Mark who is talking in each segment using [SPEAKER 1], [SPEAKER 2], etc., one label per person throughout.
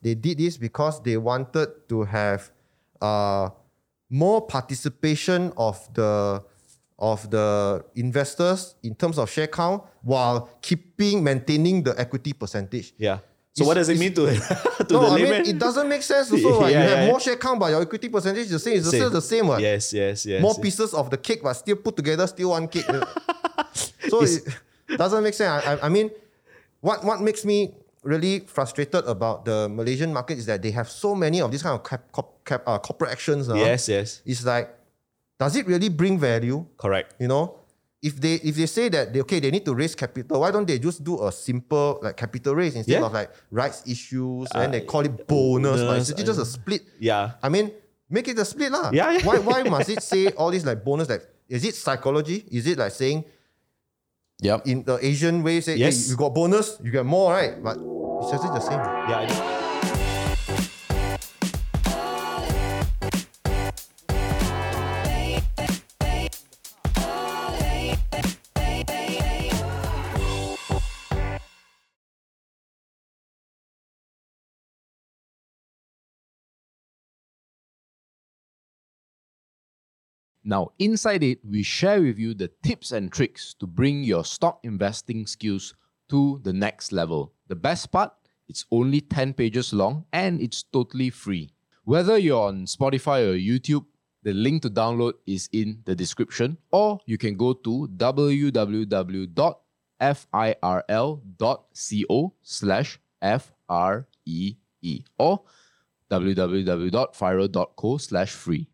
[SPEAKER 1] They did this because they wanted to have uh, more participation of the of the investors in terms of share count while keeping maintaining the equity percentage.
[SPEAKER 2] Yeah. So
[SPEAKER 1] It's-
[SPEAKER 2] what does it
[SPEAKER 1] it's-
[SPEAKER 2] mean to, to
[SPEAKER 1] no,
[SPEAKER 2] the
[SPEAKER 1] I mean
[SPEAKER 2] layman?
[SPEAKER 1] it doesn't make sense. Also, like,
[SPEAKER 2] Yeah,
[SPEAKER 1] you have
[SPEAKER 2] yeah,
[SPEAKER 1] more share count, but your equity percentage is the same. It's still the same. what?
[SPEAKER 2] Yes, yes, yes.
[SPEAKER 1] more pieces of the cake, but still put together, still one cake. so it doesn't make sense. I, I, I mean, what what makes me really frustrated about the Malaysian market is that they have so many of these kind of cap, cop- cap, uh, corporate actions. ah.
[SPEAKER 2] Yes, yes.
[SPEAKER 1] it's like, does it really bring value?
[SPEAKER 2] Correct.
[SPEAKER 1] You know, if they if they say that they, okay they need to raise capital, why don't they just do a simple like capital raise instead
[SPEAKER 2] Yeah. Uh,
[SPEAKER 1] of like rights issues and they call it bonus? but it's
[SPEAKER 2] bonus,
[SPEAKER 1] actually just a split.
[SPEAKER 2] Yeah.
[SPEAKER 1] I mean, make it a split lah.
[SPEAKER 2] Yeah, yeah.
[SPEAKER 1] Why why must it say all this like bonus? Like, is it psychology? Is it like saying
[SPEAKER 3] Yep.
[SPEAKER 1] in the Asian way, say,
[SPEAKER 2] Yes.
[SPEAKER 1] hey, you got bonus, you get more, right? But it's actually the same.
[SPEAKER 2] Yeah. I know.
[SPEAKER 3] Now, inside it, we share with you the tips and tricks to bring your stock investing skills to the next level. The best part, it's only 10 pages long and it's totally free. Whether you're on Spotify or YouTube, the link to download is in the description, or you can go to www.firl.co slash F-R-E-E E or www.firl.co slash free.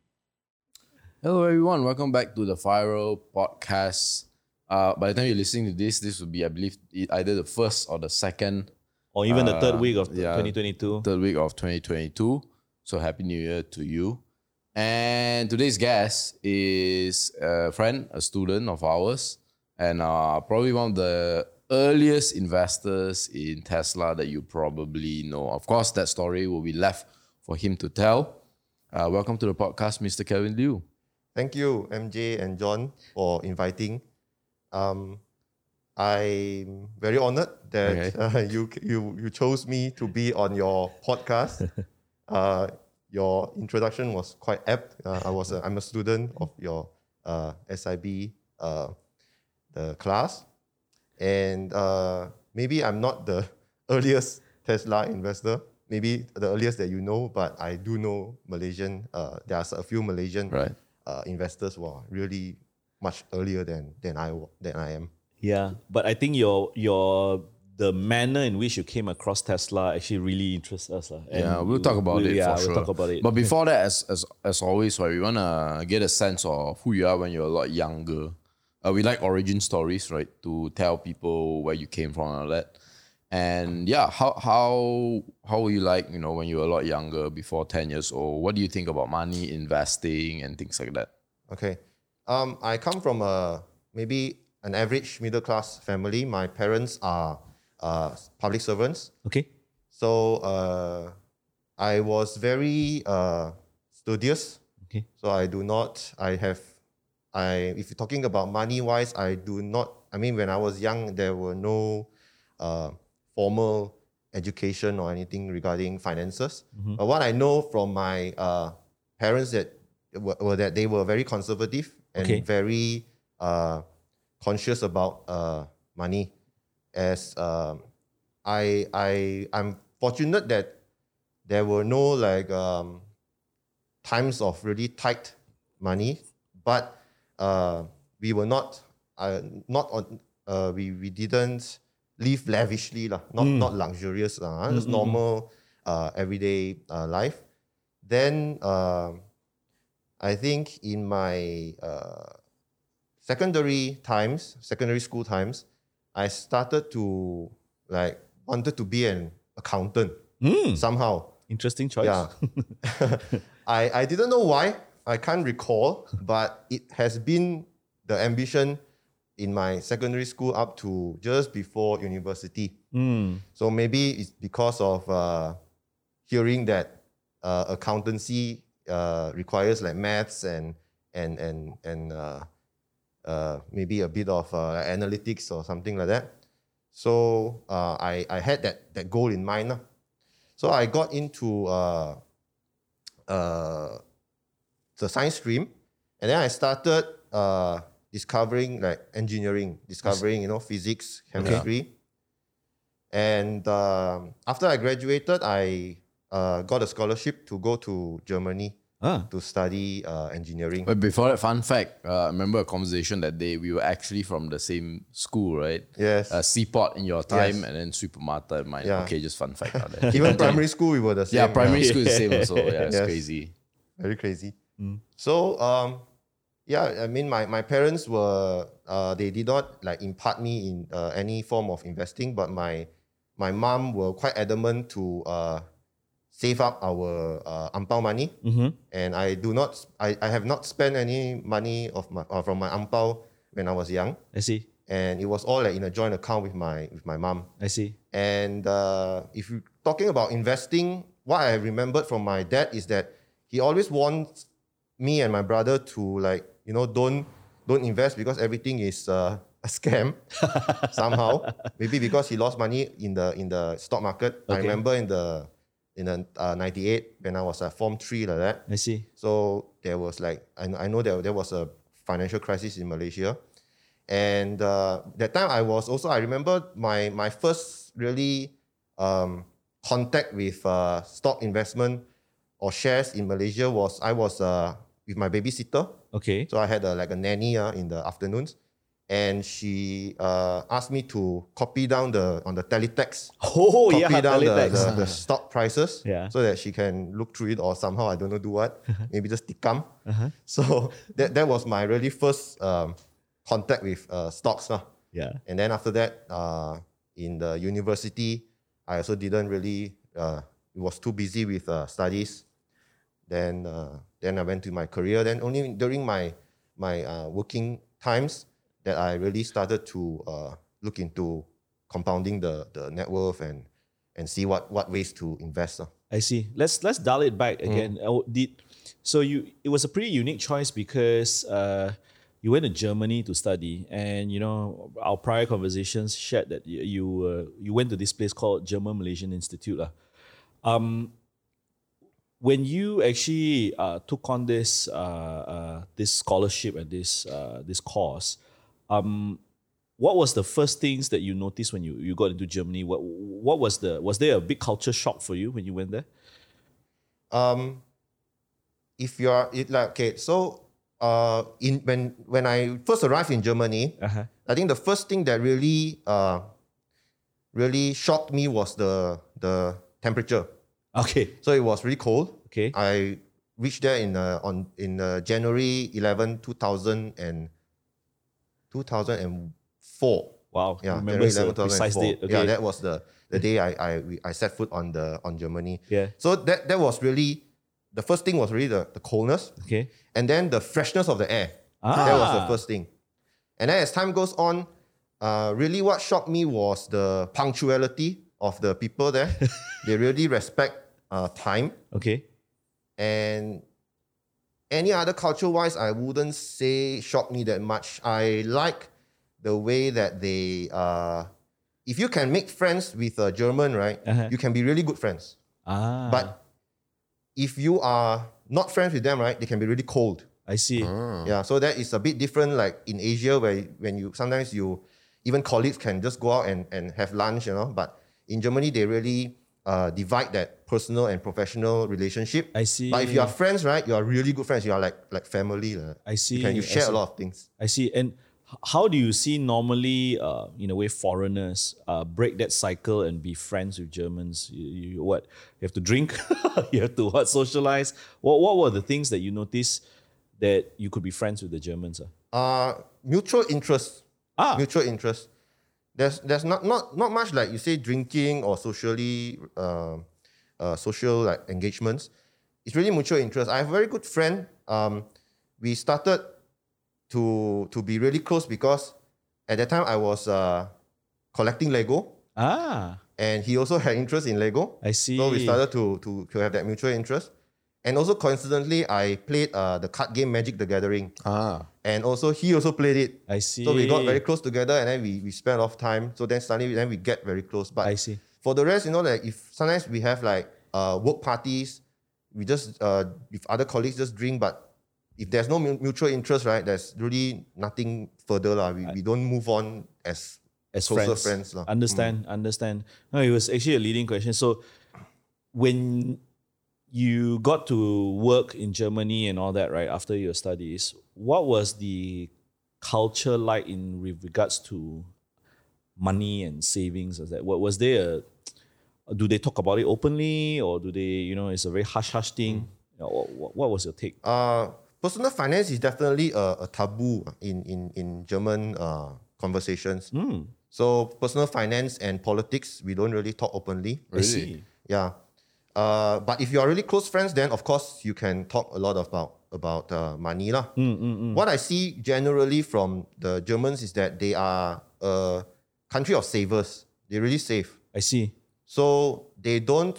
[SPEAKER 4] Hello, everyone. Welcome back to the Viral Podcast. Uh, by the time you're listening to this, this will be, I believe, e- either the first or the second,
[SPEAKER 2] Or even the third
[SPEAKER 4] Uh,
[SPEAKER 2] week of
[SPEAKER 4] yeah.
[SPEAKER 2] 2022.
[SPEAKER 4] third week of 2022. So, Happy New Year to you. And today's guest is a friend, a student of ours, and uh, probably one of the earliest investors in Tesla that you probably know. Of course, that story will be left for him to tell. Uh, welcome to the podcast, Mr. Kevin Liu.
[SPEAKER 1] Thank you, MJ and John, for inviting. Um, I'm very honored that uh, you you you chose me to be on your podcast. uh, your introduction was quite apt. Uh, I was a, I'm a student of your uh, SIB uh, the class, and uh, maybe I'm not the earliest Tesla investor. Maybe the earliest that you know, but I do know Malaysian. Uh, there are a few Malaysian
[SPEAKER 4] Right.
[SPEAKER 1] uh, investors were really much earlier than than I wa- than I am.
[SPEAKER 2] Yeah, but I think your your the manner in which you came across Tesla actually really interests us. lah. And
[SPEAKER 4] Yeah, we'll talk about
[SPEAKER 2] we-
[SPEAKER 4] it
[SPEAKER 2] Yeah, we'll
[SPEAKER 4] for sure.
[SPEAKER 2] talk about it.
[SPEAKER 4] But before that, as as, as always, right, we wanna get a sense of who you are when you're a lot younger. Uh, we like origin stories, right, to tell people where you came from and all that. And yeah, how how how were you like, you know, when you were a lot younger, before ten years old? What do you think about money, investing, and things like that?
[SPEAKER 1] Okay, um, I come from a maybe an average middle class family. My parents are uh, public servants,
[SPEAKER 2] okay.
[SPEAKER 1] so uh, I was very uh, studious.
[SPEAKER 2] Okay.
[SPEAKER 1] So I do not. I have. I if you're talking about money wise, I do not. I mean, when I was young, there were no uh, formal education or anything regarding finances. But what I know from my uh, parents that were, were that they were very conservative and
[SPEAKER 2] Okay.
[SPEAKER 1] very uh, conscious about uh, money. As um, I I I'm fortunate that there were no like um, times of really tight money, but uh, we were not uh, not on uh, we we didn't live lavishly lah, not not luxurious lah, huh? just normal uh, everyday uh, life. Then um I think in my uh, secondary times, secondary school times, I started to like wanted to be an accountant somehow.
[SPEAKER 2] Interesting choice.
[SPEAKER 1] Yeah. I, I didn't know why. I can't recall, but it has been the ambition in my secondary school up to just before university.
[SPEAKER 2] Mm.
[SPEAKER 1] So maybe it's because of uh, hearing that uh, accountancy uh, requires like maths and and and and uh, uh, maybe a bit of uh, analytics or something like that. So uh, I I had that that goal in mind. lah. So I got into uh, uh, the science stream, and then I started uh, discovering like engineering, discovering you know physics, chemistry, and um, after I graduated, I uh, got a scholarship to go to Germany
[SPEAKER 2] Ah.
[SPEAKER 1] to study uh, engineering.
[SPEAKER 4] But before that, fun fact. Uh, I remember a conversation that day. We were actually from the same school, right?
[SPEAKER 1] Yes.
[SPEAKER 4] Uh, seaport in your time,
[SPEAKER 1] Yes.
[SPEAKER 4] and then Supermata in mine.
[SPEAKER 1] Yeah.
[SPEAKER 4] Okay, just fun fact. out there.
[SPEAKER 1] Even primary school, we were the same.
[SPEAKER 4] yeah, primary school is the same also. Yeah, it's
[SPEAKER 1] Yes.
[SPEAKER 4] crazy.
[SPEAKER 1] very crazy.
[SPEAKER 4] Mm.
[SPEAKER 1] So um, yeah, I mean, my, my parents were uh, they did not like impart me in uh, any form of investing, but my my mom were quite adamant to uh, save up our uh, angpao money,
[SPEAKER 2] Mm-hmm.
[SPEAKER 1] and I do not I, I have not spent any money of my uh, from my angpao when I was young,
[SPEAKER 2] I see.
[SPEAKER 1] and it was all like in a joint account with my with my mom.
[SPEAKER 2] I see.
[SPEAKER 1] And uh, if you're talking about investing, what I remembered from my dad is that he always wants me and my brother to like, you know, don't don't invest because everything is uh, a scam somehow. Maybe because he lost money in the in the stock market. I
[SPEAKER 2] Okay.
[SPEAKER 1] remember in the in the uh, 98 when I was at form 3 like that.
[SPEAKER 2] I see.
[SPEAKER 1] So there was like, I, kn- I know that there was a financial crisis in Malaysia. And uh, that time I was also, I remember my, my first really um, contact with uh, stock investment or shares in Malaysia was I was uh, with my babysitter.
[SPEAKER 2] Okay.
[SPEAKER 1] So I had a, like a nanny uh, in the afternoons. And she uh, asked me to copy down the on the teletext
[SPEAKER 2] oh
[SPEAKER 1] copy
[SPEAKER 2] yeah,
[SPEAKER 1] down the,
[SPEAKER 2] teletext.
[SPEAKER 1] the- the stock prices
[SPEAKER 2] Yeah.
[SPEAKER 1] so that she can look through it or somehow I don't know do what maybe just tikam. So that that was my really first um, contact with uh, stocks lah.
[SPEAKER 2] yeah.
[SPEAKER 1] And then after that, uh, in the university, I also didn't really uh, was too busy with uh, studies. Then uh, then I went to my career. Then only during my my uh, working times that I really started to uh, look into compounding the the net worth and and see what what ways to invest. uh. lah.
[SPEAKER 2] I see. Let's let's dial it back again. Oh, did so you it was a pretty unique choice because uh, you went to Germany to study, and you know our prior conversations shared that you you, uh, you went to this place called German Malaysian Institute lah. Um, when you actually uh, took on this uh, uh, this scholarship and this uh, this course, um, what was the first things that you noticed when you, you got into Germany? What what was the was there a big culture shock for you when you went there?
[SPEAKER 1] um, if you are it like okay, so uh, in when when I first arrived in Germany,
[SPEAKER 2] Uh-huh.
[SPEAKER 1] I think the first thing that really uh, really shocked me was the the temperature.
[SPEAKER 2] Okay.
[SPEAKER 1] So it was really cold.
[SPEAKER 2] Okay.
[SPEAKER 1] I reached there in uh, on in uh, January 11, 2000 and 2004.
[SPEAKER 2] Wow.
[SPEAKER 1] Yeah,
[SPEAKER 2] Remember it's
[SPEAKER 1] January
[SPEAKER 2] a
[SPEAKER 1] 11,
[SPEAKER 2] precise
[SPEAKER 1] 2004.
[SPEAKER 2] date. Okay.
[SPEAKER 1] Yeah, that was the the day I I, we- I set foot on the on Germany.
[SPEAKER 2] Yeah.
[SPEAKER 1] So that that was really the first thing was really the, the coldness
[SPEAKER 2] Okay.
[SPEAKER 1] and then the freshness of the air. That was
[SPEAKER 2] Ah.
[SPEAKER 1] the first thing. And then as time goes on, uh, really what shocked me was the punctuality of the people there. they really respect uh, time.
[SPEAKER 2] Okay.
[SPEAKER 1] And any other culture wise, I wouldn't say shocked me that much. I like the way that they, uh, if you can make friends with a German, right,
[SPEAKER 2] Uh-huh.
[SPEAKER 1] you can be really good friends.
[SPEAKER 2] Ah.
[SPEAKER 1] But if you are not friends with them, right, they can be really cold.
[SPEAKER 2] I see.
[SPEAKER 1] Yeah, so that is a bit different. Like in Asia, where when you sometimes you even colleagues can just go out and, and have lunch, you know. But in Germany, they really uh, divide that personal and professional relationship.
[SPEAKER 2] I see.
[SPEAKER 1] But if you are friends, right, you are really good friends. You are like like family. lah.
[SPEAKER 2] I see.
[SPEAKER 1] You, can, you
[SPEAKER 2] I
[SPEAKER 1] share a
[SPEAKER 2] see.
[SPEAKER 1] lot of things.
[SPEAKER 2] I see. And h- how do you see normally, uh, in a way, foreigners uh, break that cycle and be friends with Germans? You, you what? You have to drink. you have to what? Socialize. What What were the things that you noticed that you could be friends with the Germans? ah?
[SPEAKER 1] Uh, mutual interest.
[SPEAKER 2] Ah.
[SPEAKER 1] Mutual interest. There's there's not not not much like you say drinking or socially um uh, social like engagements. It's really mutual interest. I have a very good friend. Um, we started to to be really close because at that time I was uh, collecting Lego
[SPEAKER 2] Ah.
[SPEAKER 1] and he also had interest in Lego.
[SPEAKER 2] I see.
[SPEAKER 1] So we started to to, to have that mutual interest. And also coincidentally, I played uh, the card game Magic the Gathering.
[SPEAKER 4] Ah,
[SPEAKER 1] And also he also played it.
[SPEAKER 2] I see.
[SPEAKER 1] So we got very close together and then we, we spent off time. So then suddenly then we get very close. But
[SPEAKER 2] I see.
[SPEAKER 1] For the rest, you know, like if sometimes we have like uh, work parties, we just uh, with other colleagues just drink, but if there's no mu- mutual interest, right, there's really nothing further. lah. We, we don't move on as
[SPEAKER 2] as
[SPEAKER 1] Closer
[SPEAKER 2] friends.
[SPEAKER 1] friends lah. Hmm.
[SPEAKER 2] Understand, understand. No, it was actually a leading question. So when you got to work in Germany and all that, right, after your studies, what was the culture like in re- regards to money and savings? Is that what was there a do they talk about it openly or do they, you know, it's a very hush hush thing?
[SPEAKER 1] Hmm.
[SPEAKER 2] You know, what- what, what was your take?
[SPEAKER 1] uh, personal finance is definitely a, a taboo in in in German uh, conversations.
[SPEAKER 2] Hmm.
[SPEAKER 1] So personal finance and politics, we don't really talk openly.
[SPEAKER 2] I
[SPEAKER 4] Really?
[SPEAKER 2] see.
[SPEAKER 1] Yeah. Uh, but if you are really close friends, then of course you can talk a lot about about uh, money lah. What I see generally from the Germans is that they are a country of savers. They really save,
[SPEAKER 2] I see.
[SPEAKER 1] so they don't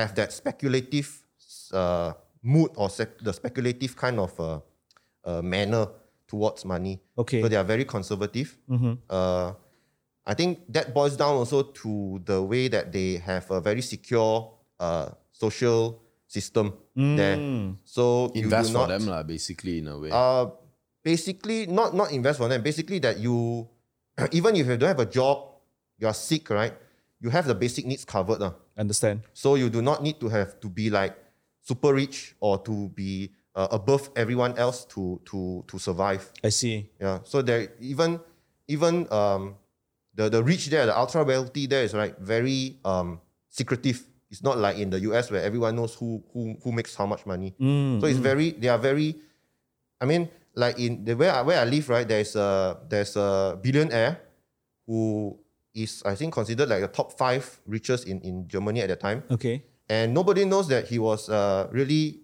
[SPEAKER 1] have that speculative uh, mood or sec- the speculative kind of uh, uh, manner towards money.
[SPEAKER 2] Okay.
[SPEAKER 1] So they are very conservative. Uh, I think that boils down also to the way that they have a very secure uh, social system there. So you do
[SPEAKER 4] Invest for
[SPEAKER 1] not-
[SPEAKER 4] them, lah. basically, in a way.
[SPEAKER 1] uh, basically not not invest for them. Basically, that you even if you don't have a job, you are sick, right? You have the basic needs covered, lah.
[SPEAKER 2] Understand.
[SPEAKER 1] So you do not need to have to be like super rich or to be uh, above everyone else to to to survive.
[SPEAKER 2] I see.
[SPEAKER 1] Yeah. So there even even um the, the rich there, the ultra wealthy there is like very um secretive. It's not like in the US where everyone knows who who who makes how much money. so it's very they are very I mean like in the where I, where I live, right, there's a there's a billionaire who is I think considered like the top five richest in, in Germany at that time
[SPEAKER 2] Okay.
[SPEAKER 1] and nobody knows that he was uh, really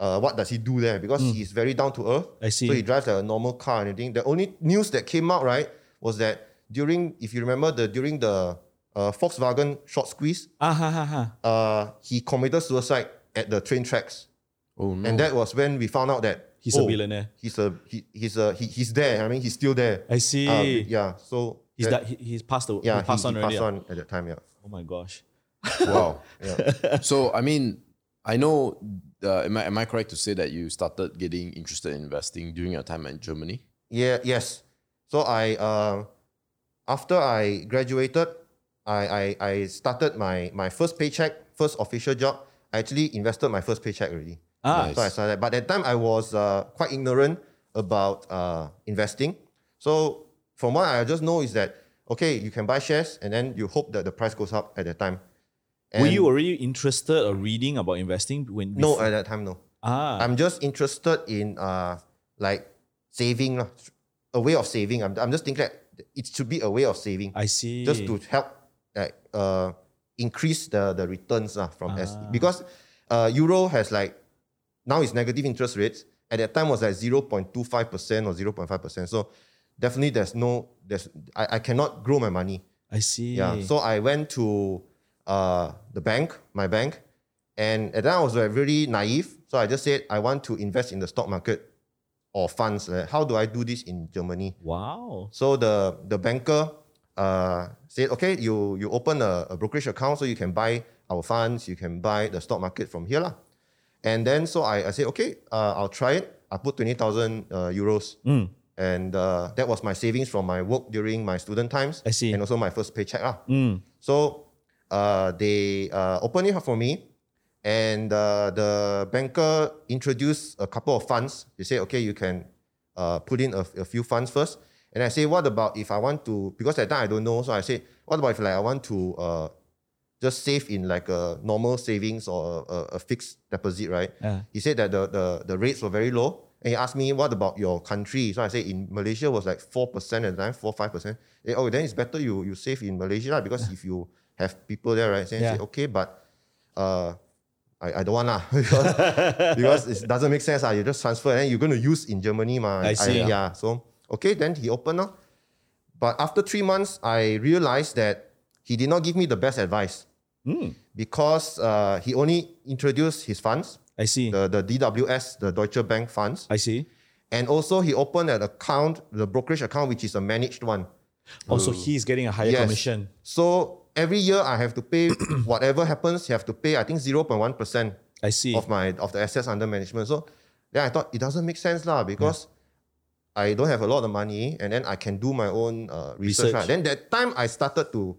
[SPEAKER 1] uh, what does he do there because he's very down to earth.
[SPEAKER 2] Hmm. I see.
[SPEAKER 1] So he drives like a normal car and everything. The only news that came out right was that during, if you remember the during the uh, Volkswagen short squeeze,
[SPEAKER 2] Ah ha ha ha.
[SPEAKER 1] uh, he committed suicide at the train tracks,
[SPEAKER 4] oh no.
[SPEAKER 1] and that was when we found out that
[SPEAKER 2] Hmm. He's a
[SPEAKER 1] oh,
[SPEAKER 2] billionaire.
[SPEAKER 1] He's a he, he's a he, he's there. I mean, he's still there.
[SPEAKER 2] I see.
[SPEAKER 1] Uh, yeah. So
[SPEAKER 2] He's
[SPEAKER 1] that-
[SPEAKER 2] that, he, he's passed away.
[SPEAKER 1] Yeah,
[SPEAKER 2] he passed
[SPEAKER 1] he,
[SPEAKER 2] on
[SPEAKER 1] he
[SPEAKER 2] already.
[SPEAKER 1] passed
[SPEAKER 2] ah?
[SPEAKER 1] on at that time. Yeah.
[SPEAKER 2] Oh my gosh.
[SPEAKER 4] Wow. So I mean, I know. Uh, am I am I correct to say that you started getting interested in investing during your time in Germany?
[SPEAKER 1] Yeah, yes. So I uh, after I graduated, I, I I started my my first paycheck, first official job. I actually invested my first paycheck already.
[SPEAKER 2] Ah,
[SPEAKER 1] So I started. But at that time, I was uh, quite ignorant about uh, investing. So from what I just know is that okay, you can buy shares and then you hope that the price goes up at that time.
[SPEAKER 2] were
[SPEAKER 1] And
[SPEAKER 2] you already interested or reading about investing when?
[SPEAKER 1] no
[SPEAKER 2] before-
[SPEAKER 1] at that time? No.
[SPEAKER 2] ah,
[SPEAKER 1] I'm just interested in uh like saving lah, a way of saving. I'm, I'm just thinking that it should be a way of saving,
[SPEAKER 2] I see.
[SPEAKER 1] just to help like uh increase the the returns lah from S
[SPEAKER 2] Ah.
[SPEAKER 1] because uh euro has like now it's negative interest rates. At that time was like zero point two five percent or zero point five percent. So definitely there's no there's I, I cannot grow my money.
[SPEAKER 2] I see.
[SPEAKER 1] Yeah. So I went to uh, the bank, my bank, and at that time I was like really naive. So I just said I want to invest in the stock market or funds. Like, how do I do this in Germany?
[SPEAKER 2] wow.
[SPEAKER 1] So the the banker uh, said, okay, you you open a, a brokerage account so you can buy our funds, you can buy the stock market from here lah. And then so I, I said, okay, uh, I'll try it. I put twenty thousand uh, euros, and uh, that was my savings from my work during my student times.
[SPEAKER 2] I see. Mm.
[SPEAKER 1] and also my first paycheck lah. So uh, they uh, opened it up for me, and uh, the banker introduced a couple of funds. They say, okay, you can uh, put in a, a few funds first. And I say, what about if I want to? Because at that time I don't know, so I say, what about if like I want to uh, just save in like a normal savings or a, a, a fixed deposit, right?
[SPEAKER 2] Yeah.
[SPEAKER 1] He said that the, the the rates were very low. And he asked me, what about your country? So I said in Malaysia was like 4% at the time, 4 5%. They, oh, then it's better you you save in Malaysia lah, because if you have people there, right? Then I said,
[SPEAKER 2] Yeah.
[SPEAKER 1] okay, but uh, I, I don't want lah. because, because it doesn't make sense. lah. You just transfer and then you're going to use in Germany. Ma.
[SPEAKER 2] I see.
[SPEAKER 1] yeah. So, okay, then he opened up. But after three months, I realized that he did not give me the best advice
[SPEAKER 2] Hmm.
[SPEAKER 1] because uh, he only introduced his funds,
[SPEAKER 2] I see.
[SPEAKER 1] the, the DWS, the Deutsche Bank funds.
[SPEAKER 2] I see.
[SPEAKER 1] And also, he opened an
[SPEAKER 2] Oh,
[SPEAKER 1] account, the brokerage account, which is a managed one.
[SPEAKER 2] Also, he's getting a higher commission.
[SPEAKER 1] So every year I have to pay whatever happens, you have to pay, I think 0.1%
[SPEAKER 2] I see.
[SPEAKER 1] of my of the assets under management. So then I thought it doesn't make sense lah because I don't have a lot of money and then I can do my own uh, research.
[SPEAKER 2] Research.
[SPEAKER 1] lah. Then that time I started to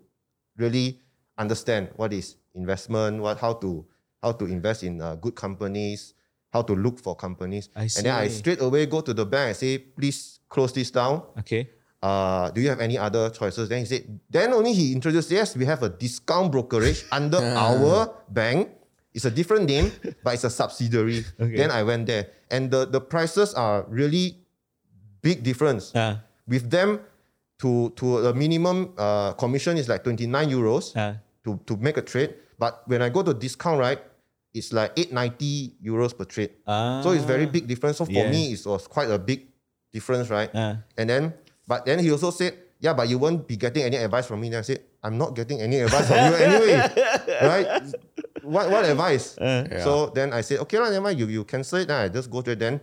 [SPEAKER 1] really understand what is investment, what how to how to invest in uh, good companies, how to look for companies.
[SPEAKER 2] I
[SPEAKER 1] And then I
[SPEAKER 2] see.
[SPEAKER 1] straight away go to the bank and say, please close this down
[SPEAKER 2] Okay.
[SPEAKER 1] uh, do you have any other choices? Then he said, then only he introduced, yes, we have a discount brokerage under our bank. It's a different name, but it's a subsidiary.
[SPEAKER 2] Okay.
[SPEAKER 1] Then I went there. And the, the prices are really big difference.
[SPEAKER 2] Uh,
[SPEAKER 1] With them, to, to the minimum uh, commission is like 29 euros
[SPEAKER 2] uh,
[SPEAKER 1] to, to make a trade. But when I go to discount, right, it's like 890 euros per trade.
[SPEAKER 2] ah.
[SPEAKER 1] so it's very big difference. So for
[SPEAKER 2] Yeah.
[SPEAKER 1] me, it was quite a big difference, right?
[SPEAKER 2] Ah.
[SPEAKER 1] And then, but then he also said, yeah, but you won't be getting any advice from me. And I said, I'm not getting any advice from you anyway, right? What, what advice?
[SPEAKER 2] Uh,
[SPEAKER 1] So then I said, okay, lah, never mind, you, you cancel it. Then I just go to it. Then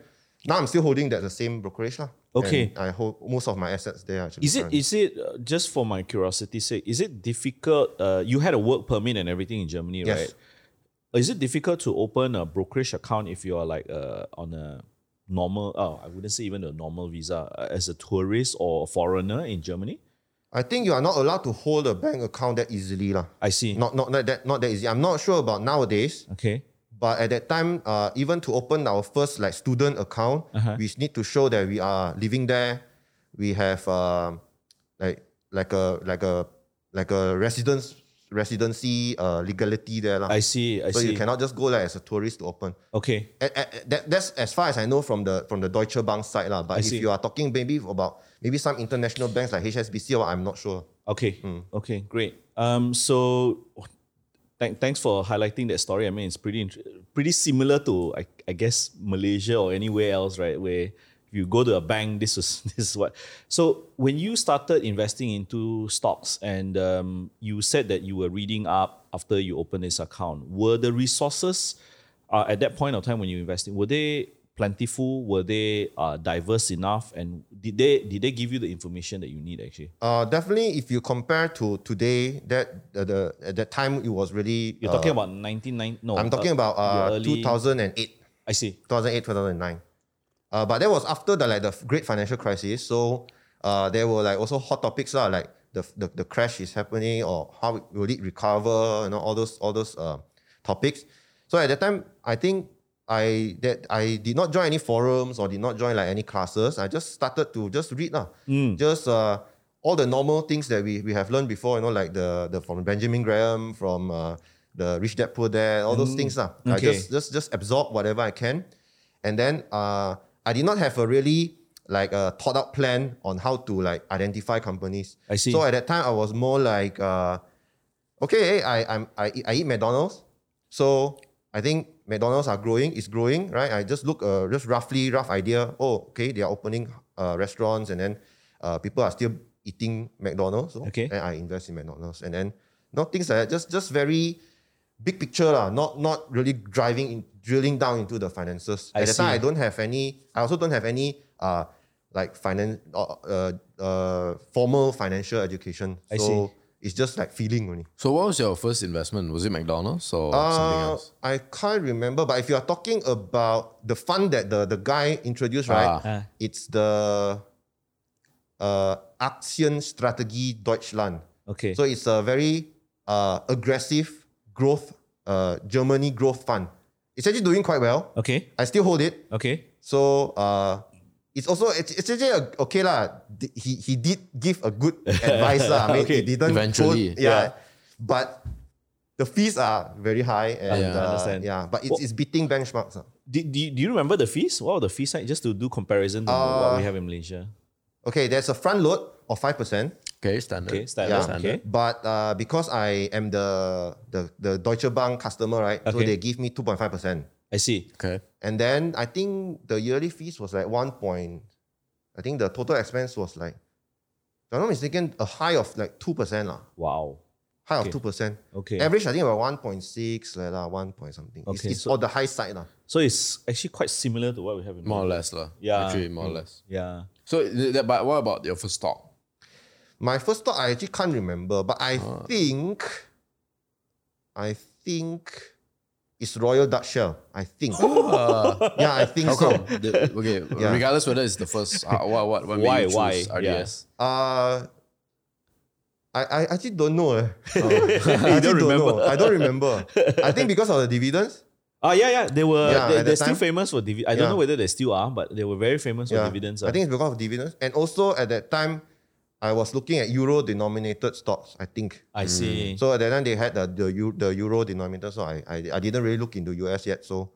[SPEAKER 1] now I'm still holding that the same brokerage. lah.
[SPEAKER 2] Okay.
[SPEAKER 1] And I hold most of my assets there actually.
[SPEAKER 2] Is it
[SPEAKER 1] currently.
[SPEAKER 2] is it uh, just for my curiosity's sake? Is it difficult? Uh, you had a work permit and everything in Germany,
[SPEAKER 1] Yes.
[SPEAKER 2] right? Is it difficult to open a brokerage account if you are like uh, on a normal? Oh, I wouldn't say even a normal visa uh, as a tourist or a foreigner in Germany.
[SPEAKER 1] I think you are not allowed to hold a bank account that easily. lah.
[SPEAKER 2] I see.
[SPEAKER 1] Not, not, not, that, not that easy. I'm not sure about nowadays.
[SPEAKER 2] Okay.
[SPEAKER 1] But at that time, uh, even to open our first like student account,
[SPEAKER 2] Uh-huh.
[SPEAKER 1] we need to show that we are living there. We have um like like a like a like a residence residency uh, legality there lah.
[SPEAKER 2] I see. I
[SPEAKER 1] So
[SPEAKER 2] see.
[SPEAKER 1] you cannot just go like as a tourist to open.
[SPEAKER 2] okay.
[SPEAKER 1] A- a- a- that, that's as far as I know from the from the Deutsche Bank side lah. But if
[SPEAKER 2] see.
[SPEAKER 1] you are talking maybe about maybe some international banks like HSBC or I'm not sure.
[SPEAKER 2] Okay. Okay. Great. Um. So, thank thanks for highlighting that story. I mean, it's pretty int- pretty similar to I, I guess Malaysia or anywhere else, right? Where if you go to a bank, this was this is what. So when you started investing into stocks, and um, you said that you were reading up after you opened this account, were the resources uh, at that point of time when you investing were they plentiful? Were they uh, diverse enough? And did they did they give you the information that you need actually?
[SPEAKER 1] Uh, definitely, if you compare to today, that uh, the at that time it was really
[SPEAKER 2] You're
[SPEAKER 1] uh,
[SPEAKER 2] talking about 1990. No,
[SPEAKER 1] I'm talking about uh,
[SPEAKER 2] early-
[SPEAKER 1] 2008,
[SPEAKER 2] I see.
[SPEAKER 1] 2008, 2009. Uh, but that was after the like the great financial crisis. So uh, there were like also hot topics lah, like the, the the crash is happening or how it- will it recover, you know, all those all those uh, topics. So at that time, I think I that I did not join any forums or did not join like any classes. I just started to just read lah, just uh, all the normal things that we, we have learned before. You know, like the the from Benjamin Graham, from uh, the Rich Dad Poor Dad, all those things lah. I
[SPEAKER 2] okay.
[SPEAKER 1] just just just absorb whatever I can, and then uh, I did not have a really like a thought out plan on how to like identify companies.
[SPEAKER 2] I see.
[SPEAKER 1] So at that time, I was more like, uh, okay, hey, I I'm, I eat- I eat McDonald's, so I think McDonald's are growing. It's growing, right? I just look, uh, just roughly rough idea. Oh, okay, they are opening uh, restaurants, and then uh, people are still eating McDonald's. So
[SPEAKER 2] Okay.
[SPEAKER 1] then I invest in McDonald's, and then not things like that. Just just very big picture lah, not not really driving in, drilling down into the finances.
[SPEAKER 2] I
[SPEAKER 1] At the
[SPEAKER 2] see.
[SPEAKER 1] time, I don't have any. I also don't have any uh like finance uh, uh, uh formal financial education.
[SPEAKER 2] I
[SPEAKER 1] so it's just like feeling only.
[SPEAKER 4] So what was your first investment? Was it McDonald's or something
[SPEAKER 1] Uh,
[SPEAKER 4] else?
[SPEAKER 1] I can't remember, but if you are talking about the fund that the, the guy introduced, right?
[SPEAKER 2] Ah. Ah.
[SPEAKER 1] It's the uh, Aktienstrategie Deutschland.
[SPEAKER 2] Okay.
[SPEAKER 1] So it's a very uh, aggressive growth, uh, Germany growth fund. It's actually doing quite well.
[SPEAKER 2] okay.
[SPEAKER 1] I still hold it.
[SPEAKER 2] Okay.
[SPEAKER 1] So uh, it's also it's, it's actually a, okay lah. D- He he did give a good advice lah. I mean,
[SPEAKER 2] Okay.
[SPEAKER 1] he didn't
[SPEAKER 4] Eventually,
[SPEAKER 1] quote- yeah, But the fees are very high, and
[SPEAKER 2] Yeah, I
[SPEAKER 1] uh,
[SPEAKER 2] understand.
[SPEAKER 1] yeah, but it's, it's beating benchmarks. ah.
[SPEAKER 2] Do, do, do you remember the fees? What were the fees like? Just to do comparison
[SPEAKER 1] Uh,
[SPEAKER 2] to what we have in Malaysia.
[SPEAKER 1] Okay, there's a front load of five percent.
[SPEAKER 4] Okay, standard.
[SPEAKER 2] Okay. Standard.
[SPEAKER 1] Yeah,
[SPEAKER 2] Okay.
[SPEAKER 1] but uh, because I am the, the the Deutsche Bank customer, right? So
[SPEAKER 2] Okay.
[SPEAKER 1] they give me two point five percent.
[SPEAKER 2] I see.
[SPEAKER 4] Okay.
[SPEAKER 1] And then I think the yearly fees was like one point. I think the total expense was like, if I'm not mistaken, a high of like two percent lah.
[SPEAKER 2] Wow.
[SPEAKER 1] High
[SPEAKER 2] Okay.
[SPEAKER 1] of two percent.
[SPEAKER 2] Okay.
[SPEAKER 1] Average, I think about one point six, like that, one point something. it's
[SPEAKER 2] Okay,
[SPEAKER 1] it's on
[SPEAKER 2] so-
[SPEAKER 1] the high side lah.
[SPEAKER 2] So it's actually quite similar to what we have in
[SPEAKER 4] More or
[SPEAKER 2] Malaysia.
[SPEAKER 4] less. lah.
[SPEAKER 2] Yeah. Mm.
[SPEAKER 4] Actually, more or less.
[SPEAKER 2] Yeah.
[SPEAKER 4] So, th- th- but what about your first stock?
[SPEAKER 1] My first thought, I actually can't remember, but I
[SPEAKER 2] Ah.
[SPEAKER 1] think, I think it's Royal Dutch Shell. I think.
[SPEAKER 2] Oh.
[SPEAKER 1] yeah, I think
[SPEAKER 4] How
[SPEAKER 1] so.
[SPEAKER 4] come? The- okay,
[SPEAKER 1] Yeah.
[SPEAKER 4] regardless whether it's the first, uh, what, what, what
[SPEAKER 2] Why-
[SPEAKER 4] made you choose
[SPEAKER 2] why? Yeah.
[SPEAKER 4] RDS?
[SPEAKER 1] Uh, I, I actually don't know. eh.
[SPEAKER 2] Oh. You
[SPEAKER 1] I
[SPEAKER 2] don't
[SPEAKER 1] actually
[SPEAKER 2] remember.
[SPEAKER 1] know. I don't remember. I think because of the dividends.
[SPEAKER 2] Oh yeah, yeah. They were
[SPEAKER 1] Yeah,
[SPEAKER 2] they,
[SPEAKER 1] at
[SPEAKER 2] they're
[SPEAKER 1] that
[SPEAKER 2] still
[SPEAKER 1] time.
[SPEAKER 2] famous for dividends. I don't
[SPEAKER 1] Yeah.
[SPEAKER 2] know whether they still are, but they were very famous for dividends.
[SPEAKER 1] I
[SPEAKER 2] ah.
[SPEAKER 1] think it's because of dividends. And also at that time, I was looking at euro denominated stocks, I think.
[SPEAKER 2] I see.
[SPEAKER 1] Mm. So at that time they had the the, Eu- the euro denominator. So I, I I didn't really look into US yet. So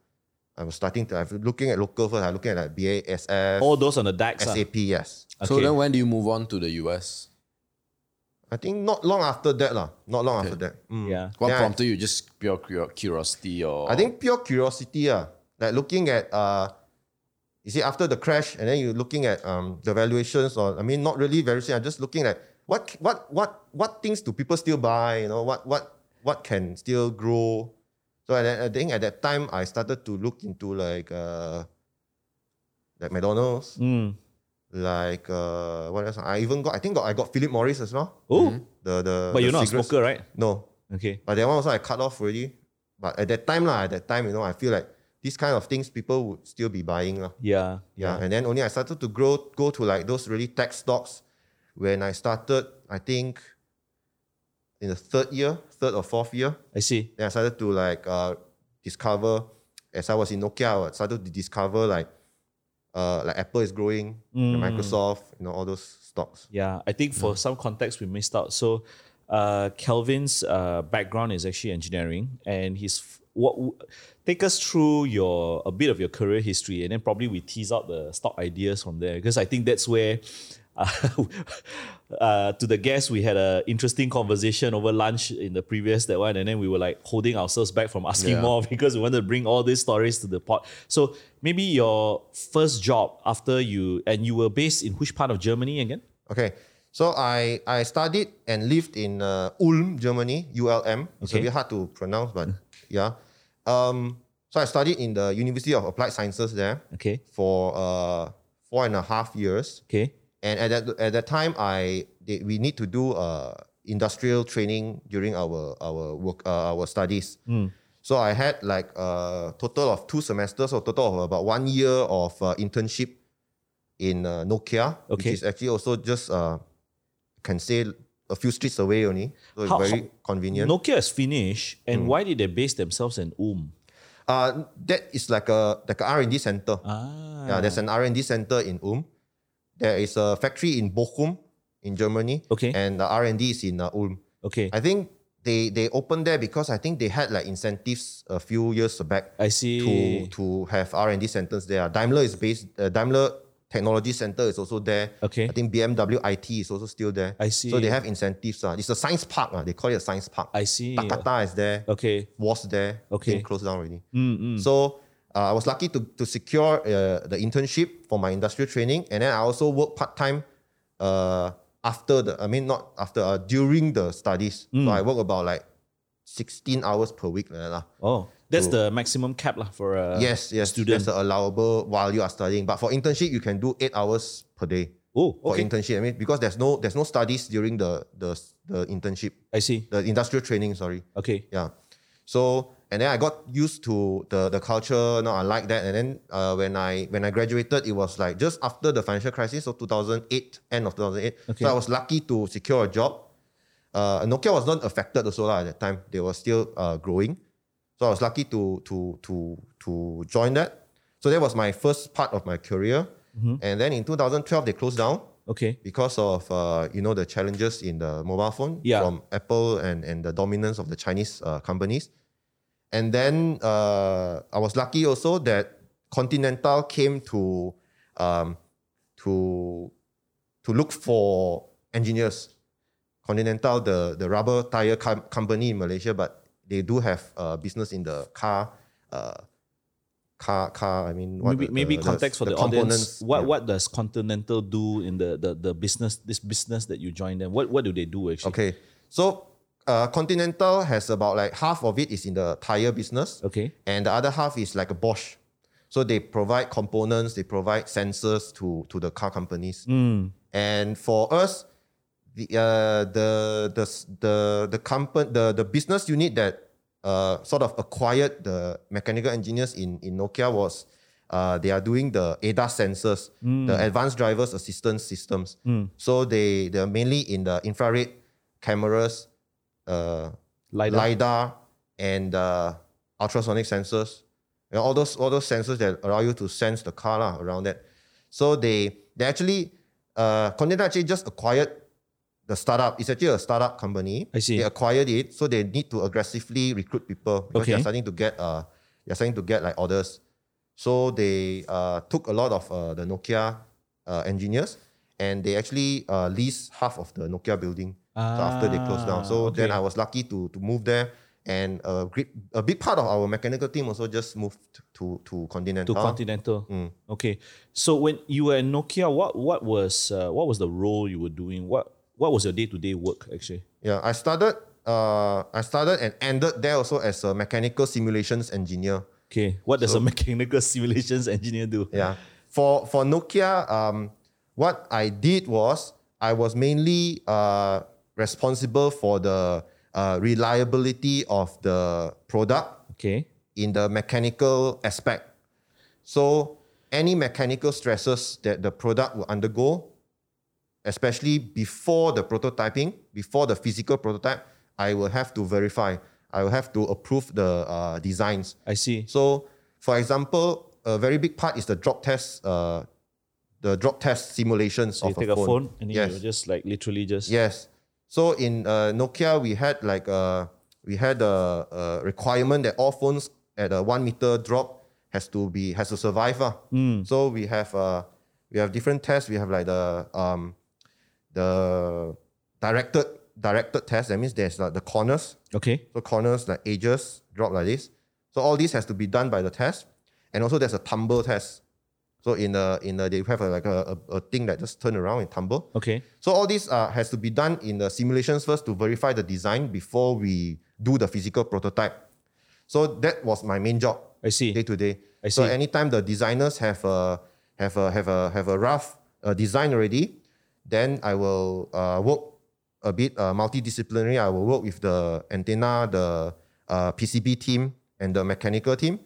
[SPEAKER 1] I was starting to I'm looking at local first. I'm looking at like BASF,
[SPEAKER 2] All those on the DAX. ah.
[SPEAKER 1] SAP, yes.
[SPEAKER 4] So
[SPEAKER 2] Okay.
[SPEAKER 4] then when do you move on to the US?
[SPEAKER 1] I think not long after that, lah. Not long after that. Mm.
[SPEAKER 2] yeah.
[SPEAKER 4] What
[SPEAKER 1] Then I-
[SPEAKER 4] prompted you? Just pure cu- curiosity or?
[SPEAKER 1] I think pure curiosity, uh, like looking at uh you see after the crash and then you're looking at um the valuations or I mean not really valuation, I'm just looking at what what what what things do people still buy, you know, what what what can still grow. So I, I think at that time I started to look into like uh like McDonald's,
[SPEAKER 2] Mm.
[SPEAKER 1] like uh what else? I even got I think got I got Philip Morris as well. The
[SPEAKER 2] Oh,
[SPEAKER 1] Mm-hmm. the
[SPEAKER 2] but
[SPEAKER 1] the
[SPEAKER 2] you're not
[SPEAKER 1] cigarettes.
[SPEAKER 2] a smoker, right?
[SPEAKER 1] No,
[SPEAKER 2] Okay.
[SPEAKER 1] but that one also I cut off already. But at that time, lah, at that time, you know, I feel like these kind of things people would still be buying. lah.
[SPEAKER 2] Yeah.
[SPEAKER 1] Yeah. And then only I started to grow go to like those really tech stocks when I started, I think in the third year, third or fourth year.
[SPEAKER 2] I see.
[SPEAKER 1] Then I started to like uh, discover as I was in Nokia, I started to discover like uh, like Apple is growing, and Microsoft, you know, all those stocks.
[SPEAKER 2] Yeah, I think for some context we missed out. So, uh, Kelvin's uh, background is actually engineering, and he's f- what. w- Take us through your a bit of your career history, and then probably we tease out the stock ideas from there because I think that's where. Uh, uh, to the guests, we had an interesting conversation over lunch in the previous that one, and then we were like holding ourselves back from asking
[SPEAKER 4] Yeah.
[SPEAKER 2] more because we wanted to bring all these stories to the pot. So maybe your first job after you and you were based in which part of Germany again?
[SPEAKER 1] Okay. So I, I studied and lived in uh, Ulm, Germany, ULM. It's a
[SPEAKER 2] Okay.
[SPEAKER 1] bit hard to pronounce, but yeah. Um, so I studied in the University of Applied Sciences there
[SPEAKER 2] Okay.
[SPEAKER 1] for uh, four and a half years.
[SPEAKER 2] Okay.
[SPEAKER 1] And at that, at that time, I they, we need to do uh, industrial training during our our work uh, our studies.
[SPEAKER 2] Hmm.
[SPEAKER 1] So I had like a total of two semesters, or total of about one year of uh, internship in uh, Nokia,
[SPEAKER 2] Okay.
[SPEAKER 1] which is actually also just uh, can say a few streets away only. So it's
[SPEAKER 2] How-
[SPEAKER 1] very
[SPEAKER 2] how-
[SPEAKER 1] convenient.
[SPEAKER 2] Nokia is Finnish, and
[SPEAKER 1] Hmm.
[SPEAKER 2] why did they base themselves in Ulm?
[SPEAKER 1] Uh, that is like a like R and D center.
[SPEAKER 2] Ah,
[SPEAKER 1] Yeah, there's an R and D center in Ulm. There is a factory in Bochum in Germany.
[SPEAKER 2] Okay.
[SPEAKER 1] And the R and D is in uh, Ulm.
[SPEAKER 2] okay. I,
[SPEAKER 1] I think they they opened there because I think they had like incentives a few years back to
[SPEAKER 2] see.
[SPEAKER 1] to have R and D centers there. Daimler is based. Uh, Daimler Technology Center is also there.
[SPEAKER 2] Okay.
[SPEAKER 1] I think BMW IT is also still there.
[SPEAKER 2] I see.
[SPEAKER 1] So they have incentives. Uh. It's a science park. Uh. They call it a science park.
[SPEAKER 2] I see.
[SPEAKER 1] Takata is there
[SPEAKER 2] Okay.
[SPEAKER 1] was there.
[SPEAKER 2] Okay. Mm,
[SPEAKER 1] Then closed down already. So uh, I was lucky to, to secure uh, the internship for my industrial training. And then I also worked part time uh, after the, I mean, not after, uh, during the studies.
[SPEAKER 2] Mm.
[SPEAKER 1] So I work about like 16 hours per week. Like that, lah.
[SPEAKER 2] Oh, that's the maximum cap lah for Uh, a
[SPEAKER 1] yes, yes.
[SPEAKER 2] student.
[SPEAKER 1] That's the allowable while you are studying. But for internship, you can do eight hours per day.
[SPEAKER 2] oh,
[SPEAKER 1] For
[SPEAKER 2] okay.
[SPEAKER 1] internship, I mean, because there's no there's no studies during the the the internship,
[SPEAKER 2] I see.
[SPEAKER 1] the industrial training. Sorry,
[SPEAKER 2] Okay.
[SPEAKER 1] yeah. So and then I got used to the the culture. Now I like that. And then uh, when I when I graduated, it was like just after the financial crisis, so 2008, end of 2008.
[SPEAKER 2] Okay.
[SPEAKER 1] So I was lucky to secure a job. Uh, Nokia was not affected also lah at that time. They were still uh, growing, so I was lucky to to to to join that. So that was my first part of my career. And then in 2012, they closed down
[SPEAKER 2] Okay.
[SPEAKER 1] because of uh, you know the challenges in the mobile phone
[SPEAKER 2] Yeah.
[SPEAKER 1] from Apple and, and the dominance of the Chinese uh, companies. And then uh, I was lucky also that Continental came to um, to to look for engineers. Continental, the, the rubber tire com- company in Malaysia, but they do have uh, business in the car. Uh, Car, car. I mean, what
[SPEAKER 2] Maybe
[SPEAKER 1] the-
[SPEAKER 2] maybe
[SPEAKER 1] the-
[SPEAKER 2] context for the,
[SPEAKER 1] components,
[SPEAKER 2] audience. What
[SPEAKER 1] yeah.
[SPEAKER 2] what does Continental do in the, the the business this business that you joined them? What what do they do actually?
[SPEAKER 1] Okay. So uh, Continental has about like half of it is in the tire business,
[SPEAKER 2] Okay.
[SPEAKER 1] and the other half is like a Bosch. So they provide components, they provide sensors to to the car companies. And for us, the uh, the the s- the the company the, the business unit that uh, sort of acquired the mechanical engineers in, in Nokia was uh, they are doing the ADAS sensors,
[SPEAKER 2] Hmm.
[SPEAKER 1] the advanced drivers assistance systems. So they they're mainly in the infrared cameras, uh,
[SPEAKER 2] LiDAR.
[SPEAKER 1] and uh, ultrasonic sensors. You know, all those all those sensors that allow you to sense the car lah, around that. So they they actually uh, Continental actually just acquired the startup. It's actually a startup company.
[SPEAKER 2] I see.
[SPEAKER 1] They acquired it, so they need to aggressively recruit people because
[SPEAKER 2] Okay.
[SPEAKER 1] they're starting to get uh they're starting to get like orders. So they uh, took a lot of uh, the Nokia uh, engineers and they actually uh, leased half of the Nokia building so after they closed down.
[SPEAKER 2] Ah,
[SPEAKER 1] So then
[SPEAKER 2] okay.
[SPEAKER 1] I was lucky to to move there. And a, great, a big part of our mechanical team also just moved to to
[SPEAKER 2] to
[SPEAKER 1] Continental.
[SPEAKER 2] Continental.
[SPEAKER 1] Mm.
[SPEAKER 2] Okay. So when you were in Nokia, what what was uh, what was the role you were doing? What what was your day to day work actually?
[SPEAKER 1] Yeah, I started. Uh, I started and ended there also as a mechanical simulations engineer.
[SPEAKER 2] Okay. What does a mechanical simulations engineer do?
[SPEAKER 1] Yeah, for for Nokia, um, what I did was I was mainly uh, responsible for the uh, reliability of the product
[SPEAKER 2] Okay.
[SPEAKER 1] in the mechanical aspect. So any mechanical stresses that the product will undergo, especially before the prototyping, before the physical prototype, I will have to verify. I will have to approve the uh, designs.
[SPEAKER 2] I see.
[SPEAKER 1] So, for example, a very big part is the drop test, uh, the drop test simulations
[SPEAKER 2] So you
[SPEAKER 1] of
[SPEAKER 2] take
[SPEAKER 1] a
[SPEAKER 2] a
[SPEAKER 1] phone.
[SPEAKER 2] phone and then
[SPEAKER 1] yes.
[SPEAKER 2] you just like literally just
[SPEAKER 1] Yes. So in uh, Nokia, we had like a we had a, a requirement that all phones at a one meter drop has to be has to survive. ah. So we have uh, we have different tests. We have like the um, the directed directed test. That means there's like the corners.
[SPEAKER 2] Okay.
[SPEAKER 1] So corners like edges drop like this. So all this has to be done by the test, and also there's a tumble test. So in the in the they have a, like a, a, a thing that just turn around and tumble.
[SPEAKER 2] Okay.
[SPEAKER 1] So all this uh, has to be done in the simulations first to verify the design before we do the physical prototype. So that was my main job
[SPEAKER 2] I see.
[SPEAKER 1] day to day.
[SPEAKER 2] I
[SPEAKER 1] So
[SPEAKER 2] see.
[SPEAKER 1] anytime the designers have a have a have a have a rough uh, design already, then I will uh, work a bit uh, multidisciplinary. I will work with the antenna, the uh, PCB team, and the mechanical team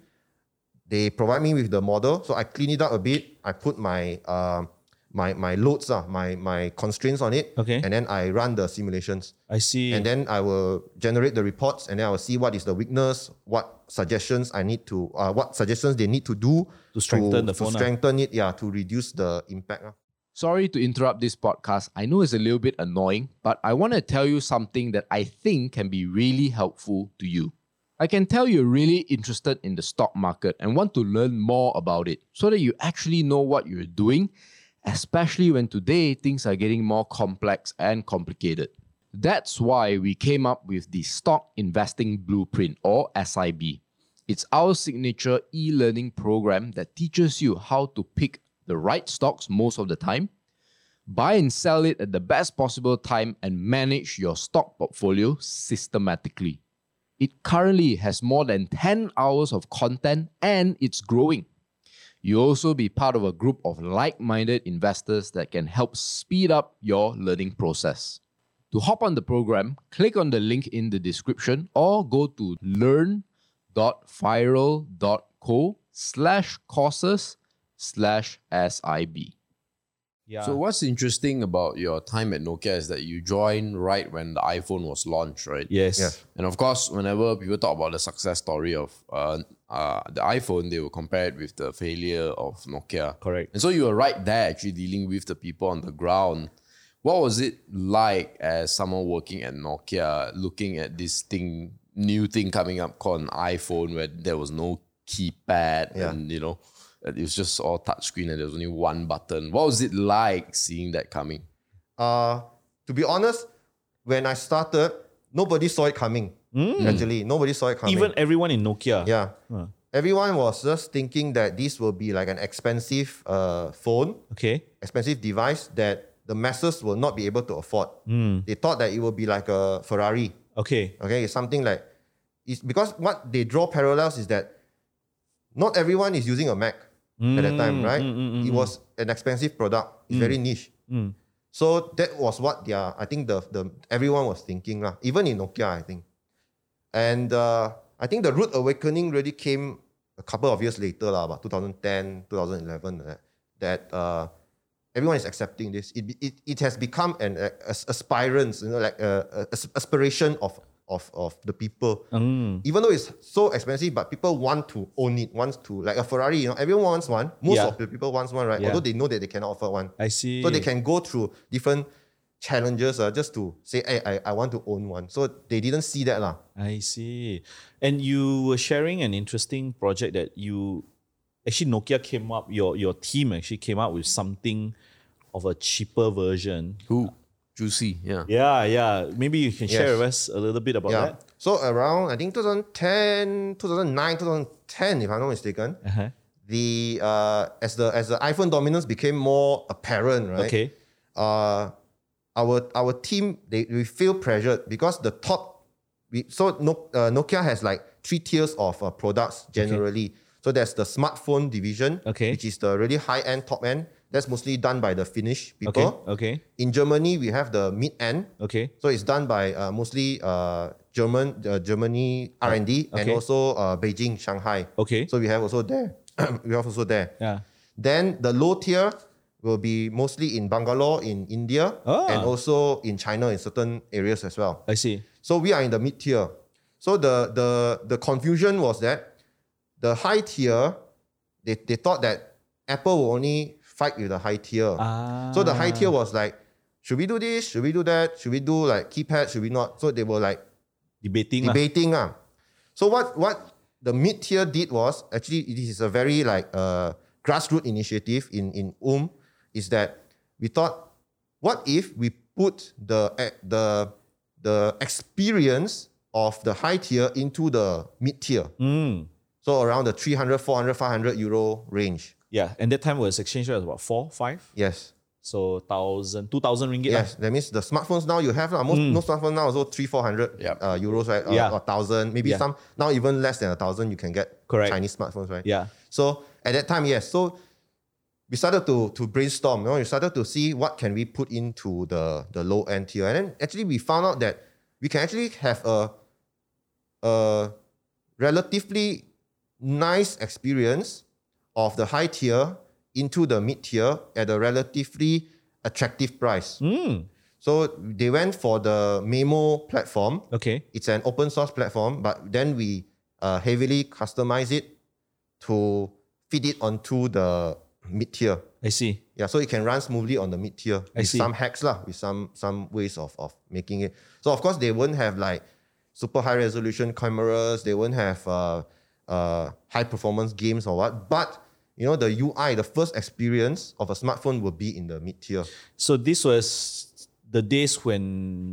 [SPEAKER 1] they provide me with the model. So I clean it up a bit. I put my uh, my my loads, uh, my my constraints on it.
[SPEAKER 2] Okay.
[SPEAKER 1] And then I run the simulations.
[SPEAKER 2] I see.
[SPEAKER 1] And then I will generate the reports and then I will see what is the weakness, what suggestions I need to uh, what suggestions they need to do
[SPEAKER 2] To strengthen the
[SPEAKER 1] to
[SPEAKER 2] phone, ah.
[SPEAKER 1] strengthen it, yeah, to reduce the impact. ah.
[SPEAKER 3] Sorry to interrupt this podcast. I know it's a little bit annoying, but I want to tell you something that I think can be really helpful to you. I can tell you're really interested in the stock market and want to learn more about it so that you actually know what you're doing, especially when today things are getting more complex and complicated. That's why we came up with the Stock Investing Blueprint or SIB. It's our signature e learning program that teaches you how to pick the right stocks most of the time, buy and sell it at the best possible time, and manage your stock portfolio systematically. It currently has more than 10 hours of content and it's growing. You'll also be part of a group of like minded investors that can help speed up your learning process. To hop on the program, click on the link in the description or go to learn.viral.co slash courses slash SIB.
[SPEAKER 2] yeah.
[SPEAKER 4] So what's interesting about your time at Nokia is that you joined right when the iPhone was launched, right?
[SPEAKER 2] yes.
[SPEAKER 1] Yeah.
[SPEAKER 4] And of course, whenever people talk about the success story of uh, uh, the iPhone, they will compare it with the failure of Nokia.
[SPEAKER 2] Correct.
[SPEAKER 4] And so you were right there actually dealing with the people on the ground. What was it like as someone working at Nokia, looking at this thing, new thing coming up called an iPhone where there was no keypad
[SPEAKER 1] Yeah.
[SPEAKER 4] and you know, it was just all touchscreen and there was only one button. What was it like seeing that coming?
[SPEAKER 1] Uh, to be honest, when I started, nobody saw it coming. Actually, nobody saw it coming.
[SPEAKER 2] Mm. Even everyone in Nokia.
[SPEAKER 1] Yeah.
[SPEAKER 2] Huh.
[SPEAKER 1] Everyone was just thinking that this will be like an expensive uh, phone,
[SPEAKER 2] Okay.
[SPEAKER 1] expensive device that the masses will not be able to afford.
[SPEAKER 2] Mm.
[SPEAKER 1] They thought that it will be like a Ferrari.
[SPEAKER 2] Hmm. Okay.
[SPEAKER 1] Okay, it's something like it's because what they draw parallels is that not everyone is using a Mac at that time, right? it was an expensive product, it's very niche. So that was what their I think the the everyone was thinking lah. Even in Nokia, I think. And uh, I think the root awakening really came a couple of years later, lah, about 2010, 2011, like that, that uh, everyone is accepting this. It, be- it, it has become an uh, as- aspirance, you know, like uh, uh, as- aspiration of, of, of the people.
[SPEAKER 2] Mm.
[SPEAKER 1] Even though it's so expensive, but people want to own it, wants to, like a Ferrari, you know, everyone wants one. Most
[SPEAKER 2] Yeah.
[SPEAKER 1] of the people wants one, right?
[SPEAKER 2] Yeah.
[SPEAKER 1] Although they know that they cannot afford one.
[SPEAKER 2] I see.
[SPEAKER 1] So they can go through different challenges uh, just to say, hey, I, I want to own one. So they didn't see that. lah.
[SPEAKER 2] I see. And you were sharing an interesting project that you actually Nokia came up, your your team actually came up with something of a cheaper version.
[SPEAKER 4] Who? Juicy, yeah.
[SPEAKER 2] Yeah, yeah. Maybe you can share
[SPEAKER 1] Yes.
[SPEAKER 2] with us a little bit about
[SPEAKER 1] Yeah.
[SPEAKER 2] that.
[SPEAKER 1] So around, I think 2010, 2009, 2010, if I'm not mistaken,
[SPEAKER 2] Uh-huh.
[SPEAKER 1] the uh, as the as the iPhone dominance became more apparent, right?
[SPEAKER 2] Okay.
[SPEAKER 1] Uh, our our team they we feel pressured because the top, we so no, uh, Nokia has like three tiers of uh, products generally. So there's the smartphone division,
[SPEAKER 2] Okay.
[SPEAKER 1] which is the really high end, top end. That's mostly done by the Finnish people.
[SPEAKER 2] Okay. Okay.
[SPEAKER 1] In Germany, we have the mid end,
[SPEAKER 2] Okay.
[SPEAKER 1] so it's done by uh, mostly uh, German uh, Germany R and D, and
[SPEAKER 2] okay.
[SPEAKER 1] also uh, Beijing, Shanghai.
[SPEAKER 2] Okay.
[SPEAKER 1] So we have also there. we have also there.
[SPEAKER 2] yeah.
[SPEAKER 1] Then the low tier will be mostly in Bangalore, in India,
[SPEAKER 2] Ah.
[SPEAKER 1] and also in China in certain areas as well.
[SPEAKER 2] I see.
[SPEAKER 1] So we are in the mid tier. So the the the confusion was that the high tier, they, they thought that Apple will only fight with the high tier.
[SPEAKER 2] Ah.
[SPEAKER 1] So the high tier was like, should we do this? Should we do that? Should we do like keypad? Should we not? So they were like
[SPEAKER 2] debating. lah.
[SPEAKER 1] debating. ah. So what what the mid tier did was actually it is a very like uh, grassroots initiative in in Um is that we thought what if we put the eh, the the experience of the high tier into the mid tier
[SPEAKER 2] Mm.
[SPEAKER 1] so around the 300 400 500 euro range
[SPEAKER 2] Yeah. And that time was exchange rate was about four, five.
[SPEAKER 1] yes
[SPEAKER 2] So thousand, two thousand ringgit. lah. Hmm.
[SPEAKER 1] Yes, that means the smartphones now you have lah. most most smartphones now also three four hundred
[SPEAKER 4] Yup.
[SPEAKER 1] uh, euros right or,
[SPEAKER 2] Yeah.
[SPEAKER 1] or thousand maybe
[SPEAKER 2] Yeah.
[SPEAKER 1] some now even less than a thousand you can get
[SPEAKER 2] Correct.
[SPEAKER 1] Chinese smartphones right
[SPEAKER 2] Yeah.
[SPEAKER 1] so at that time yes so we started to to brainstorm you know we started to see what can we put into the the low end tier and then actually we found out that we can actually have a a relatively nice experience of the high tier into the mid tier at a relatively attractive price.
[SPEAKER 2] Mm.
[SPEAKER 1] So they went for the Memo platform.
[SPEAKER 2] Okay.
[SPEAKER 1] It's an open source platform, but then we uh, heavily customize it to fit it onto the mid tier.
[SPEAKER 2] I see.
[SPEAKER 1] Yeah, so it can run smoothly on the mid tier with
[SPEAKER 2] see.
[SPEAKER 1] some hacks lah, with some some ways of of making it. So of course they won't have like super high resolution cameras. They won't have uh, uh, high performance games or what. But you know the UI, the first experience of a smartphone will be in the mid tier.
[SPEAKER 2] So this was the days when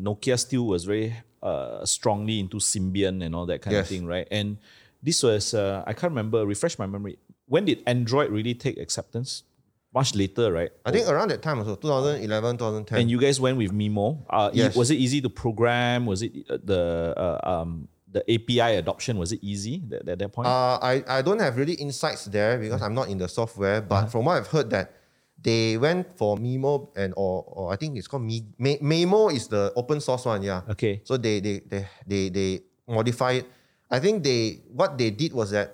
[SPEAKER 2] Nokia still was very uh, strongly into Symbian and all that kind of
[SPEAKER 1] Yes.
[SPEAKER 2] thing, right? And this was uh, I can't remember. Refresh my memory. When did Android really take acceptance? Much later, right?
[SPEAKER 1] I think around that time also, 2011, 2010.
[SPEAKER 2] And you guys went with Mimo. Uh, e-
[SPEAKER 1] Yes.
[SPEAKER 2] was it easy to program? Was it uh, the uh, um, the API adoption? Was it easy at, at that point?
[SPEAKER 1] Uh, I, I don't have really insights there because I'm not in the software, but
[SPEAKER 2] Uh-huh.
[SPEAKER 1] from what I've heard that they went for Mimo and or, or I think it's called Mi- Me- Memo is the open source one, yeah.
[SPEAKER 2] okay.
[SPEAKER 1] So they they they they, they modify it. I think they what they did was that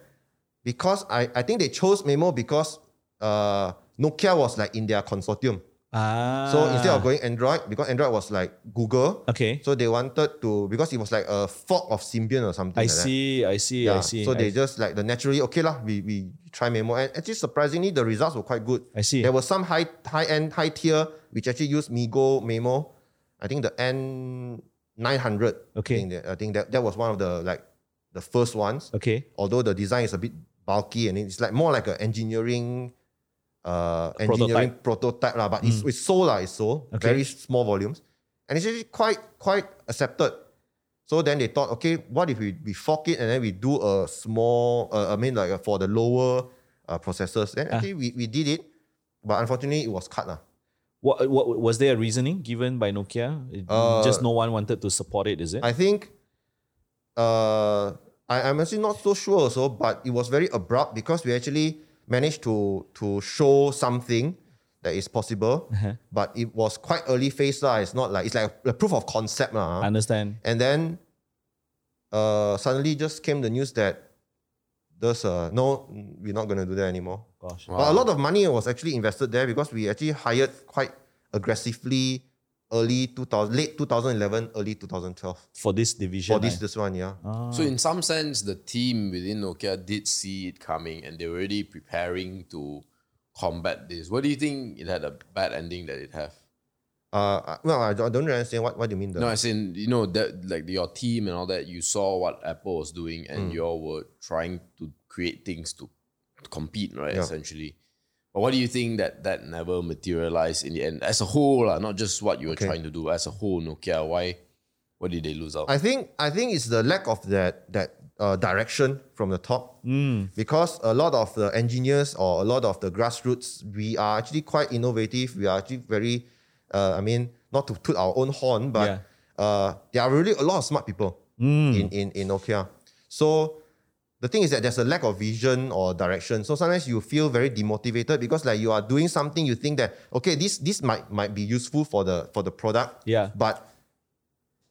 [SPEAKER 1] because I, I think they chose Memo because uh, Nokia was like in their consortium.
[SPEAKER 2] Ah.
[SPEAKER 1] So instead of going Android, because Android was like Google,
[SPEAKER 2] Okay.
[SPEAKER 1] so they wanted to because it was like a fork of Symbian or something.
[SPEAKER 2] I
[SPEAKER 1] like that.
[SPEAKER 2] see. I see. I see.
[SPEAKER 1] So they
[SPEAKER 2] I,
[SPEAKER 1] just like the naturally okay lah. We we try Memo and actually surprisingly the results were quite good.
[SPEAKER 2] I see.
[SPEAKER 1] There were some high high end high tier which actually used Migo Memo. I think the N nine hundred.
[SPEAKER 2] Okay.
[SPEAKER 1] I think, that, I think that that was one of the like the first ones.
[SPEAKER 2] okay.
[SPEAKER 1] Although the design is a bit bulky and it's like more like an engineering. Uh,
[SPEAKER 2] prototype. Hmm.
[SPEAKER 1] engineering prototype, lah, but it's, it's so lah, it's so
[SPEAKER 2] Okay.
[SPEAKER 1] very small volumes, and it's actually quite quite accepted. So then they thought, okay, what if we, we fork it and then we do a small, uh, I mean, like uh, for the lower uh, processors. Then
[SPEAKER 2] Ah.
[SPEAKER 1] actually we, we did it, but unfortunately it was cut. lah.
[SPEAKER 2] What, what was there a reasoning given by Nokia? It-
[SPEAKER 1] Uh,
[SPEAKER 2] Just no one wanted to support it, is it?
[SPEAKER 1] I think uh, I, I'm actually not so sure also, but it was very abrupt because we actually managed to to show something that is possible, but it was quite early phase. lah. It's not like, it's like a proof of concept. lah.
[SPEAKER 2] I understand.
[SPEAKER 1] And then uh, suddenly just came the news that there's a, no, we're not going to do that anymore.
[SPEAKER 2] Gosh.
[SPEAKER 1] But a lot of money was actually invested there because we actually hired quite aggressively early 2000, late 2011, early 2012
[SPEAKER 2] For this division.
[SPEAKER 1] for Oh, this,
[SPEAKER 2] eh?
[SPEAKER 1] this one, yeah.
[SPEAKER 4] So in some sense, the team within Nokia did see it coming, and they were already preparing to combat this. What do you think it had a bad ending that it have?
[SPEAKER 1] Uh, well, I don't, I don't really understand what, what do you mean. The,
[SPEAKER 4] No, I in you know that like your team and all that. You saw what Apple was doing,
[SPEAKER 1] Mm.
[SPEAKER 4] and you all were trying to create things to compete, right?
[SPEAKER 1] Yeah.
[SPEAKER 4] Essentially. But what do you think that that never materialized in the end, as a whole, lah, not just what you were
[SPEAKER 1] Okay.
[SPEAKER 4] trying to do, as a whole, Nokia? Why? What did they lose out?
[SPEAKER 1] I think I think it's the lack of that that uh, direction from the top because a lot of the engineers or a lot of the grassroots we are actually quite innovative. We are actually very, uh, I mean, not to toot our own horn, but uh, there are really a lot of smart people in, in in Nokia. So the thing is that there's a lack of vision or direction. So sometimes you feel very demotivated because like you are doing something you think that okay this this might might be useful for the for the product.
[SPEAKER 2] Yeah.
[SPEAKER 1] But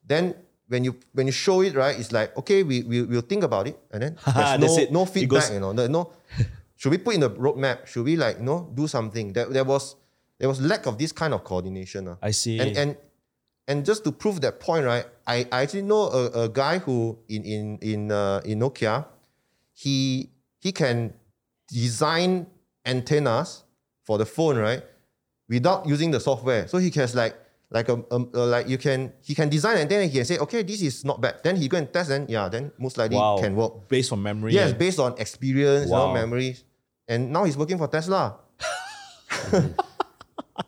[SPEAKER 1] then when you when you show it right, it's like okay we we will think about it and then there's no
[SPEAKER 2] That's it.
[SPEAKER 1] no
[SPEAKER 2] It
[SPEAKER 1] feedback.
[SPEAKER 2] goes-
[SPEAKER 1] you know no, no should we put in the roadmap? Should we like you know do something? There, there was there was lack of this kind of coordination. ah.
[SPEAKER 2] I see.
[SPEAKER 1] And and and just to prove that point, right? I, I actually know a, a guy who in in in uh, in Nokia, he he can design antennas for the phone, right? Without using the software, so he has like like a, um, uh, like you can he can design antenna. And he can say, okay, this is not bad. Then he go and test, and yeah, then most likely
[SPEAKER 2] wow.
[SPEAKER 1] can work.
[SPEAKER 2] Based on memory.
[SPEAKER 1] Yes,
[SPEAKER 2] eh?
[SPEAKER 1] based on experience, you know,
[SPEAKER 2] Wow.
[SPEAKER 1] memory. And now he's working for Tesla.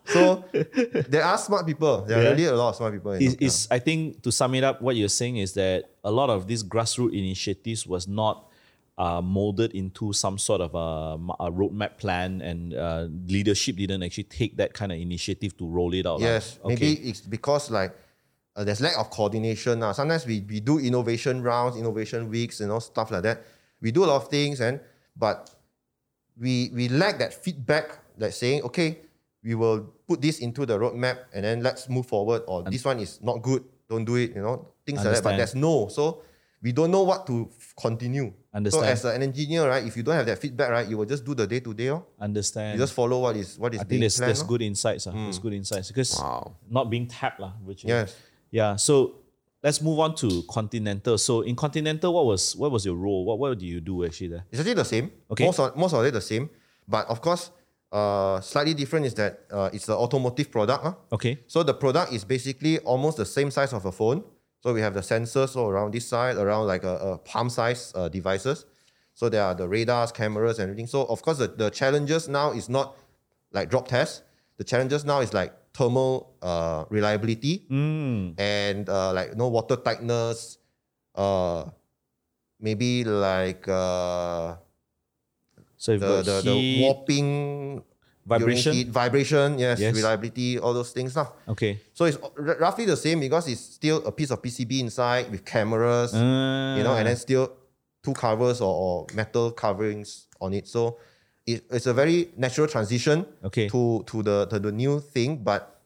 [SPEAKER 1] so there are smart people. There
[SPEAKER 2] Yeah.
[SPEAKER 1] are really a lot of smart people. in
[SPEAKER 2] Is,
[SPEAKER 1] Nokia.
[SPEAKER 2] is I think to sum it up, what you're saying is that a lot of these grassroots initiatives was not uh, molded into some sort of a, ma- a roadmap plan, and uh, leadership didn't actually take that kind of initiative to roll it out. lah.
[SPEAKER 1] yes, maybe it's because like uh, there's lack of coordination. Uh. Sometimes we, we do innovation rounds, innovation weeks, you know, stuff like that. We do a lot of things, and but we we lack that feedback that saying, okay, we will put this into the roadmap and then let's move forward. Or this one is not good, don't do it. You know, things like that. But
[SPEAKER 2] Understand.
[SPEAKER 1] there's no so we don't know what to f- continue.
[SPEAKER 2] Understand.
[SPEAKER 1] So as an engineer, right, if you don't have that feedback, right, you will just do the day to day. You
[SPEAKER 2] understand.
[SPEAKER 1] just follow what is what is
[SPEAKER 2] I
[SPEAKER 1] being
[SPEAKER 2] think there's,
[SPEAKER 1] planned. oh.
[SPEAKER 2] there's
[SPEAKER 1] lor.
[SPEAKER 2] good insights. ah. There's good insights because
[SPEAKER 4] Wow.
[SPEAKER 2] not being tapped, lah, which is,
[SPEAKER 1] Yes.
[SPEAKER 2] yeah. So let's move on to Continental. So in Continental, what was what was your role? What what do you do actually there?
[SPEAKER 1] It's actually the same.
[SPEAKER 2] Okay.
[SPEAKER 1] Most of, most of it the same. But of course, uh, slightly different is that uh, it's an automotive product. ah.
[SPEAKER 2] Okay.
[SPEAKER 1] So the product is basically almost the same size of a phone. So we have the sensors so around this side, around like a, a palm size uh, devices. So there are the radars, cameras, and everything. So of course, the, the challenges now is not like drop tests. The challenges now is like thermal uh, reliability
[SPEAKER 2] Hmm.
[SPEAKER 1] and uh, like no water tightness. Uh, maybe like uh,
[SPEAKER 2] So you've
[SPEAKER 1] the,
[SPEAKER 2] got
[SPEAKER 1] the, the
[SPEAKER 2] heat,
[SPEAKER 1] warping during
[SPEAKER 2] vibration.
[SPEAKER 1] heat, vibration, yes,
[SPEAKER 2] Yes.
[SPEAKER 1] reliability, all those things now.
[SPEAKER 2] Okay.
[SPEAKER 1] So it's r- roughly the same because it's still a piece of PCB inside with cameras,
[SPEAKER 2] Ah.
[SPEAKER 1] you know, and then still two covers or, or metal coverings on it. So it, it's a very natural transition
[SPEAKER 2] Okay.
[SPEAKER 1] to to the to the new thing, but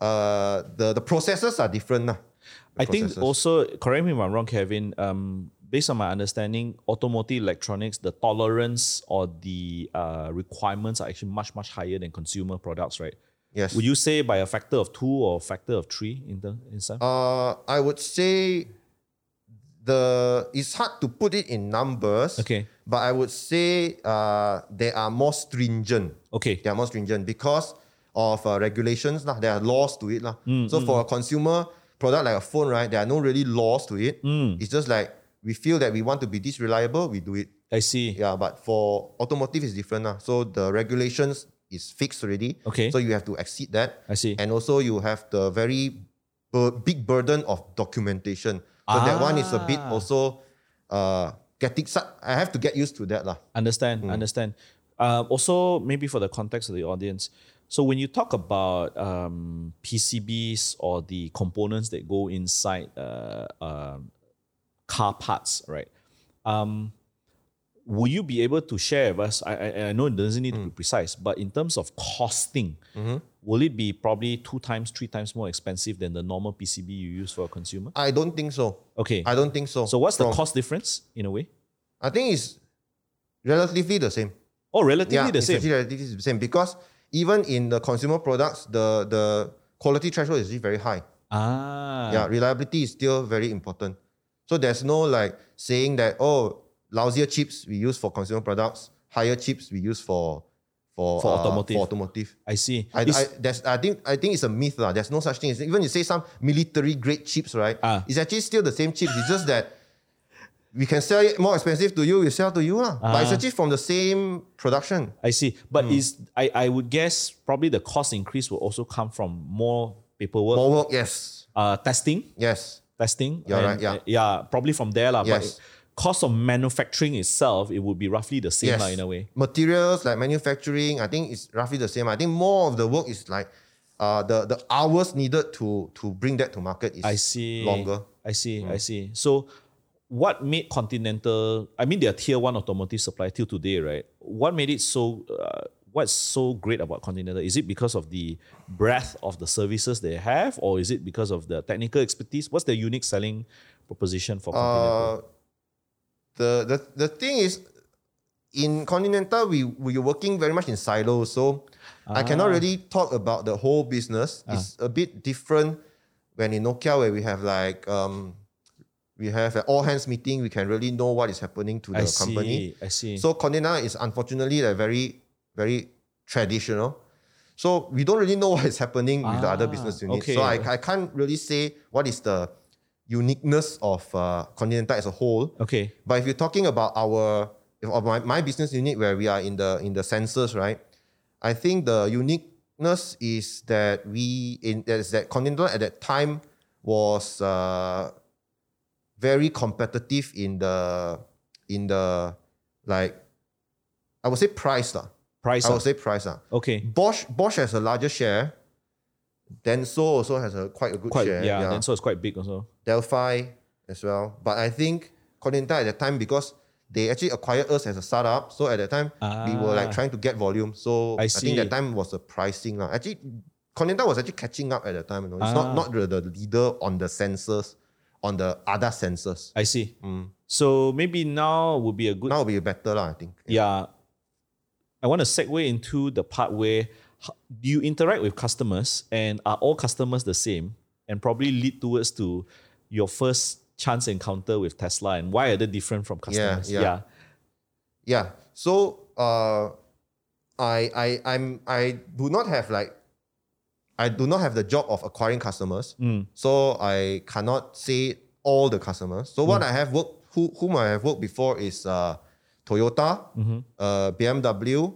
[SPEAKER 1] uh, the the processes are different. lah. The
[SPEAKER 2] I think
[SPEAKER 1] processes.
[SPEAKER 2] also, correct me if I'm wrong, Kevin. Um, based on my understanding, automotive electronics, the tolerance or the uh, requirements are actually much much higher than consumer products, right?
[SPEAKER 1] yes.
[SPEAKER 2] Would you say by a factor of two or factor of three in the inside?
[SPEAKER 1] Uh, I would say the it's hard to put it in numbers.
[SPEAKER 2] Okay.
[SPEAKER 1] But I would say uh, they are more stringent.
[SPEAKER 2] okay.
[SPEAKER 1] They are more stringent because of uh, regulations. Lah. There are laws to it. Lah. so for a consumer product like a phone, right, there are no really laws to it. It's just like we feel that we want to be this reliable, we do it.
[SPEAKER 2] I see.
[SPEAKER 1] Yeah, but for automotive it's different. Lah. So the regulations is fixed already.
[SPEAKER 2] Okay.
[SPEAKER 1] So you have to exceed that.
[SPEAKER 2] I see.
[SPEAKER 1] And also you have the very bur- big burden of documentation. So that one is a bit
[SPEAKER 2] Ah.
[SPEAKER 1] also uh, getting. su- I have to get used to that lah. Hmm.
[SPEAKER 2] Understand, understand. Uh, also, maybe for the context of the audience, so when you talk about um, PCBs or the components that go inside uh, um car parts, right? Um, will you be able to share with us? I, I, I know it doesn't
[SPEAKER 1] Hmm.
[SPEAKER 2] need to be precise, but in terms of costing,
[SPEAKER 1] Mm-hmm.
[SPEAKER 2] will it be probably two times, three times more expensive than the normal PCB you use for a consumer?
[SPEAKER 1] I don't think so.
[SPEAKER 2] Okay.
[SPEAKER 1] I don't think so.
[SPEAKER 2] so what's the
[SPEAKER 1] From-
[SPEAKER 2] cost difference in a way?
[SPEAKER 1] I think it's relatively the same.
[SPEAKER 2] Oh, relatively
[SPEAKER 1] yeah,
[SPEAKER 2] the
[SPEAKER 1] it's
[SPEAKER 2] same.
[SPEAKER 1] actually relatively the same because even in the consumer products, the the quality threshold is actually very high.
[SPEAKER 2] ah.
[SPEAKER 1] yeah, reliability is still very important. So there's no like saying that oh, lousier chips we use for consumer products, higher chips we use for for uh,
[SPEAKER 2] For automotive.
[SPEAKER 1] For automotive.
[SPEAKER 2] I see.
[SPEAKER 1] I,
[SPEAKER 2] It's-
[SPEAKER 1] I, there's, I think I think it's a myth lah. There's no such thing. It's- Even you say some military grade chips, right?
[SPEAKER 2] Ah.
[SPEAKER 1] It's actually still the same chips. It's just that we can sell it more expensive to you. We sell to you lah. But it's
[SPEAKER 2] Ah.
[SPEAKER 1] actually from the same production.
[SPEAKER 2] I see.
[SPEAKER 1] Hmm.
[SPEAKER 2] But is I, I would guess probably the cost increase will also come from more paperwork,
[SPEAKER 1] More work, yes,
[SPEAKER 2] uh, testing,
[SPEAKER 1] yes,
[SPEAKER 2] testing.
[SPEAKER 1] You're right, yeah.
[SPEAKER 2] uh, yeah, probably from there lah.
[SPEAKER 1] Yes.
[SPEAKER 2] But cost of manufacturing itself, it would be roughly the same
[SPEAKER 1] yes.
[SPEAKER 2] lah in a way.
[SPEAKER 1] Materials like manufacturing, I think it's roughly the same. I think more of the work is like uh, the the hours needed to to bring that to market is
[SPEAKER 2] I see.
[SPEAKER 1] longer. Mm.
[SPEAKER 2] I see. I see. So, what made Continental? I mean, they're tier one automotive supplier till today, right? What made it so? Uh, what's so great about Continental? Is it because of the breadth of the services they have, or is it because of the technical expertise? What's their unique selling proposition for Continental?
[SPEAKER 1] Uh, the the the thing is, in Continental we we are working very much in silos, so
[SPEAKER 2] Ah.
[SPEAKER 1] I cannot really talk about the whole business. It's a bit different when in Nokia where we have like um, we have an all hands meeting. We can really know what is happening to the
[SPEAKER 2] I
[SPEAKER 1] company.
[SPEAKER 2] see. I see.
[SPEAKER 1] So Continental is unfortunately like very, very traditional. So we don't really know what is happening with the other
[SPEAKER 2] Ah,
[SPEAKER 1] business units.
[SPEAKER 2] okay.
[SPEAKER 1] So I, I can't really say what is the uniqueness of uh, Continental as a whole.
[SPEAKER 2] okay.
[SPEAKER 1] But if you're talking about our if- of my, my business unit where we are in the in the sensors, right? I think the uniqueness is that we in is that Continental at that time was uh, very competitive in the in the like I would say price lah.
[SPEAKER 2] Price.
[SPEAKER 1] I
[SPEAKER 2] ah.
[SPEAKER 1] would say price lah.
[SPEAKER 2] okay.
[SPEAKER 1] Bosch Bosch has a larger share. Denso also has a quite a good
[SPEAKER 2] Quite.
[SPEAKER 1] share.
[SPEAKER 2] yeah. And so it's quite big also.
[SPEAKER 1] Delphi as well. But I think Continental at that time because they actually acquired us as a startup. So at that time we were
[SPEAKER 2] Ah.
[SPEAKER 1] like trying to get volume. So
[SPEAKER 2] I
[SPEAKER 1] I,
[SPEAKER 2] see.
[SPEAKER 1] think that time was the pricing. lah. Actually Continental was actually catching up at that time. You know? It's
[SPEAKER 2] Ah.
[SPEAKER 1] not, not the, the leader on the sensors, on the other sensors.
[SPEAKER 2] I see.
[SPEAKER 1] Mm.
[SPEAKER 2] So maybe now would be a good
[SPEAKER 1] Now it'll be better, lah, I think.
[SPEAKER 2] yeah i want to segue into the part where h- do you interact with customers and are all customers the same and probably lead towards to your first chance encounter with tesla and why are they different from customers
[SPEAKER 1] yeah. Yeah. So uh, I I I'm I do not have like I do not have the job of acquiring customers.
[SPEAKER 2] Mm.
[SPEAKER 1] So I cannot say all the customers. So
[SPEAKER 2] Hmm.
[SPEAKER 1] what I have worked who, whom I have worked before is uh, Toyota,
[SPEAKER 2] Mhm.
[SPEAKER 1] uh, BMW,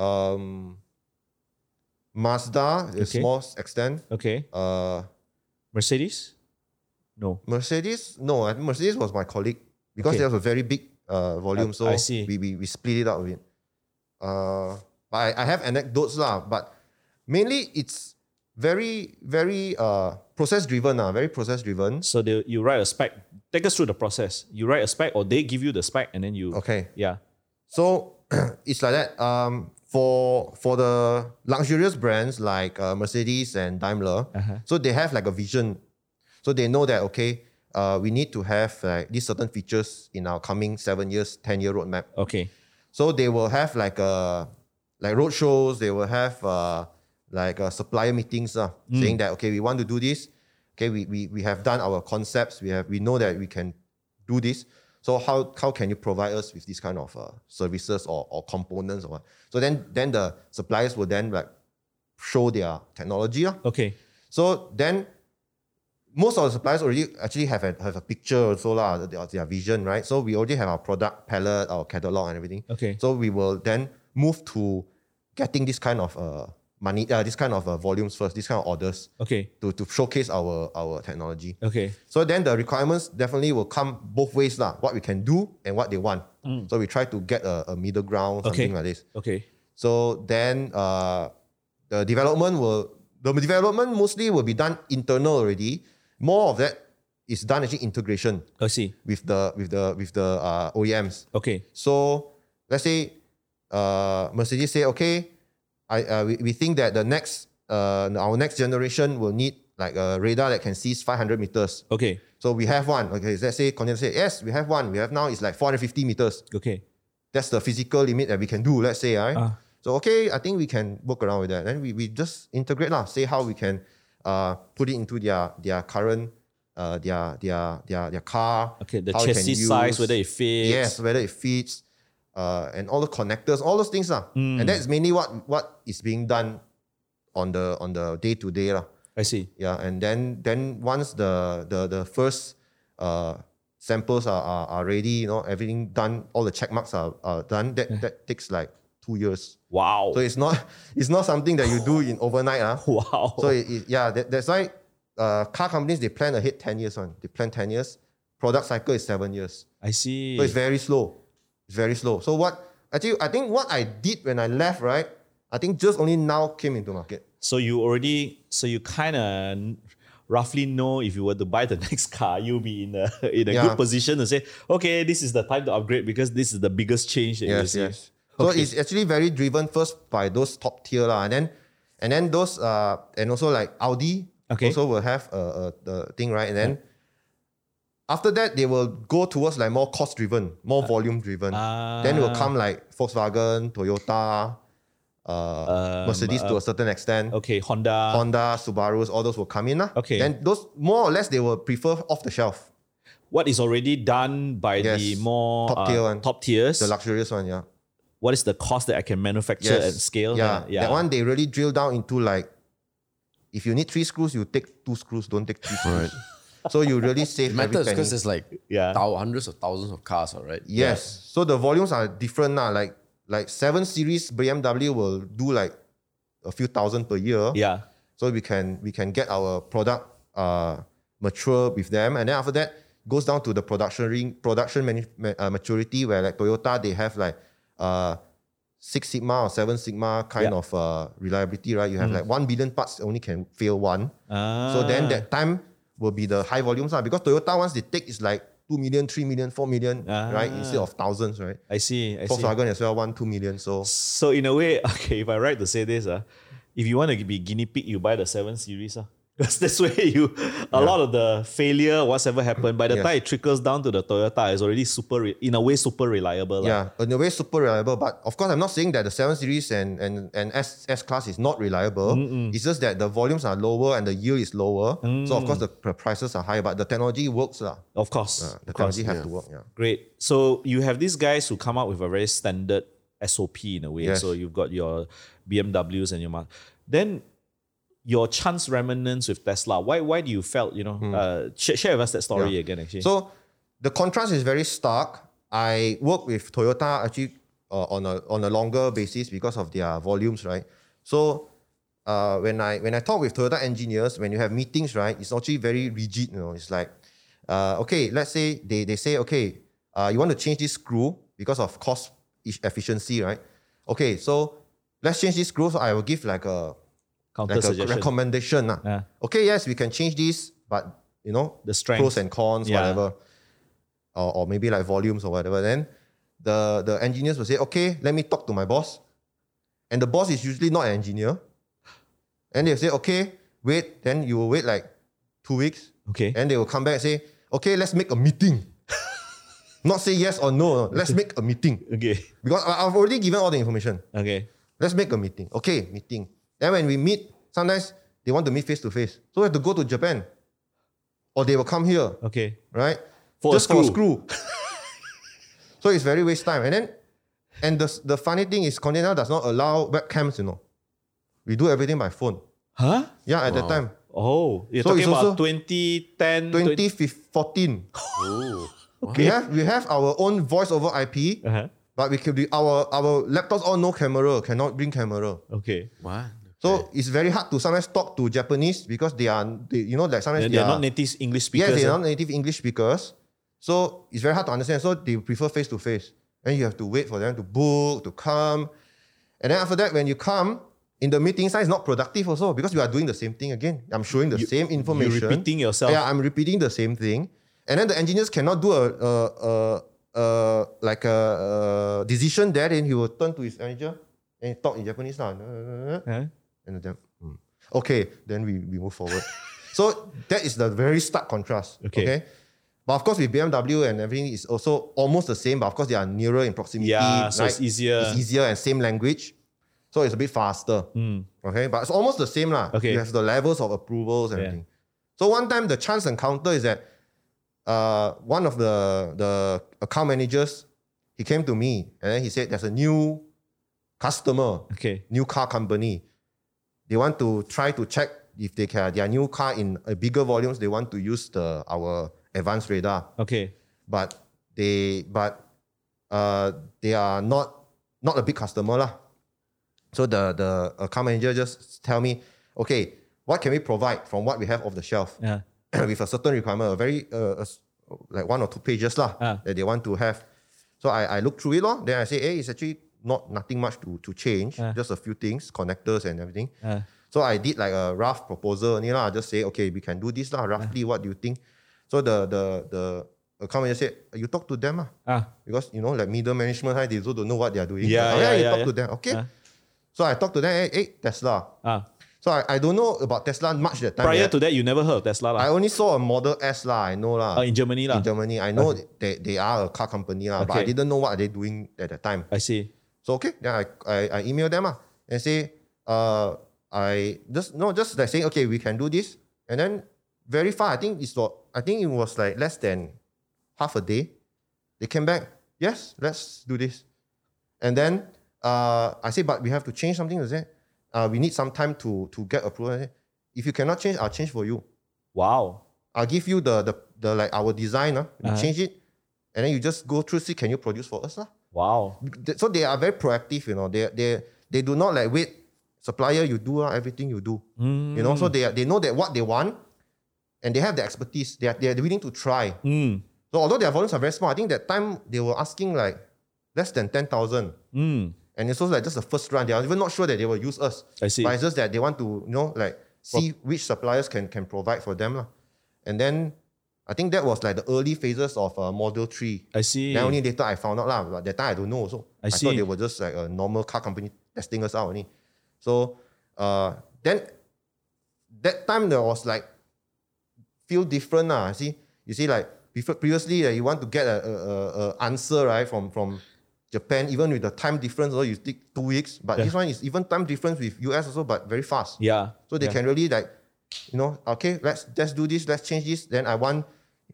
[SPEAKER 1] um, Mazda, to a
[SPEAKER 2] Okay.
[SPEAKER 1] small extent.
[SPEAKER 2] okay
[SPEAKER 1] Uh,
[SPEAKER 2] mercedes no
[SPEAKER 1] Mercedes, no, I think Mercedes was my colleague because
[SPEAKER 2] Okay.
[SPEAKER 1] they have a very big uh, volume.
[SPEAKER 2] I-
[SPEAKER 1] so
[SPEAKER 2] I see.
[SPEAKER 1] We, we we split it out with it. Uh, but I, I have anecdotes lah, but mainly it's very very uh process driven lah, very process driven.
[SPEAKER 2] so they, you write a spec take us through the process you write a spec or they give you the spec and then you
[SPEAKER 1] Okay,
[SPEAKER 2] yeah
[SPEAKER 1] so it's like that. Um, for for the luxurious brands like uh, Mercedes and Daimler,
[SPEAKER 2] Uh-huh.
[SPEAKER 1] so they have like a vision. So they know that okay, uh, we need to have like these certain features in our coming seven years, ten year roadmap.
[SPEAKER 2] okay
[SPEAKER 1] So they will have like a like road shows. They will have uh, like uh supplier meetings, uh, saying that okay, we want to do this. Okay, we, we we have done our concepts. We have we know that we can do this. So how how can you provide us with this kind of uh, services or, or components or what? So then then the suppliers will then like show their technology. lah.
[SPEAKER 2] okay
[SPEAKER 1] So then most of the suppliers already actually have a, have a picture also lah, their, their vision, right? So we already have our product palette, our catalog and everything.
[SPEAKER 2] okay
[SPEAKER 1] So we will then move to getting this kind of uh, money, uh, this kind of uh, volumes first, this kind of orders
[SPEAKER 2] okay
[SPEAKER 1] to, to showcase our, our technology.
[SPEAKER 2] okay
[SPEAKER 1] So then the requirements definitely will come both ways, lah, what we can do and what they want. So we try to get a, a middle ground, something
[SPEAKER 2] Okay.
[SPEAKER 1] like this.
[SPEAKER 2] okay
[SPEAKER 1] So then uh, the development will the development mostly will be done internal already. More of that it's done actually integration
[SPEAKER 2] I see.
[SPEAKER 1] with the with the with the uh, OEMs.
[SPEAKER 2] Okay.
[SPEAKER 1] So let's say uh, Mercedes say, okay, I uh, we, we think that the next uh, our next generation will need like a radar that can see 500 meters.
[SPEAKER 2] Okay.
[SPEAKER 1] So we have one. Okay, let's say Continental say yes, we have one. We have now it's like 450 meters.
[SPEAKER 2] Okay.
[SPEAKER 1] That's the physical limit that we can do. Let's say, right?
[SPEAKER 2] Ah.
[SPEAKER 1] So okay, I think we can work around with that. Then we, we just integrate lah. Say how we can uh, put it into their their current uh, their their their their car.
[SPEAKER 2] Okay. The
[SPEAKER 1] how it can
[SPEAKER 2] chassis size,
[SPEAKER 1] use-
[SPEAKER 2] whether it fits.
[SPEAKER 1] yes, whether it fits, uh, and all the connectors, all those things lah. And that's mainly what what is being done on the on the day to day lah.
[SPEAKER 2] I see.
[SPEAKER 1] Yeah, and then then once the the the first uh, samples are, are are ready, you know, everything done, all the check marks are, are done. That that takes like two years.
[SPEAKER 2] Wow.
[SPEAKER 1] So it's not it's not something that you do in overnight, ah.
[SPEAKER 2] wow.
[SPEAKER 1] So it, it- yeah, that, that's why uh, car companies they plan ahead ten years on. They plan ten years. Product cycle is seven years.
[SPEAKER 2] I see.
[SPEAKER 1] So it's very slow. It's very slow. So what actually I think what I did when I left, right? I think just only now came into market.
[SPEAKER 2] So you already, so you kind of roughly know if you were to buy the next car, you'll be in a in a
[SPEAKER 1] Yeah.
[SPEAKER 2] good position to say, okay, this is the time to upgrade because this is the biggest change that you
[SPEAKER 1] Yes,
[SPEAKER 2] see.
[SPEAKER 1] yes. So it's actually very driven first by those top tier lah, and then and then those uh and also like Audi
[SPEAKER 2] Okay.
[SPEAKER 1] also will have a, a, a thing right, and then after that they will go towards like more cost driven, more volume driven. then it will come like Volkswagen, Toyota, uh, Mercedes to a certain extent.
[SPEAKER 2] Okay, Honda.
[SPEAKER 1] Honda, Subarus, all those will come in. lah.
[SPEAKER 2] Ah. Okay.
[SPEAKER 1] Then those more or less they will prefer off the shelf,
[SPEAKER 2] what is already done by the
[SPEAKER 1] Yes.
[SPEAKER 2] more
[SPEAKER 1] Top
[SPEAKER 2] uh,
[SPEAKER 1] tier one.
[SPEAKER 2] top tiers?
[SPEAKER 1] the luxurious one, yeah.
[SPEAKER 2] what is the cost that I can manufacture
[SPEAKER 1] Yes.
[SPEAKER 2] and scale?
[SPEAKER 1] Yeah. That
[SPEAKER 2] yeah.
[SPEAKER 1] one they really drill down into like if you need three screws, you take two screws, don't take three screws. So you really save
[SPEAKER 4] It
[SPEAKER 1] every
[SPEAKER 4] matters
[SPEAKER 1] penny.
[SPEAKER 4] because there's like
[SPEAKER 2] Yeah.
[SPEAKER 4] thou- hundreds of thousands of cars, all right?
[SPEAKER 1] yes. So the volumes are different now. Like like seven series BMW will do like a few thousand per year.
[SPEAKER 2] Yeah.
[SPEAKER 1] So we can we can get our product uh, mature with them, and then after that goes down to the production ring, production manu- ma- uh, maturity where like Toyota they have like uh, six sigma or seven sigma kind
[SPEAKER 2] Yeah. Mm.
[SPEAKER 1] of uh, reliability, right? You have like one billion parts only can fail one. So then
[SPEAKER 2] Ah.
[SPEAKER 1] that time will be the high volumes lah. because Toyota ones they take is like two million, three million, four million, right? Instead of thousands, right?
[SPEAKER 2] Ah. I see. I see.
[SPEAKER 1] Volkswagen as well, one, two million. So
[SPEAKER 2] So in a way, okay, if I right to say this, uh, if you want to be guinea pig, you buy the seven series, uh. Because this way you a lot of the failure, whatever happened, by the
[SPEAKER 1] Yes.
[SPEAKER 2] time it trickles down to the Toyota, it's already super re- in a way super reliable. lah.
[SPEAKER 1] Yeah, in a way, super reliable. But of course, I'm not saying that the seven series and and and S S class is not reliable. It's just that the volumes are lower and the yield is lower. So of course,
[SPEAKER 2] Mm.
[SPEAKER 1] the pr- prices are higher, but the technology works lah.
[SPEAKER 2] Of course.
[SPEAKER 1] The
[SPEAKER 2] of course.
[SPEAKER 1] technology have to work. Yeah.
[SPEAKER 2] Great. So you have these guys who come up with a very standard SOP in a way.
[SPEAKER 1] Yes.
[SPEAKER 2] So you've got your BMWs and your Maz- then your chance remnants with Tesla. Why why do you felt you know? Uh, sh- share with us that story
[SPEAKER 1] Hmm. Yeah.
[SPEAKER 2] again. Actually,
[SPEAKER 1] So the contrast is very stark. I work with Toyota actually uh, on a on a longer basis because of their volumes, right? So uh, when I when I talk with Toyota engineers, when you have meetings, right, it's actually very rigid. You know, it's like uh, okay, let's say they they say okay, uh, you want to change this screw because of cost e- efficiency, right? Okay, so let's change this screw. So I will give like a like
[SPEAKER 2] counter
[SPEAKER 1] a
[SPEAKER 2] suggestion.
[SPEAKER 1] recommendation. lah.
[SPEAKER 2] Yeah.
[SPEAKER 1] Okay, yes, we can change this, but you know,
[SPEAKER 2] The strength.
[SPEAKER 1] pros and cons,
[SPEAKER 2] Yeah.
[SPEAKER 1] whatever. Or, or maybe like volumes or whatever. Then the, the engineers will say, okay, let me talk to my boss. And the boss is usually not an engineer. And they'll say, okay, wait. Then you will wait like two weeks.
[SPEAKER 2] okay.
[SPEAKER 1] And they will come back and say, okay, let's make a meeting. not say yes or no. no. Let's make a meeting.
[SPEAKER 2] okay.
[SPEAKER 1] Because I- I've already given all the information.
[SPEAKER 2] Okay.
[SPEAKER 1] Let's make a meeting. Okay, meeting. Then when we meet, sometimes they want to meet face to face. So we have to go to Japan. Or they will come here,
[SPEAKER 2] Okay.
[SPEAKER 1] right?
[SPEAKER 2] For a
[SPEAKER 1] Just for a screw. so it's very waste time. And then and the, the funny thing is Continental does not allow webcams, you know. We do everything by phone.
[SPEAKER 2] Huh?
[SPEAKER 1] Yeah, at that time.
[SPEAKER 2] Oh, you're
[SPEAKER 1] So
[SPEAKER 2] talking
[SPEAKER 1] it's
[SPEAKER 2] about
[SPEAKER 1] also
[SPEAKER 2] 2010,
[SPEAKER 1] 2014.
[SPEAKER 4] oh,
[SPEAKER 1] We have we have our own voice over IP,
[SPEAKER 2] uh-huh.
[SPEAKER 1] but we could be our our laptops all no camera, cannot bring camera.
[SPEAKER 2] Okay.
[SPEAKER 4] What?
[SPEAKER 1] So it's very hard to sometimes talk to Japanese because they are, they, you know, like sometimes they
[SPEAKER 2] They're, they're not native English speakers.
[SPEAKER 1] yes, they
[SPEAKER 2] eh?
[SPEAKER 1] are not native English speakers. So it's very hard to understand. So they prefer face to face, and you have to wait for them to book to come, and then after that, when you come, in the meeting side, it's not productive also because you are doing the same thing again. I'm showing the same information.
[SPEAKER 2] You're repeating yourself.
[SPEAKER 1] Yeah, I'm repeating the same thing, and then the engineers cannot do a, a, a, a like a, a decision there. Then he will turn to his manager and talk in Japanese now.
[SPEAKER 2] Huh?
[SPEAKER 1] And then, mm. okay, then we, we move forward. so that is the very stark contrast.
[SPEAKER 2] Okay.
[SPEAKER 1] Okay. But of course, with BMW and everything is also almost the same. But of course, they are nearer in proximity.
[SPEAKER 2] Yeah, so it's
[SPEAKER 1] right?
[SPEAKER 2] easier.
[SPEAKER 1] It's easier and same language, so it's a bit faster.
[SPEAKER 2] Hmm.
[SPEAKER 1] Okay, but it's almost the same lah.
[SPEAKER 2] Okay.
[SPEAKER 1] You have the levels of approvals and
[SPEAKER 2] Yeah.
[SPEAKER 1] everything. So one time the chance encounter is that uh, one of the the account managers he came to me and then he said there's a new customer
[SPEAKER 2] Okay.
[SPEAKER 1] new car company. They want to try to check if they can their new car in a bigger volumes. They want to use the our advanced radar,
[SPEAKER 2] Okay.
[SPEAKER 1] but they but uh, they are not not a big customer lah. So the the uh, car manager just tell me, okay, what can we provide from what we have off the shelf?
[SPEAKER 2] Yeah.
[SPEAKER 1] with a certain requirement, a very uh, a s- like one or two pages lah
[SPEAKER 2] Ah.
[SPEAKER 1] that they want to have. So I, I look through it lor. Then I say, hey, it's actually not nothing much to, to change,
[SPEAKER 2] Ah.
[SPEAKER 1] just a few things, connectors and everything.
[SPEAKER 2] Ah.
[SPEAKER 1] So I did like a rough proposal only lah. Just say, okay, we can do this lah.
[SPEAKER 2] Ah.
[SPEAKER 1] Roughly, what do you think? So the the the account manager said, you talk to them lah.
[SPEAKER 2] Ah.
[SPEAKER 1] Because you know, like middle management, hi, they also don't know what they are doing.
[SPEAKER 2] Yeah,
[SPEAKER 1] Oh,
[SPEAKER 2] yeah,
[SPEAKER 1] you
[SPEAKER 2] yeah,
[SPEAKER 1] talk
[SPEAKER 2] yeah.
[SPEAKER 1] to them. Okay.
[SPEAKER 2] Ah.
[SPEAKER 1] So I talked to them, hey, hey, Tesla.
[SPEAKER 2] Ah.
[SPEAKER 1] So I, I don't know about Tesla much that time.
[SPEAKER 2] Prior
[SPEAKER 1] yet.
[SPEAKER 2] to that, you never heard of Tesla
[SPEAKER 1] I
[SPEAKER 2] lah.
[SPEAKER 1] only saw a Model S lah, I know lah.
[SPEAKER 2] Uh, in Germany lah.
[SPEAKER 1] in Germany. I know they, they are a car company, lah, but I
[SPEAKER 2] Okay.
[SPEAKER 1] didn't know what are they doing at that time.
[SPEAKER 2] I see.
[SPEAKER 1] So okay, then I, I, I email them ah, and say, uh, I just no, just like saying, okay, we can do this. And then very far, I think it's not, I think it was like less than half a day. They came back, yes, let's do this. And then uh, I say, but we have to change something. They said, uh, we need some time to to get approval. I said, if you cannot change, I'll change for you.
[SPEAKER 2] Wow.
[SPEAKER 1] I'll give you the the, the like our design, uh, you
[SPEAKER 2] Uh-huh.
[SPEAKER 1] change it, and then you just go through see can you produce for us lah.
[SPEAKER 2] Wow.
[SPEAKER 1] Th- So they are very proactive, you know. They they they do not like wait supplier you do lah, everything you do,
[SPEAKER 2] Mm.
[SPEAKER 1] you know. So they are- they know that what they want, and they have the expertise. They are they are willing to try.
[SPEAKER 2] Mm.
[SPEAKER 1] So although their volumes are very small, I think that time they were asking like less than ten thousand.
[SPEAKER 2] Mm.
[SPEAKER 1] And it's also like just the first round. They are even not sure that they will use us.
[SPEAKER 2] I see.
[SPEAKER 1] But it's just that they want to, you know, like see which suppliers can can provide for them. lah. And then I think that was like the early phases of uh, Model 3.
[SPEAKER 2] I see.
[SPEAKER 1] Then only later I found out lah. But that time I don't know also.
[SPEAKER 2] I
[SPEAKER 1] thought
[SPEAKER 2] see.
[SPEAKER 1] they were just like a normal car company testing us out only. So uh, then that time there was like feel different lah. See, you see like before, previously uh, you want to get a, a, a- a answer right from from Japan even with the time difference also you take two weeks. But
[SPEAKER 2] Yeah.
[SPEAKER 1] this one is even time difference with US also but very fast.
[SPEAKER 2] Yeah.
[SPEAKER 1] So they
[SPEAKER 2] yeah.
[SPEAKER 1] can really like, you know, okay, let's let's do this, let's change this. Then I want,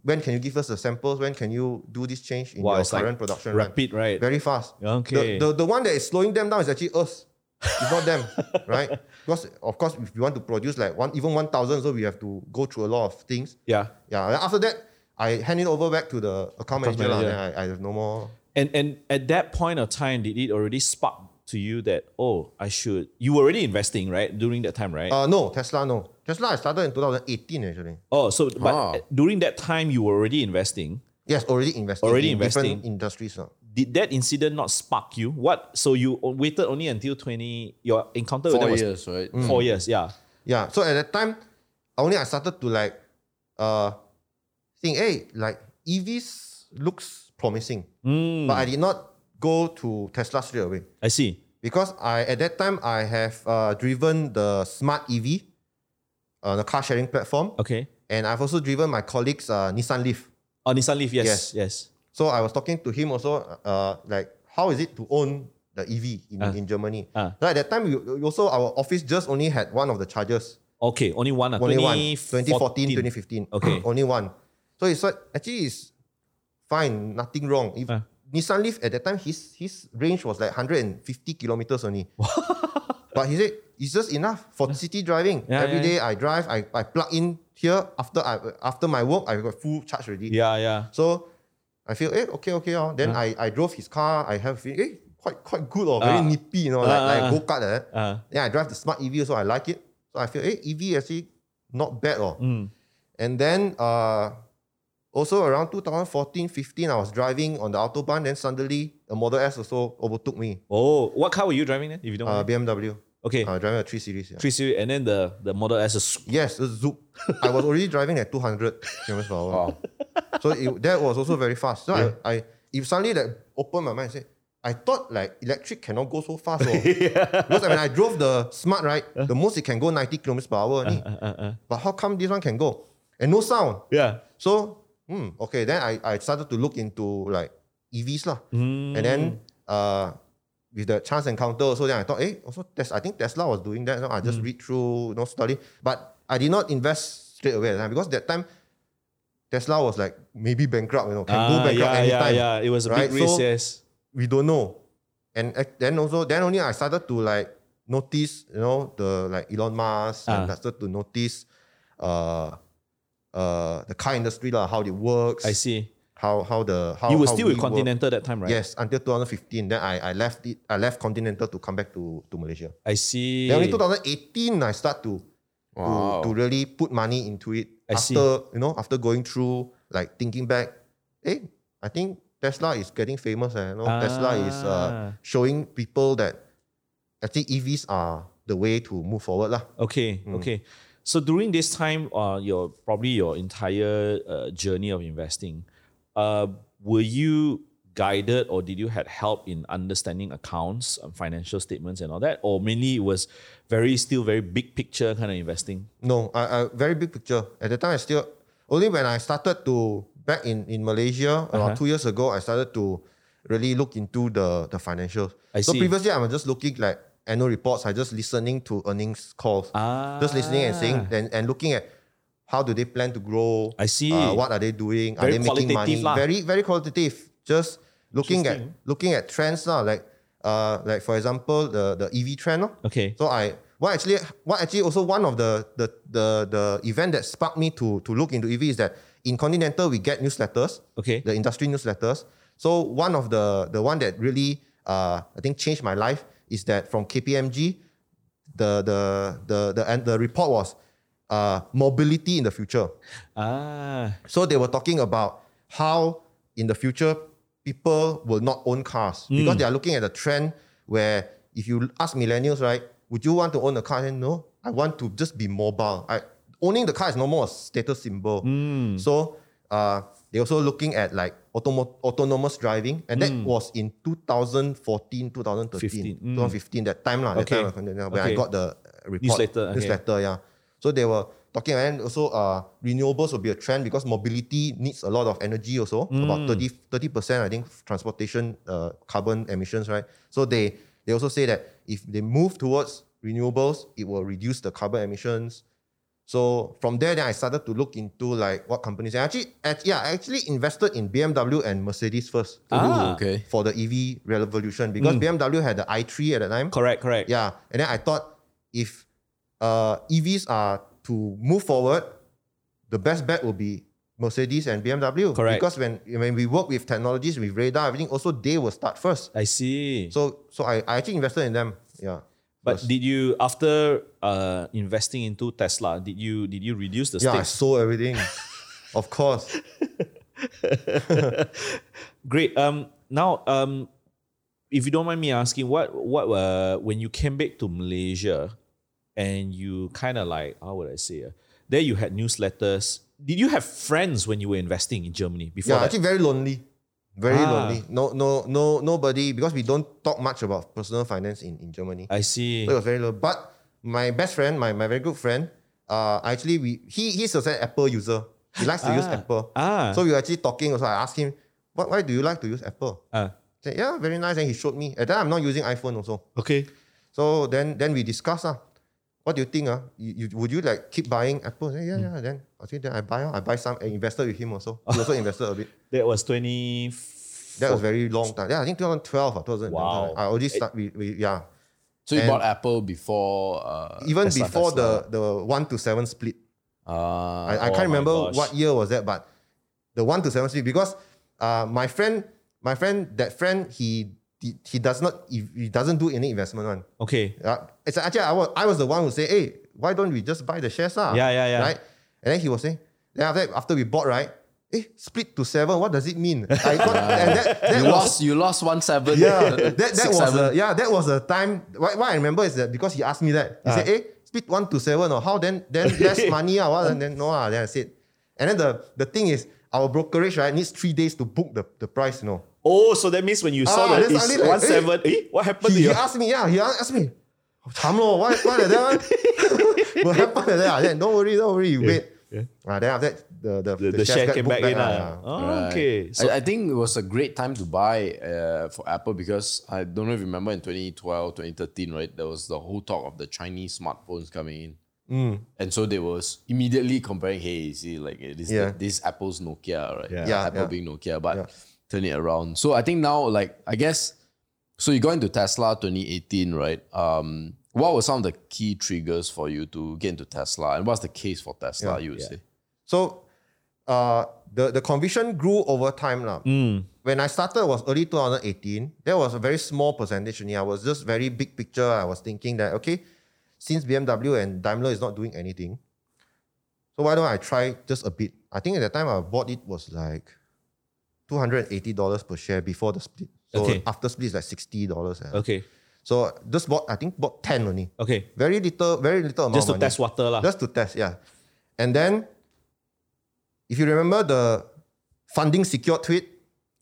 [SPEAKER 1] when can you give us the samples? When can you do this change in
[SPEAKER 2] Wow,
[SPEAKER 1] your
[SPEAKER 2] it's like
[SPEAKER 1] current production run?
[SPEAKER 2] rapid, right?
[SPEAKER 1] Very fast.
[SPEAKER 2] Okay.
[SPEAKER 1] The, the, the one that is slowing them down is actually us. It's not them, right? Because of course, if you want to produce like one even one thousand, so we have to go through a lot of things.
[SPEAKER 2] yeah.
[SPEAKER 1] Yeah. then after that, I hand it over back to the account manager. lah.
[SPEAKER 2] manager.
[SPEAKER 1] Then I, I have no more.
[SPEAKER 2] And and at that point of time, did it already spark to you that oh I should you were already investing right during that time right?
[SPEAKER 1] Uh, no Tesla. No Tesla. I started in 2018 actually.
[SPEAKER 2] oh so but
[SPEAKER 4] Ah.
[SPEAKER 2] during that time you were already investing.
[SPEAKER 1] Yes, already investing.
[SPEAKER 2] Already
[SPEAKER 1] in
[SPEAKER 2] investing.
[SPEAKER 1] different industries. lah.
[SPEAKER 2] Did that incident not spark you? What so you o- waited only until twenty your encounter with them
[SPEAKER 4] Four
[SPEAKER 2] was
[SPEAKER 4] years, right?
[SPEAKER 1] Mm.
[SPEAKER 2] four years yeah
[SPEAKER 1] Yeah. So at that time, only I started to like uh think, hey, like EVs looks promising.
[SPEAKER 2] Hmm.
[SPEAKER 1] But I did not go to Tesla straight away.
[SPEAKER 2] I see
[SPEAKER 1] Because I at that time I have uh, driven the smart EV, uh, the car sharing platform.
[SPEAKER 2] okay
[SPEAKER 1] And I've also driven my colleague's uh, Nissan Leaf.
[SPEAKER 2] oh Nissan Leaf yes yes,
[SPEAKER 1] Yes.
[SPEAKER 2] yes.
[SPEAKER 1] So I was talking to him also, uh, like how is it to own the EV in,
[SPEAKER 2] Ah.
[SPEAKER 1] in Germany?
[SPEAKER 2] Ah.
[SPEAKER 1] So at that time, you, you also our office just only had one of the chargers.
[SPEAKER 2] okay only one ah,
[SPEAKER 1] only one
[SPEAKER 2] 2014.
[SPEAKER 1] 2014 2015
[SPEAKER 2] Okay.
[SPEAKER 1] only one so it's like actually it's fine nothing wrong if
[SPEAKER 2] Ah.
[SPEAKER 1] Nissan Leaf at that time his his range was like 150 kilometers only but he said it's just enough for city driving
[SPEAKER 2] Yeah,
[SPEAKER 1] Every
[SPEAKER 2] yeah,
[SPEAKER 1] day I drive I, I plug in here after I after my work I got full charge already
[SPEAKER 2] yeah yeah
[SPEAKER 1] so I feel eh okay okay oh. then I, I drove his car I have eh quite quite good or very
[SPEAKER 2] Ah.
[SPEAKER 1] nippy you know
[SPEAKER 2] Ah,
[SPEAKER 1] like,
[SPEAKER 2] ah,
[SPEAKER 1] like
[SPEAKER 2] ah.
[SPEAKER 1] go kart like that
[SPEAKER 2] uh,
[SPEAKER 1] yeah, I drive the smart EV, so I like it. So I feel, eh, hey, EV actually not bad. Oh.
[SPEAKER 2] mm,
[SPEAKER 1] And then uh, also around 2014, 15, I was driving on the Autobahn. Then suddenly a Model S also overtook me,
[SPEAKER 2] oh what car were you driving then if you don't
[SPEAKER 1] uh,
[SPEAKER 2] mind?
[SPEAKER 1] BMW.
[SPEAKER 2] Okay,
[SPEAKER 1] I'm driving a 3 Series. Yeah.
[SPEAKER 2] three series, and then the the Model S is
[SPEAKER 1] Yes, the Zoop. I was already driving at 200 kilometers per hour.
[SPEAKER 4] Wow.
[SPEAKER 1] So it, that was also very fast. So I, I, if suddenly like open my mind and say, I thought like electric cannot go so fast. oh. Because when I drove the smart, right,
[SPEAKER 2] Uh.
[SPEAKER 1] the most it can go 90 kilometers per hour.
[SPEAKER 2] Uh-huh.
[SPEAKER 1] only. But how come this one can go? And no sound.
[SPEAKER 2] yeah.
[SPEAKER 1] So, hmm, okay, then I, I started to look into like EVs lah.
[SPEAKER 2] Mm.
[SPEAKER 1] And then uh, with the chance encounter also, then I thought, hey, also Tes- I think Tesla was doing that. So I
[SPEAKER 2] Mm.
[SPEAKER 1] just read through, you know, study. But I did not invest straight away at the time because that time Tesla was like maybe bankrupt, you know, can go
[SPEAKER 2] Ah,
[SPEAKER 1] bankrupt
[SPEAKER 2] yeah, yeah,
[SPEAKER 1] anytime.
[SPEAKER 2] yeah. It was a
[SPEAKER 1] right?
[SPEAKER 2] big risk.
[SPEAKER 1] So-
[SPEAKER 2] yes.
[SPEAKER 1] We don't know. And ac- then also, then only I started to like notice, you know, the like Elon Musk and
[SPEAKER 2] Ah.
[SPEAKER 1] started to notice uh, uh, the car industry, lah, how it works
[SPEAKER 2] I see.
[SPEAKER 1] how how the how
[SPEAKER 2] you were
[SPEAKER 1] how
[SPEAKER 2] still with
[SPEAKER 1] we work.
[SPEAKER 2] Continental that time, right?
[SPEAKER 1] Yes, until 2015. Then I, I left it. I left Continental to come back to, to Malaysia.
[SPEAKER 2] I see.
[SPEAKER 1] Then only 2018 I start to,
[SPEAKER 4] Wow.
[SPEAKER 1] to to really put money into it.
[SPEAKER 2] I
[SPEAKER 1] after
[SPEAKER 2] see.
[SPEAKER 1] you know after going through like thinking back, hey, I think Tesla is getting famous. Eh, you know, Tesla is uh,
[SPEAKER 2] Ah.
[SPEAKER 1] showing people that I think EVs are the way to move forward lah.
[SPEAKER 2] Okay,
[SPEAKER 1] Mm.
[SPEAKER 2] okay. So during this time, uh, your probably your entire uh, journey of investing, uh, were you guided or did you had help in understanding accounts and financial statements and all that, or mainly it was very still very big picture kind of investing?
[SPEAKER 1] No, I, I very big picture. At the time, I still only when I started to back in in Malaysia
[SPEAKER 2] Uh-huh.
[SPEAKER 1] around two years ago, I started to really look into the the financials.
[SPEAKER 2] I
[SPEAKER 1] so
[SPEAKER 2] see.
[SPEAKER 1] previously, I was just looking like annual reports. I just listening to earnings calls,
[SPEAKER 2] Ah,
[SPEAKER 1] just listening and saying and, and looking at how do they plan to grow.
[SPEAKER 2] I see.
[SPEAKER 1] Uh, what are they doing?
[SPEAKER 2] Very
[SPEAKER 1] are they making money?
[SPEAKER 2] qualitative lah.
[SPEAKER 1] Very very qualitative. Just looking at
[SPEAKER 2] Interesting.
[SPEAKER 1] looking at trends lah. Like uh like for example the the EV trend. Lor.
[SPEAKER 2] Okay.
[SPEAKER 1] So I what actually what actually also one of the the the, the event that sparked me to to look into EV is that in Continental we get newsletters,
[SPEAKER 2] Okay.
[SPEAKER 1] the industry newsletters. So one of the the one that really uh, I think changed my life is that from KPMG, the the the the and the report was uh, mobility in the future.
[SPEAKER 2] Ah,
[SPEAKER 1] So they were talking about how in the future people will not own cars
[SPEAKER 2] Hmm.
[SPEAKER 1] because they are looking at the trend where if you ask millennials, right, would you want to own a car? And no, I want to just be mobile. I, owning the car is no more a status symbol.
[SPEAKER 2] Hmm.
[SPEAKER 1] So uh, they also looking at like automo- autonomous driving, and that
[SPEAKER 2] Hmm.
[SPEAKER 1] was in 2014, 2013,
[SPEAKER 2] 15, mm.
[SPEAKER 1] 2015. That time lah. That
[SPEAKER 2] Okay.
[SPEAKER 1] time when I
[SPEAKER 2] Okay.
[SPEAKER 1] got the report
[SPEAKER 2] Newsletter, okay.
[SPEAKER 1] newsletter, yeah. So they were talking and also uh, renewables will be a trend because mobility needs a lot of energy also.
[SPEAKER 2] Mm.
[SPEAKER 1] About 30 percent, I think, transportation uh, carbon emissions, right? So they they also say that if they move towards renewables, it will reduce the carbon emissions. So from there, then I started to look into like what companies. And actually, act- yeah, I actually invested in BMW and Mercedes first
[SPEAKER 2] Ah. Mm.
[SPEAKER 4] okay.
[SPEAKER 1] for the EV revolution because BMW had the i3 at the time.
[SPEAKER 2] correct, correct.
[SPEAKER 1] Yeah, and then I thought if uh, EVs are to move forward, the best bet will be Mercedes and BMW.
[SPEAKER 2] Correct.
[SPEAKER 1] Because when when we work with technologies, with radar, everything, also they will start first.
[SPEAKER 2] I see.
[SPEAKER 1] So so I, I actually invested in them. Yeah.
[SPEAKER 2] but
[SPEAKER 1] first.
[SPEAKER 2] did you after uh, investing into Tesla, did you did you reduce the
[SPEAKER 1] yeah, I
[SPEAKER 2] stakes?
[SPEAKER 1] sold everything. of course.
[SPEAKER 2] Great. Um, now, um, if you don't mind me asking, what what uh, when you came back to Malaysia, and you kind of like how would I say? Uh, there you had newsletters. Did you have friends when you were investing in Germany before?
[SPEAKER 1] Yeah,
[SPEAKER 2] that?
[SPEAKER 1] actually very lonely. Very
[SPEAKER 2] Ah.
[SPEAKER 1] lonely. No, no, no, nobody because we don't talk much about personal finance in, in Germany.
[SPEAKER 2] I see.
[SPEAKER 1] So it was very low. But my best friend, my, my very good friend, uh, actually we he he's also an Apple user. He likes to use
[SPEAKER 2] Ah,
[SPEAKER 1] Apple.
[SPEAKER 2] ah.
[SPEAKER 1] So we were actually talking. Also, I asked him, "What? Why do you like to use Apple?"
[SPEAKER 2] Ah,
[SPEAKER 1] He said, "Yeah, very nice." And he showed me. At that, time, I'm not using iPhone also.
[SPEAKER 2] okay.
[SPEAKER 1] So then then we discussed. Uh, what do you think? Uh, you, you- would you like keep buying Apple? I said, yeah, yeah. Then I think then I buy. ah. I buy some and invested with him also. He also invested a bit.
[SPEAKER 2] That was twenty.
[SPEAKER 1] That was very long time. Yeah, I think 2012 or 2011.
[SPEAKER 2] Wow.
[SPEAKER 1] I already start. We, we yeah.
[SPEAKER 4] So you
[SPEAKER 1] And-
[SPEAKER 4] bought Apple before uh,
[SPEAKER 1] Even
[SPEAKER 4] Tesla,
[SPEAKER 1] before
[SPEAKER 4] Tesla.
[SPEAKER 1] the the one to seven split.
[SPEAKER 4] Uh,
[SPEAKER 1] I, I
[SPEAKER 2] Oh
[SPEAKER 1] can't
[SPEAKER 2] my
[SPEAKER 1] remember
[SPEAKER 2] gosh.
[SPEAKER 1] what year was that, but the one to seven speed because uh, my friend, my friend, that friend, he he, he does not he he doesn't do any investment one.
[SPEAKER 2] Okay.
[SPEAKER 1] Uh, it's actually I was I was the one who say, hey, why don't we just buy the shares ah?" lah?
[SPEAKER 2] Yeah, yeah, yeah.
[SPEAKER 1] Right, and then he was saying, then after after we bought right, eh, split to seven, what does it mean? I got, and that, that
[SPEAKER 4] You
[SPEAKER 1] was-
[SPEAKER 4] lost, you lost one seven.
[SPEAKER 1] yeah, that, that
[SPEAKER 4] Six,
[SPEAKER 1] was a,
[SPEAKER 4] seven.
[SPEAKER 1] yeah, that was a time. Why, why I remember is that because he asked me that. He
[SPEAKER 2] Ah.
[SPEAKER 1] said, "Hey, split one to seven or how? Then then less money ah, what?" And then no ah. Then I said, and then the the thing is our brokerage right needs three days to book the, the price. You know,
[SPEAKER 2] Oh, so that means when you saw
[SPEAKER 1] Ah,
[SPEAKER 2] that
[SPEAKER 1] that's
[SPEAKER 2] it's
[SPEAKER 1] only like,
[SPEAKER 2] one
[SPEAKER 1] eh,
[SPEAKER 2] seven, eh, what happened to
[SPEAKER 1] he, he
[SPEAKER 2] you?
[SPEAKER 1] asked me yeah he asked me, "Cham lo, why why like that? one? what happened like that? ah?" Then don't worry, don't worry, you wait. Ah, then after that the the,
[SPEAKER 2] the, the, share
[SPEAKER 1] got
[SPEAKER 2] came
[SPEAKER 1] booked
[SPEAKER 2] back, in.
[SPEAKER 1] ah,
[SPEAKER 2] ah.
[SPEAKER 1] yeah.
[SPEAKER 2] Oh,
[SPEAKER 4] Right.
[SPEAKER 2] Okay. So,
[SPEAKER 4] I, I think it was a great time to buy uh, for Apple because I don't know if you remember in 2012, 2013, right? There was the whole talk of the Chinese smartphones coming in.
[SPEAKER 1] Mm.
[SPEAKER 4] And so they was immediately comparing, hey, you see, like eh, this,
[SPEAKER 1] Yeah.
[SPEAKER 4] this Apple's Nokia, right?
[SPEAKER 2] Yeah.
[SPEAKER 1] Yeah,
[SPEAKER 4] Apple
[SPEAKER 1] yeah.
[SPEAKER 4] being Nokia, but
[SPEAKER 1] Yeah.
[SPEAKER 4] turn it around. So I think now, like, I guess, so you got into Tesla 2018, right? Um, what were some of the key triggers for you to get into Tesla? And what's the case for Tesla,
[SPEAKER 1] Yeah.
[SPEAKER 4] you would say?
[SPEAKER 1] So uh, the, the conviction grew over time. lah.
[SPEAKER 2] mm,
[SPEAKER 1] When I started was early 2018. There was a very small percentage. only. I was just very big picture. I was thinking that, okay, since BMW and Daimler is not doing anything, so why don't I try just a bit? I think at the time I bought it was like $280 per share before the split. So
[SPEAKER 2] Okay.
[SPEAKER 1] after split is like $60. eh.
[SPEAKER 2] okay.
[SPEAKER 1] So just bought, I think bought 10 only.
[SPEAKER 2] Okay.
[SPEAKER 1] Very little, very little amount
[SPEAKER 2] Just
[SPEAKER 1] of
[SPEAKER 2] to
[SPEAKER 1] money.
[SPEAKER 2] test water. lah.
[SPEAKER 1] Just to test, yeah. And then, if you remember the funding secure tweet,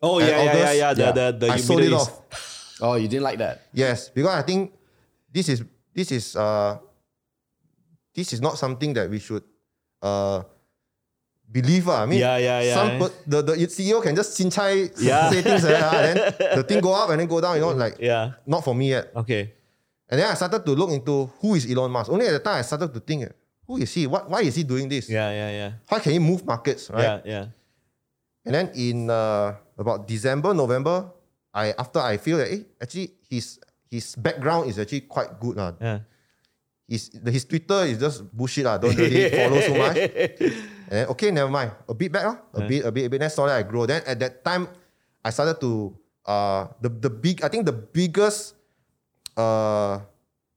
[SPEAKER 2] oh,
[SPEAKER 1] at
[SPEAKER 2] yeah, yeah, yeah,
[SPEAKER 1] August,
[SPEAKER 2] yeah. The,
[SPEAKER 4] yeah.
[SPEAKER 2] The, the,
[SPEAKER 1] I sold it
[SPEAKER 2] Middle East.
[SPEAKER 1] off.
[SPEAKER 4] Oh, you didn't like that?
[SPEAKER 1] Yes, because I think this is this is uh, this is not something that we should uh, believe. ah. I mean,
[SPEAKER 2] Yeah, yeah, yeah.
[SPEAKER 1] Some per- the, the CEO can just chinchai
[SPEAKER 2] Yeah.
[SPEAKER 1] say things like that, ah, then the thing go up and then go down. You know, like
[SPEAKER 2] Yeah.
[SPEAKER 1] not for me yet.
[SPEAKER 2] Okay.
[SPEAKER 1] And then I started to look into who is Elon Musk. Only at the time I started to think, who is he? What? Why is he doing this?
[SPEAKER 2] Yeah, yeah, yeah.
[SPEAKER 1] How can he move markets? Right.
[SPEAKER 2] Yeah, yeah.
[SPEAKER 1] And then in uh, about December, November, I after I feel that eh, actually his his background is actually quite good. ah. lah.
[SPEAKER 2] Yeah.
[SPEAKER 1] His the, his Twitter is just bullshit. lah. Don't really follow so much. And then, okay, never mind. A bit back, lah. a bit, a bit, a bit. Then slowly I grow. Then at that time, I started to uh the the big I think the biggest uh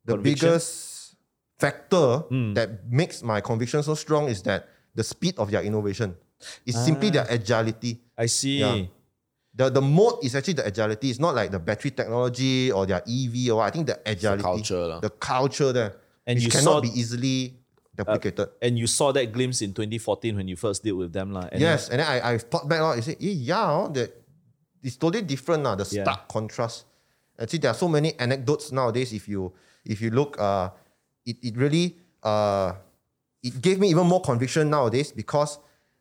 [SPEAKER 1] the
[SPEAKER 2] Conviction?
[SPEAKER 1] biggest factor that makes my conviction so strong is that the speed of their innovation. It's simply their agility
[SPEAKER 2] I see.
[SPEAKER 1] Yeah. the, the mode is actually the agility. It's not like the battery technology or their EV or I think the agility,
[SPEAKER 4] culture lah.
[SPEAKER 1] the culture there,
[SPEAKER 2] And
[SPEAKER 1] which
[SPEAKER 2] you saw-
[SPEAKER 1] cannot be easily duplicated.
[SPEAKER 2] And you saw that glimpse in 2014 when you first dealt with them. lah. And
[SPEAKER 1] yes, and then I, I thought back, I said, eh, yeah, oh, the, it's totally different now. The
[SPEAKER 2] Yeah.
[SPEAKER 1] stark contrast. Actually, there are so many anecdotes nowadays. If you if you look, uh, it it really uh, it gave me even more conviction nowadays because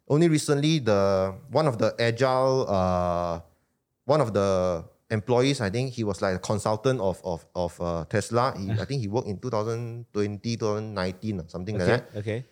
[SPEAKER 1] only recently the one of the agile uh, one of the employees, I think he was like a consultant of of of uh, Tesla. He, I think he worked in 2020, 2019 or something like that
[SPEAKER 2] Okay. okay.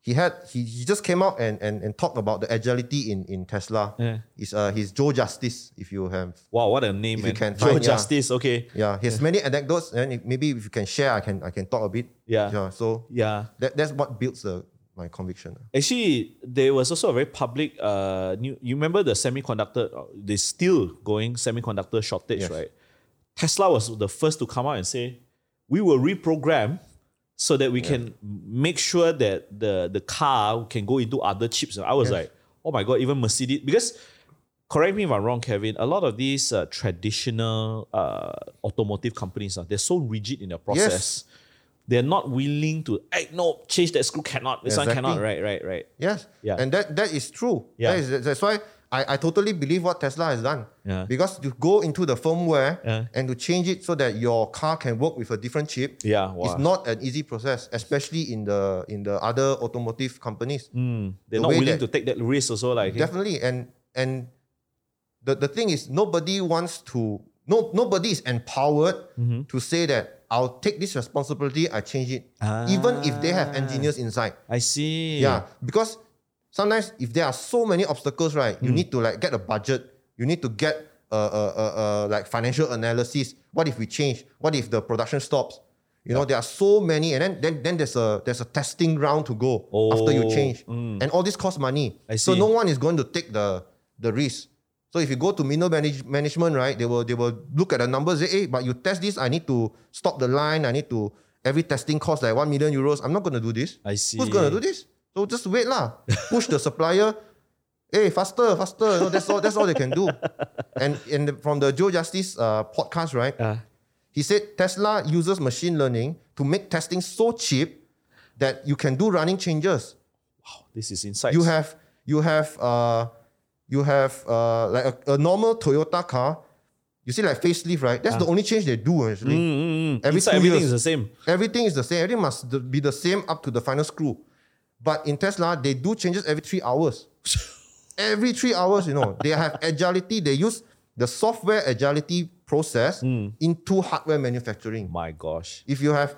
[SPEAKER 1] he had he, he just came out and, and, and talked about the agility in, in Tesla.
[SPEAKER 2] Yeah.
[SPEAKER 1] He's uh he's Joe Justice if you have
[SPEAKER 2] Wow, what a name,
[SPEAKER 1] If
[SPEAKER 2] man.
[SPEAKER 1] you can
[SPEAKER 2] Joe
[SPEAKER 1] find, yeah.
[SPEAKER 2] Justice. Okay.
[SPEAKER 1] yeah he has many anecdotes and if, maybe if you can share I can I can talk a bit
[SPEAKER 2] Yeah.
[SPEAKER 1] yeah so
[SPEAKER 2] Yeah.
[SPEAKER 1] that, that's what builds the my conviction
[SPEAKER 2] Actually, there was also a very public. Uh, new, you remember the semiconductor? uh, They still going semiconductor shortage,
[SPEAKER 1] Yes.
[SPEAKER 2] right? Tesla was the first to come out and say, "We will reprogram so that we can make sure that the the car can go into other chips." And I was like, "Oh my god!" Even Mercedes, because correct me if I'm wrong, Kevin. A lot of these uh, traditional uh, automotive companies, uh, they're so rigid in their process. They're not willing to, hey, no, change that screw cannot. This one
[SPEAKER 1] Exactly.
[SPEAKER 2] cannot, right, right, right.
[SPEAKER 1] yes
[SPEAKER 2] Yeah.
[SPEAKER 1] and that that is true
[SPEAKER 2] Yeah.
[SPEAKER 1] that is, that's why I, I totally believe what Tesla has done
[SPEAKER 2] Yeah.
[SPEAKER 1] because to go into the firmware
[SPEAKER 2] Yeah.
[SPEAKER 1] and to change it so that your car can work with a different chip
[SPEAKER 2] Yeah, wow.
[SPEAKER 1] it's not an easy process especially in the in the other automotive
[SPEAKER 2] Mm.
[SPEAKER 1] companies
[SPEAKER 2] They're
[SPEAKER 1] Hmm. the
[SPEAKER 2] not
[SPEAKER 1] way
[SPEAKER 2] willing
[SPEAKER 1] that-
[SPEAKER 2] to take that risk also, like
[SPEAKER 1] definitely and and the, the thing is nobody wants to no nobody is empowered to say that i'll take this responsibility i change it even if they have engineers inside
[SPEAKER 2] I see.
[SPEAKER 1] yeah because sometimes if there are so many obstacles right
[SPEAKER 2] Hmm.
[SPEAKER 1] you need to like get a budget you need to get uh, uh, uh, uh, like financial analysis what if we change what if the production stops you know there are so many and then then, then there's a there's a testing round to go after you
[SPEAKER 2] Oh,
[SPEAKER 1] change and all this costs money
[SPEAKER 2] I
[SPEAKER 1] so
[SPEAKER 2] see.
[SPEAKER 1] no one is going to take the the risk so if you go to mineral manage, management right they will they will look at the numbers say hey but you test this i need to stop the line i need to every testing costs like 1 million euros i'm not going to do this
[SPEAKER 2] I see.
[SPEAKER 1] Who's gonna do this? So just wait lah. Push the supplier. hey, faster, faster. You know, that's all. That's all they can do. And and the- from the Joe Justice uh, podcast, right?
[SPEAKER 2] Ah.
[SPEAKER 1] He said Tesla uses machine learning to make testing so cheap that you can do running changes.
[SPEAKER 2] This is insight.
[SPEAKER 1] You have you have uh, you have uh, like a, a normal Toyota car. You see, like facelift, right? That's the only change they do actually. Every
[SPEAKER 2] Hmm,
[SPEAKER 1] two
[SPEAKER 2] Inside everything
[SPEAKER 1] years.
[SPEAKER 2] is the same.
[SPEAKER 1] Everything is the same. Everything must th- be the same up to the final screw. But in Tesla, they do changes every three hours. every three hours, you know, they have agility. They use the software agility process into hardware manufacturing.
[SPEAKER 2] My gosh.
[SPEAKER 1] If you have,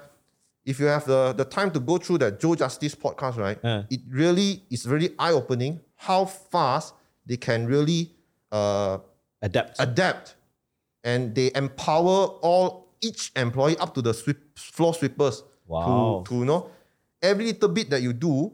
[SPEAKER 1] if you have the, the time to go through that Joe Justice podcast, right?
[SPEAKER 2] Uh.
[SPEAKER 1] It really is really eye opening how fast they can really uh,
[SPEAKER 2] Adapt.
[SPEAKER 1] adapt and they empower all each employee up to the sweep, floor sweepers
[SPEAKER 2] Wow.
[SPEAKER 1] to, to you know every little bit that you do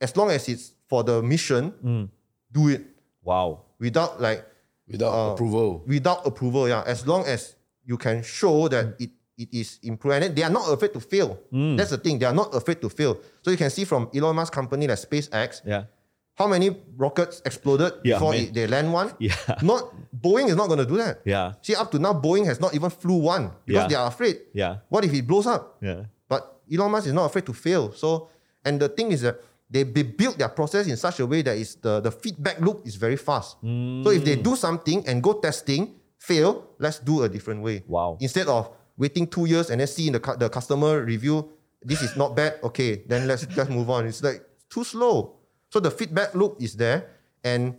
[SPEAKER 1] as long as it's for the mission
[SPEAKER 2] Mm.
[SPEAKER 1] do it
[SPEAKER 2] wow.
[SPEAKER 1] without like
[SPEAKER 4] without approval.
[SPEAKER 1] without approval yeah as long as you can show that it it is improved and then they are not afraid to fail
[SPEAKER 2] Mm.
[SPEAKER 1] that's the thing they are not afraid to fail so you can see from Elon Musk company like SpaceX
[SPEAKER 2] Yeah.
[SPEAKER 1] how many rockets exploded
[SPEAKER 2] Yeah,
[SPEAKER 1] before
[SPEAKER 2] man.
[SPEAKER 1] it, they land one
[SPEAKER 2] Yeah.
[SPEAKER 1] not Boeing is not going to do that
[SPEAKER 2] Yeah.
[SPEAKER 1] See, up to now, Boeing has not even flew one because
[SPEAKER 2] Yeah.
[SPEAKER 1] they are afraid.
[SPEAKER 2] Yeah.
[SPEAKER 1] What if it blows up?
[SPEAKER 2] Yeah.
[SPEAKER 1] But Elon Musk is not afraid to fail. So, and the thing is that they, they build their process in such a way that is the, the feedback loop is very fast. So if
[SPEAKER 2] Mm.
[SPEAKER 1] they do something and go testing, fail, let's do a different way.
[SPEAKER 2] Wow.
[SPEAKER 1] Instead of waiting two years and then seeing the, cu- the customer review, this is not bad, okay, then let's just move on. It's like too slow. So the feedback loop is there and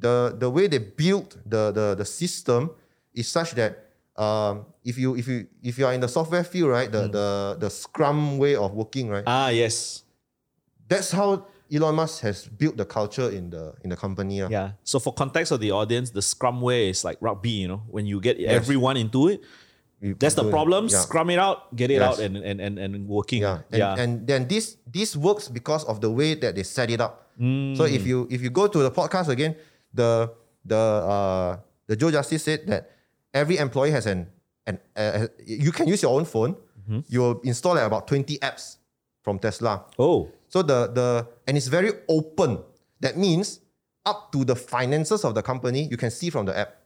[SPEAKER 1] the the way they build the the, the system is such that um, if you if you if you are in the software field, right, the the the Scrum way of working, right,
[SPEAKER 2] Mm. Ah, yes.
[SPEAKER 1] that's how Elon Musk has built the culture in the in the company. ah.
[SPEAKER 2] Yeah. So for context of the audience, the scrum way is like rugby, you know, when you get everyone into it,
[SPEAKER 1] We- we
[SPEAKER 2] that's the
[SPEAKER 1] do it.
[SPEAKER 2] problem.
[SPEAKER 1] Yeah.
[SPEAKER 2] Scrum it out, get it
[SPEAKER 1] Yes.
[SPEAKER 2] out and and and, and working.
[SPEAKER 1] Yeah. And,
[SPEAKER 2] yeah.
[SPEAKER 1] and then this this works because of the way that they set it up. So if you if you go to the podcast again, the the uh, the Joe Justice said that every employee has an an uh, you can use your own phone. You'll install like about 20 apps from Tesla.
[SPEAKER 2] oh.
[SPEAKER 1] So the the and it's very open. That means up to the finances of the company, you can see from the app.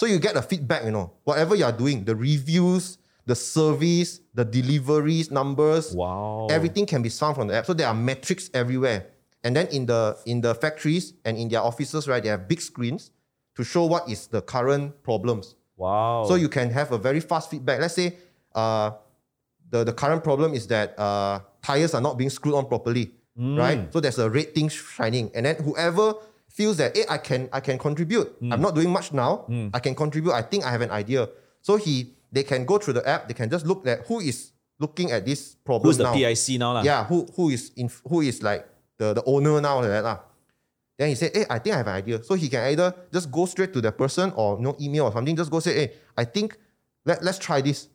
[SPEAKER 1] so you get the feedback, you know, whatever you are doing, the reviews, the service, the deliveries numbers,
[SPEAKER 2] Wow.
[SPEAKER 1] everything can be found from the app. So there are metrics everywhere. And then in the in the factories and in their offices, right, they have big screens to show what is the current problems.
[SPEAKER 2] Wow.
[SPEAKER 1] So you can have a very fast feedback. Let's say uh, the, the current problem is that uh, tires are not being screwed on properly,
[SPEAKER 2] Hmm.
[SPEAKER 1] right? So there's a red thing shining. And then whoever feels that, hey, I can, I can contribute.
[SPEAKER 2] Hmm.
[SPEAKER 1] I'm not doing much now. I can contribute. I think I have an idea. So he, they can go through the app. They can just look at who is looking at this problem
[SPEAKER 2] who's the E
[SPEAKER 1] now.
[SPEAKER 2] PIC now? lah?
[SPEAKER 1] Yeah, who, who is in, who is like the, the owner now like that lah. Then he said, Hey, I think I have an idea. So he can either just go straight to the person or no email or something, just go say, Hey, I think let, let's try this.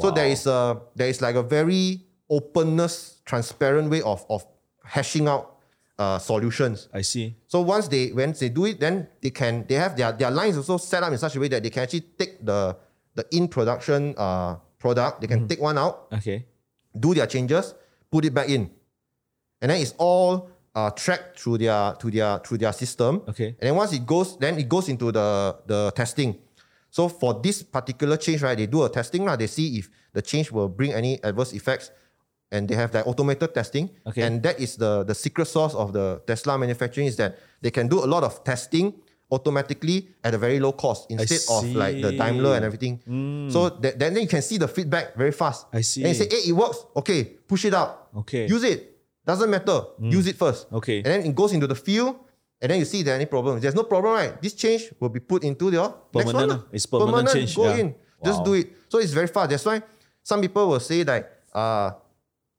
[SPEAKER 1] So there
[SPEAKER 2] Wow.
[SPEAKER 1] is a there is like a very openness, transparent way of of hashing out uh, solutions.
[SPEAKER 2] I see.
[SPEAKER 1] So once they once they do it, then they can they have their their lines also set up in such a way that they can actually take the the in production uh, product, they can take one out,
[SPEAKER 2] Okay.
[SPEAKER 1] do their changes, put it back in, and then it's all uh, tracked through their to their through their system.
[SPEAKER 2] Okay.
[SPEAKER 1] And then once it goes, then it goes into the the testing. So for this particular change, right, they do a testing lah. They see if the change will bring any adverse effects, and they have like automated testing.
[SPEAKER 2] Okay.
[SPEAKER 1] And that is the the secret sauce of the Tesla manufacturing is that they can do a lot of testing automatically at a very low cost instead of like the Daimler
[SPEAKER 2] see. Mm.
[SPEAKER 1] and everything. So that, then you can see the feedback very fast.
[SPEAKER 2] I see.
[SPEAKER 1] And you say, hey, it works. Okay, push it out.
[SPEAKER 2] Okay. Mm.
[SPEAKER 1] Use it. Doesn't matter. Use it first.
[SPEAKER 2] Okay.
[SPEAKER 1] And then it goes into the field. And then you see if there are any problems. There's no problem, right? This change will be put into the next one.
[SPEAKER 2] Permanent,
[SPEAKER 1] lah.
[SPEAKER 2] it's permanent change,
[SPEAKER 1] Go
[SPEAKER 2] yeah.
[SPEAKER 1] in. Just
[SPEAKER 2] Wow.
[SPEAKER 1] do it. So it's very fast. That's why some people will say that uh,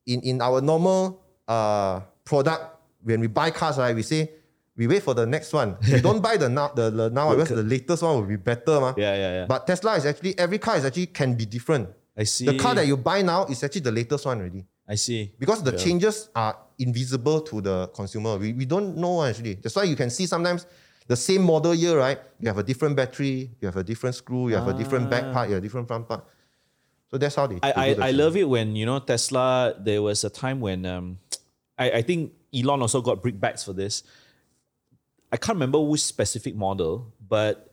[SPEAKER 1] in, in our normal uh, product, when we buy cars, right, we say we wait for the next one. We don't buy the now the, the now one, because the latest one will be better. mah.
[SPEAKER 2] Yeah, yeah, yeah.
[SPEAKER 1] But Tesla is actually every car is actually can be different.
[SPEAKER 2] I see.
[SPEAKER 1] The car that you buy now is actually the latest one already.
[SPEAKER 2] I see.
[SPEAKER 1] Because the changes are invisible to the consumer. We, we don't know ah, actually. That's why you can see sometimes the same model year, right? You have a different battery, you have a different screw, you have a
[SPEAKER 4] Ah.
[SPEAKER 1] different back part, you have a different front part. So that's how they
[SPEAKER 2] I,
[SPEAKER 1] they
[SPEAKER 2] I,
[SPEAKER 1] do the
[SPEAKER 2] I
[SPEAKER 1] change.
[SPEAKER 2] love it when you know Tesla. There was a time when um, I, I think Elon also got brickbats for this. I can't remember which specific model, but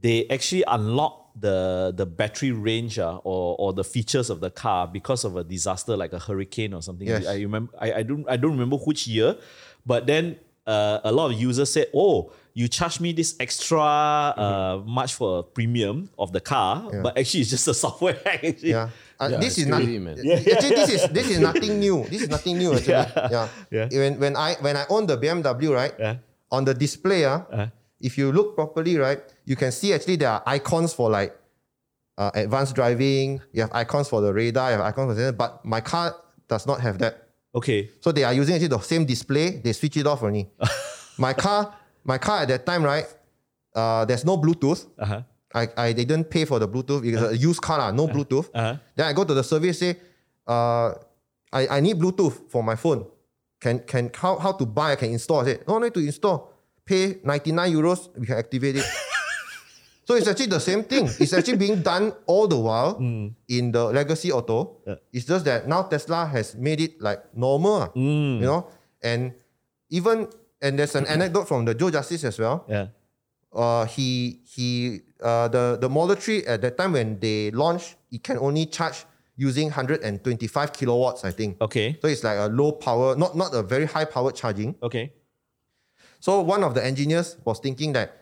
[SPEAKER 2] they actually unlock the the battery range ah, or or the features of the car because of a disaster like a hurricane or something.
[SPEAKER 1] Yes.
[SPEAKER 2] I remember I, I don't I don't remember which year, but then uh, a lot of users said, "Oh, you charge me this extra uh,
[SPEAKER 1] Mm-hmm.
[SPEAKER 2] much for a premium of the car, but actually it's just a software hack." Actually.
[SPEAKER 1] Yeah. Uh,
[SPEAKER 4] Yeah,
[SPEAKER 1] this
[SPEAKER 4] it's
[SPEAKER 1] is not,
[SPEAKER 4] crazy, man.
[SPEAKER 1] actually this is this is nothing new. This is nothing new actually. Yeah.
[SPEAKER 2] Yeah.
[SPEAKER 1] When when I when I own the BMW, right?
[SPEAKER 2] Yeah.
[SPEAKER 1] On the display, uh,
[SPEAKER 2] Uh.
[SPEAKER 1] if you look properly, right, you can see actually there are icons for like uh, advanced driving, you have icons for the radar, you have icons for the but my car does not have that.
[SPEAKER 2] Okay.
[SPEAKER 1] So they are using actually the same display. They switch it off only. my car, my car at that time, right? Uh, there's no Bluetooth.
[SPEAKER 2] Uh huh.
[SPEAKER 1] I, I didn't pay for the Bluetooth because it's a used car, lah, no Bluetooth.
[SPEAKER 2] Uh-huh.
[SPEAKER 1] Then I go to the service say, uh, I, I need Bluetooth for my phone. Can can how, how to buy? I can install. I say no need to install. Pay 99 euros, we can activate it. so it's actually the same thing. It's actually being done all the while in the legacy auto.
[SPEAKER 2] Yeah.
[SPEAKER 1] It's just that now Tesla has made it like normal, ah,
[SPEAKER 2] Mm. Hmm.
[SPEAKER 1] you know. And even and there's an anecdote from the Joe Justice as well
[SPEAKER 2] Yeah.
[SPEAKER 1] uh, he he uh, the the Model 3 at that time when they launched, it can only charge using 125 kilowatts, I think.
[SPEAKER 2] Okay.
[SPEAKER 1] So it's like a low power, not not a very high power charging.
[SPEAKER 2] Okay.
[SPEAKER 1] So one of the engineers was thinking that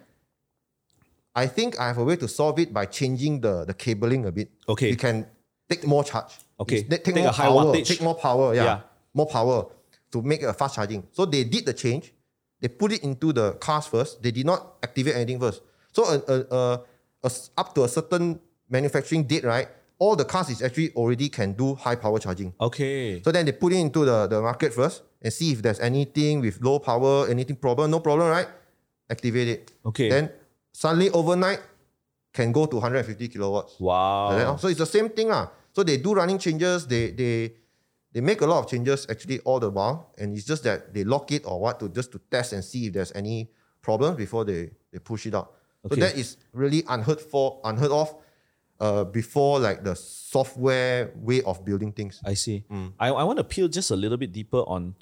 [SPEAKER 1] I think I have a way to solve it by changing the, the cabling a bit.
[SPEAKER 2] Okay.
[SPEAKER 1] You can take more charge.
[SPEAKER 2] Okay.
[SPEAKER 1] It's- Take,
[SPEAKER 2] Take
[SPEAKER 1] more
[SPEAKER 2] a high
[SPEAKER 1] power.
[SPEAKER 2] wattage.
[SPEAKER 1] Take more power. Yeah.
[SPEAKER 2] Yeah.
[SPEAKER 1] More power to make a fast charging. So they did the change. They put it into the cars first. They did not activate anything first. So uh, uh, uh, a s- up to a certain manufacturing date, right? All the cars is actually already can do high power charging.
[SPEAKER 2] Okay.
[SPEAKER 1] So then they put it into the, the market first and see if there's anything with low power, anything problem, no problem, right? Activate it.
[SPEAKER 2] Okay.
[SPEAKER 1] Then suddenly overnight can go to 150 kilowatts. Like that,
[SPEAKER 2] wow.
[SPEAKER 1] oh. So it's the same thing. lah. So they do running changes, they they they make a lot of changes actually all the while. And it's just that they lock it or what to just to test and see if there's any problem before they, they push it out.
[SPEAKER 2] Okay.
[SPEAKER 1] So that is really unheard for unheard of uh, before like the software way of building things.
[SPEAKER 2] I see.
[SPEAKER 1] Mm.
[SPEAKER 2] I, I want to peel just a little bit deeper on.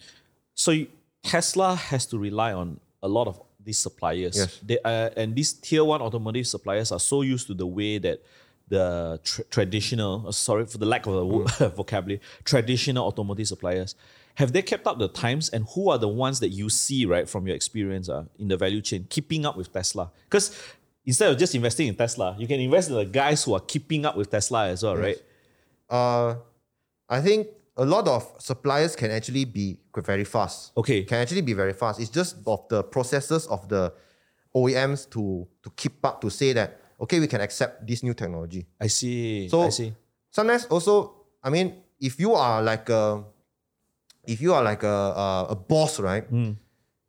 [SPEAKER 2] So you- Tesla has to rely on a lot of these suppliers.
[SPEAKER 1] Yes.
[SPEAKER 2] They, uh, and these tier one automotive suppliers are so used to the way that the tr- traditional, uh, sorry for the lack of a wo-
[SPEAKER 1] Mm.
[SPEAKER 2] vocabulary, traditional automotive suppliers. Have they kept up the times and who are the ones that you see, right, from your experience uh, in the value chain, keeping up with Tesla? Because instead of just investing in Tesla, you can invest in the guys who are keeping up with Tesla as well, right?
[SPEAKER 1] uh, I think a lot of suppliers can actually be very fast.
[SPEAKER 2] Okay.
[SPEAKER 1] Can actually be very fast. It's just of the processes of the OEMs to to keep up to say that okay, we can accept this new technology.
[SPEAKER 2] I see.
[SPEAKER 1] So
[SPEAKER 2] I see.
[SPEAKER 1] sometimes also, I mean, if you are like a if you are like a a, a boss, right?
[SPEAKER 2] Hmm.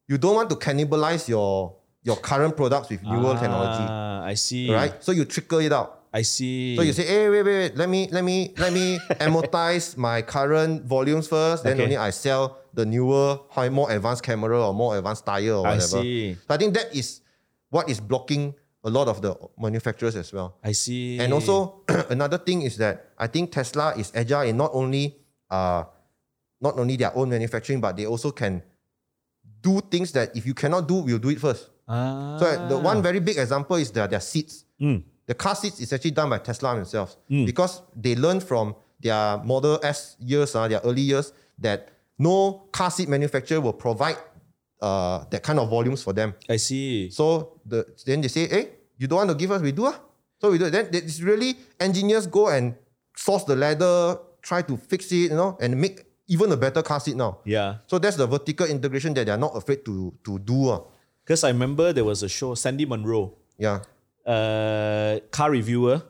[SPEAKER 1] You don't want to cannibalize your your current products with newer technology,
[SPEAKER 2] Ah, I see.
[SPEAKER 1] right? So you trickle it out.
[SPEAKER 2] I see.
[SPEAKER 1] So you say, hey, wait, wait, wait, let me, let me, let me amortize my current volumes first, then
[SPEAKER 2] Okay.
[SPEAKER 1] only I sell the newer, high, more advanced camera or more advanced tire or
[SPEAKER 2] I
[SPEAKER 1] whatever.
[SPEAKER 2] see.
[SPEAKER 1] So I think that is what is blocking a lot of the manufacturers as well.
[SPEAKER 2] I see.
[SPEAKER 1] And also another thing is that I think Tesla is agile in not only uh, not only their own manufacturing, but they also can do things that if you cannot do, we'll do it first.
[SPEAKER 2] Ah.
[SPEAKER 1] So the one very big example is their, their seats.
[SPEAKER 2] Mm.
[SPEAKER 1] The car seats is actually done by Tesla themselves because they learned from their Model S years, uh, their early years, that no car seat manufacturer will provide uh, that kind of volumes for them.
[SPEAKER 2] I see.
[SPEAKER 1] So the, then they say, hey, you don't want to give us, we do. ah." So we do. Then it's really engineers go and source the leather, try to fix it, you know, and make even a better car seat now.
[SPEAKER 2] Yeah.
[SPEAKER 1] So that's the vertical integration that they are not afraid to, to do. ah.
[SPEAKER 2] Because I remember there was a show, Sandy Monroe,
[SPEAKER 1] Yeah.
[SPEAKER 2] uh, car reviewer.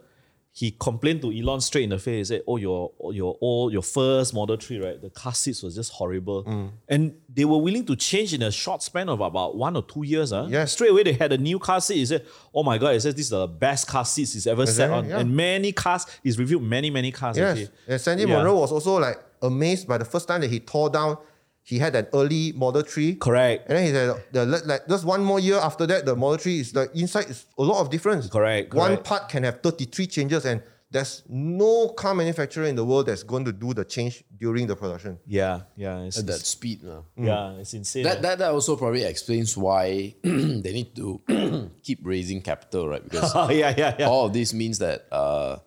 [SPEAKER 2] He complained to Elon straight in the face. He said, "Oh, your your old your first Model Three, right? The car seats was just horrible,
[SPEAKER 1] Mm.
[SPEAKER 2] and they were willing to change in a short span of about one or two years. Huh?
[SPEAKER 1] Yes.
[SPEAKER 2] straight away they had a new car seat. He said, "Oh my god!" He says, "This is the best car seats he's ever sat
[SPEAKER 1] Exactly,
[SPEAKER 2] on."
[SPEAKER 1] yeah.
[SPEAKER 2] And many cars, he's reviewed many many cars.
[SPEAKER 1] Yes.
[SPEAKER 2] actually.
[SPEAKER 1] And Sandy
[SPEAKER 2] Yeah.
[SPEAKER 1] Monroe was also like amazed by the first time that he tore down, he had an early Model 3.
[SPEAKER 2] Correct.
[SPEAKER 1] And then he said, the, le- like, just one more year after that, the Model 3 is like inside is a lot of difference.
[SPEAKER 2] Correct,
[SPEAKER 1] One
[SPEAKER 2] correct.
[SPEAKER 1] part can have 33 changes and There's no car manufacturer in the world that's going to do the change during the production.
[SPEAKER 2] Yeah, yeah, it's,
[SPEAKER 4] At that
[SPEAKER 2] it's-
[SPEAKER 4] speed. No?
[SPEAKER 2] yeah, it's insane.
[SPEAKER 4] That, that that also probably explains why they need to keep raising capital, right? Because
[SPEAKER 2] oh yeah, yeah, yeah.
[SPEAKER 4] all of this means that uh,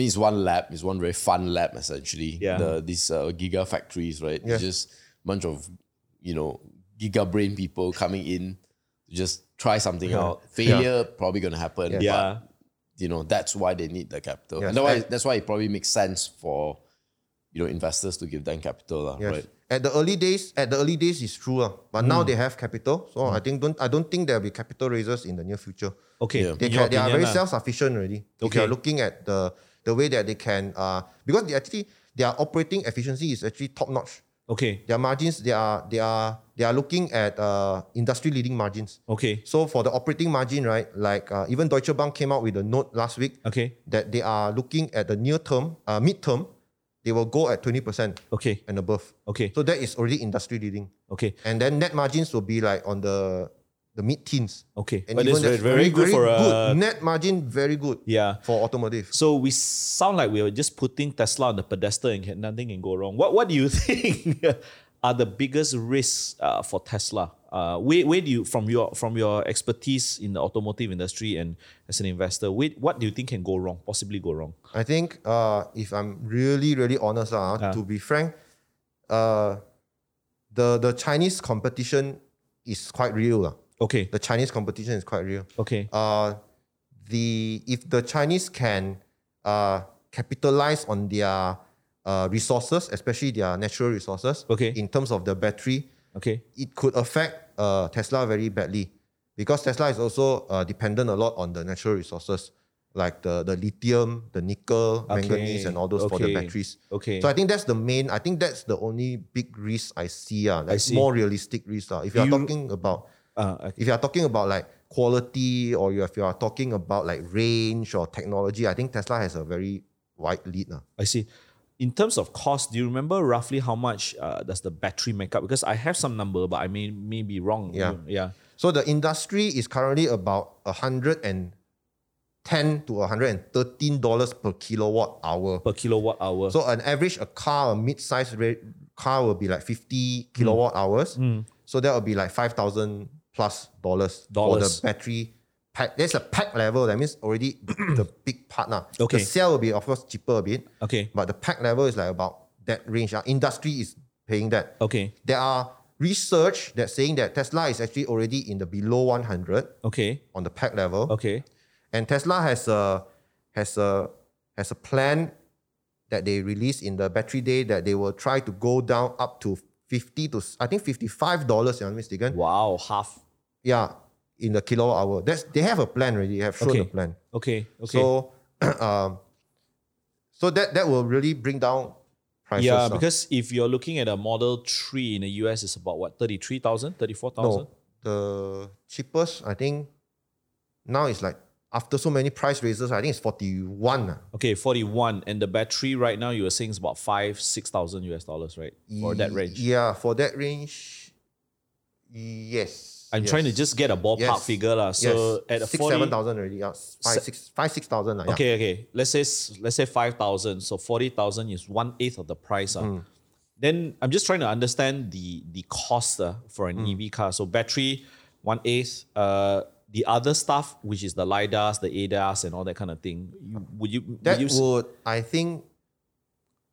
[SPEAKER 4] means one lab is one very fun lab essentially.
[SPEAKER 2] Yeah.
[SPEAKER 4] The, these uh, giga factories, right? It's
[SPEAKER 1] Yeah.
[SPEAKER 4] just a bunch of you know giga brain people coming in to just try something out. Failure probably gonna happen. but,
[SPEAKER 2] yeah,
[SPEAKER 4] you know that's why they need the capital.
[SPEAKER 1] Yes.
[SPEAKER 4] And that's why
[SPEAKER 1] And-
[SPEAKER 4] that's why it probably makes sense for you know investors to give them capital, lah,
[SPEAKER 1] Yes.
[SPEAKER 4] right?
[SPEAKER 1] At the early days, at the early days is true, lah. but now
[SPEAKER 2] Hmm.
[SPEAKER 1] they have capital. So I think don't I don't think there'll be capital raisers in the near future.
[SPEAKER 2] okay.
[SPEAKER 4] Yeah.
[SPEAKER 1] They,
[SPEAKER 2] in
[SPEAKER 1] can,
[SPEAKER 2] your
[SPEAKER 1] they are
[SPEAKER 2] opinion
[SPEAKER 1] very
[SPEAKER 2] lah.
[SPEAKER 1] self-sufficient already. If
[SPEAKER 2] Okay.
[SPEAKER 1] you're looking at the the way that they can uh, because they actually their operating efficiency is actually top notch.
[SPEAKER 2] ah. Okay,
[SPEAKER 1] Their margins, they are they are they are looking at uh, industry leading margins.
[SPEAKER 2] okay,
[SPEAKER 1] So for the operating margin, right, like uh, even Deutsche Bank came out with a note last week
[SPEAKER 2] okay,
[SPEAKER 1] that they are looking at the near term, uh, mid term, they will go at 20%
[SPEAKER 2] okay,
[SPEAKER 1] and above.
[SPEAKER 2] okay,
[SPEAKER 1] So that is already industry leading.
[SPEAKER 2] okay,
[SPEAKER 1] And then net margins will be like on the the mid teens.
[SPEAKER 2] okay.
[SPEAKER 1] And
[SPEAKER 2] but
[SPEAKER 1] even
[SPEAKER 2] it's very,
[SPEAKER 1] that's
[SPEAKER 2] very good for a
[SPEAKER 1] net margin, very good
[SPEAKER 2] yeah.
[SPEAKER 1] for automotive.
[SPEAKER 2] So we sound like we were just putting Tesla on the pedestal and can, nothing can go wrong. What What do you think are the biggest risks uh, for Tesla? Uh, where Where do you from your from your expertise in the automotive industry and as an investor, where, what do you think can go wrong? Possibly go wrong.
[SPEAKER 1] I think uh, if I'm really, really honest, uh, to be frank, uh, the the Chinese competition is quite real. lah.
[SPEAKER 2] Okay.
[SPEAKER 1] The Chinese competition is quite real.
[SPEAKER 2] Okay.
[SPEAKER 1] uh, the if the Chinese can uh, capitalize on their uh, resources, especially their natural resources,
[SPEAKER 2] Okay.
[SPEAKER 1] in terms of the battery,
[SPEAKER 2] Okay.
[SPEAKER 1] it could affect uh, Tesla very badly because Tesla is also uh, dependent a lot on the natural resources like the, the lithium, the nickel, manganese,
[SPEAKER 2] Okay,
[SPEAKER 1] and all those for the
[SPEAKER 2] okay,
[SPEAKER 1] batteries.
[SPEAKER 2] okay.
[SPEAKER 1] So I think that's the main. I think that's the only big risk I see. Uh, that's
[SPEAKER 2] see.
[SPEAKER 1] more realistic risk. Uh. If you're
[SPEAKER 2] you-
[SPEAKER 1] talking about
[SPEAKER 2] Uh,
[SPEAKER 1] if
[SPEAKER 2] okay.
[SPEAKER 1] you are talking about like quality or you- if you are talking about like range or technology, I think Tesla has a very wide lead. uh. lah.
[SPEAKER 2] I see. In terms of cost, do you remember roughly how much uh, does the battery make up? Because I have some number, but I may, may be wrong.
[SPEAKER 1] Yeah.
[SPEAKER 2] Mm, Yeah.
[SPEAKER 1] So the industry is currently about 110 to 113 dollars per kilowatt hour.
[SPEAKER 2] Per kilowatt hour.
[SPEAKER 1] So an average a car, a mid-sized ra- car will be like 50 kilowatt hours.
[SPEAKER 2] Mm.
[SPEAKER 1] So that will be like 5,000 plus dollars,
[SPEAKER 2] Dollars.
[SPEAKER 1] for the battery pack. There's a pack level. That means already the big part. lah.
[SPEAKER 2] Okay.
[SPEAKER 1] The cell will be of course cheaper a bit.
[SPEAKER 2] okay.
[SPEAKER 1] But the pack level is like about that range. Our industry is paying that.
[SPEAKER 2] Okay.
[SPEAKER 1] There are research that's saying that Tesla is actually already in the below 100
[SPEAKER 2] Okay.
[SPEAKER 1] on the pack level.
[SPEAKER 2] Okay.
[SPEAKER 1] And Tesla has a has a has a plan that they released in the battery day that they will try to go down up to 50 to I think 55 dollars, if I'm not mistaken.
[SPEAKER 2] Wow. Half.
[SPEAKER 1] Yeah, in the kilowatt hour. That's they have a plan already. They have shown
[SPEAKER 2] Okay.
[SPEAKER 1] a plan.
[SPEAKER 2] Okay. Okay.
[SPEAKER 1] So um, so that that will really bring down prices.
[SPEAKER 2] yeah,
[SPEAKER 1] lah.
[SPEAKER 2] because if you're looking at a Model 3 in the US, it's about what, 33,000, 34,000?
[SPEAKER 1] No, the cheapest I think now is like after so many price raises, I think it's ah. forty one.
[SPEAKER 2] Okay, 41. And the battery right now, you were saying is about five, 6,000 US dollars, right? Or that range.
[SPEAKER 1] Yeah, for that range, yes.
[SPEAKER 2] I'm
[SPEAKER 1] yes.
[SPEAKER 2] trying to just get a ballpark
[SPEAKER 1] Yes.
[SPEAKER 2] figure. lah.
[SPEAKER 1] yes.
[SPEAKER 2] So at a
[SPEAKER 1] six
[SPEAKER 2] 40,
[SPEAKER 1] seven thousand already. Yeah, five six five six thousand. lah, Yeah.
[SPEAKER 2] Okay, okay. Let's say s- let's say five thousand. So forty thousand is one eighth of the price. ah.
[SPEAKER 1] Mm.
[SPEAKER 2] Then I'm just trying to understand the the cost ah, for
[SPEAKER 1] Mm.
[SPEAKER 2] an EV car. So battery, one eighth. Uh, the other stuff, which is the lidars, the ADAS, and all that kind of thing. You- Would you
[SPEAKER 1] That
[SPEAKER 2] would you
[SPEAKER 1] would I think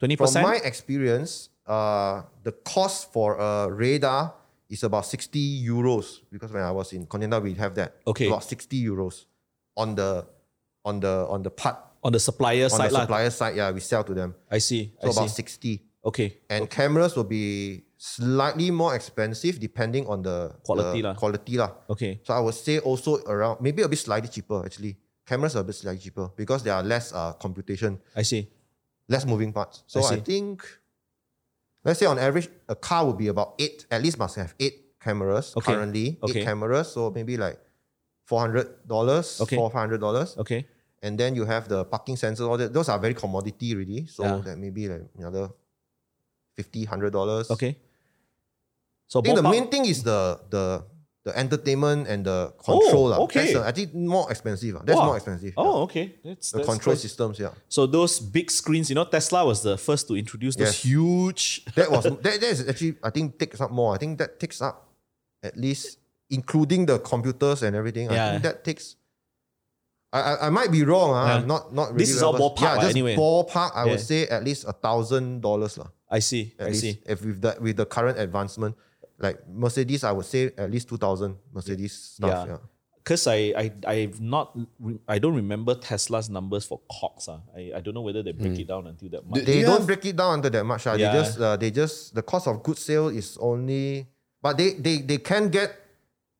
[SPEAKER 2] twenty
[SPEAKER 1] from my
[SPEAKER 2] percent?
[SPEAKER 1] experience, uh, the cost for a radar is about 60 euros because when I was in Continental, we have that.
[SPEAKER 2] Okay.
[SPEAKER 1] About 60 euros on the on the on the part
[SPEAKER 2] On the supplier
[SPEAKER 1] on
[SPEAKER 2] side,
[SPEAKER 1] the
[SPEAKER 2] lah.
[SPEAKER 1] supplier side, yeah, we sell to them.
[SPEAKER 2] I see.
[SPEAKER 1] So
[SPEAKER 2] I
[SPEAKER 1] about
[SPEAKER 2] see.
[SPEAKER 1] 60.
[SPEAKER 2] Okay.
[SPEAKER 1] And cameras will be slightly more expensive depending on the
[SPEAKER 2] Quality
[SPEAKER 1] the
[SPEAKER 2] lah.
[SPEAKER 1] Quality lah.
[SPEAKER 2] Okay.
[SPEAKER 1] So I would say also around maybe a bit slightly cheaper actually. Cameras are a bit slightly cheaper because there are less uh, computation
[SPEAKER 2] I see.
[SPEAKER 1] less moving parts. So I,
[SPEAKER 2] see.
[SPEAKER 1] think, let's say on average, a car would be about eight, at least must have eight cameras
[SPEAKER 2] Okay.
[SPEAKER 1] currently,
[SPEAKER 2] Okay.
[SPEAKER 1] eight cameras. So maybe like $400,
[SPEAKER 2] Okay.
[SPEAKER 1] four hundred dollars
[SPEAKER 2] Okay.
[SPEAKER 1] And then you have the parking sensors, all that. Those are very commodity really. So
[SPEAKER 2] Yeah.
[SPEAKER 1] that maybe like another $50, $100.
[SPEAKER 2] Okay. So
[SPEAKER 1] I think the
[SPEAKER 2] ballpark-
[SPEAKER 1] main thing is the, the, the entertainment and the control. lah.
[SPEAKER 2] Oh, okay.
[SPEAKER 1] That's uh, actually more expensive. lah. That's
[SPEAKER 2] Wow.
[SPEAKER 1] more expensive. yeah.
[SPEAKER 2] Oh, okay. That's
[SPEAKER 1] The
[SPEAKER 2] that's
[SPEAKER 1] control
[SPEAKER 2] quite-
[SPEAKER 1] systems, yeah.
[SPEAKER 2] So those big screens, you know, Tesla was the first to introduce those
[SPEAKER 1] Yes.
[SPEAKER 2] huge.
[SPEAKER 1] That was that, that is actually I think takes up more. I think that takes up at least including the computers and everything. I
[SPEAKER 2] Yeah.
[SPEAKER 1] think that takes I, I, I might be wrong, ah.
[SPEAKER 2] Yeah.
[SPEAKER 1] I'm not not really
[SPEAKER 2] This is all
[SPEAKER 1] well versed. yeah,
[SPEAKER 2] ballpark, lah,
[SPEAKER 1] just
[SPEAKER 2] anyway.
[SPEAKER 1] Ballpark, I would
[SPEAKER 2] Yeah.
[SPEAKER 1] say at least a thousand dollars lah.
[SPEAKER 2] I see.
[SPEAKER 1] At
[SPEAKER 2] I
[SPEAKER 1] least
[SPEAKER 2] see.
[SPEAKER 1] if with the with the current advancement. Like Mercedes, I would say at least two thousand Mercedes stuff.
[SPEAKER 2] Yeah.
[SPEAKER 1] Yeah.
[SPEAKER 2] Because I, I I've not re- I don't remember Tesla's numbers for cogs. Ah, I, I don't know whether they break it down until that much.
[SPEAKER 4] Do
[SPEAKER 1] Hmm. They
[SPEAKER 4] you
[SPEAKER 1] don't
[SPEAKER 4] have-
[SPEAKER 1] break it down until that much. ah.
[SPEAKER 2] Yeah.
[SPEAKER 1] They just uh, they just the cost of goods sale is only but they they they can get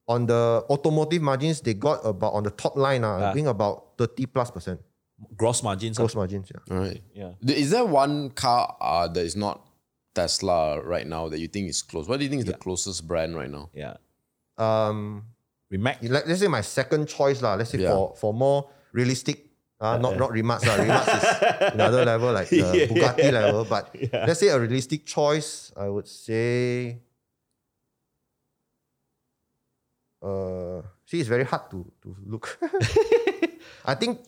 [SPEAKER 1] on the automotive margins they got about on the top line uh, I think about 30 plus percent
[SPEAKER 2] Gross margins. ah.
[SPEAKER 1] gross margins. Yeah.
[SPEAKER 4] All right.
[SPEAKER 2] Yeah.
[SPEAKER 4] Th- Is there one car uh, that is not Tesla right now that you think is close? What do you think is the closest brand right now?
[SPEAKER 2] Yeah.
[SPEAKER 1] Um
[SPEAKER 2] Remac.
[SPEAKER 1] like, let's say my second choice, lah. let's say
[SPEAKER 4] Yeah.
[SPEAKER 1] for, for more realistic uh, not not remarks, uh, remarks is another level like the
[SPEAKER 2] Uh-huh. Yeah,
[SPEAKER 1] Bugatti
[SPEAKER 2] yeah.
[SPEAKER 1] level. But
[SPEAKER 2] Yeah.
[SPEAKER 1] let's say a realistic choice, I would say uh see it's very hard to, to look. I think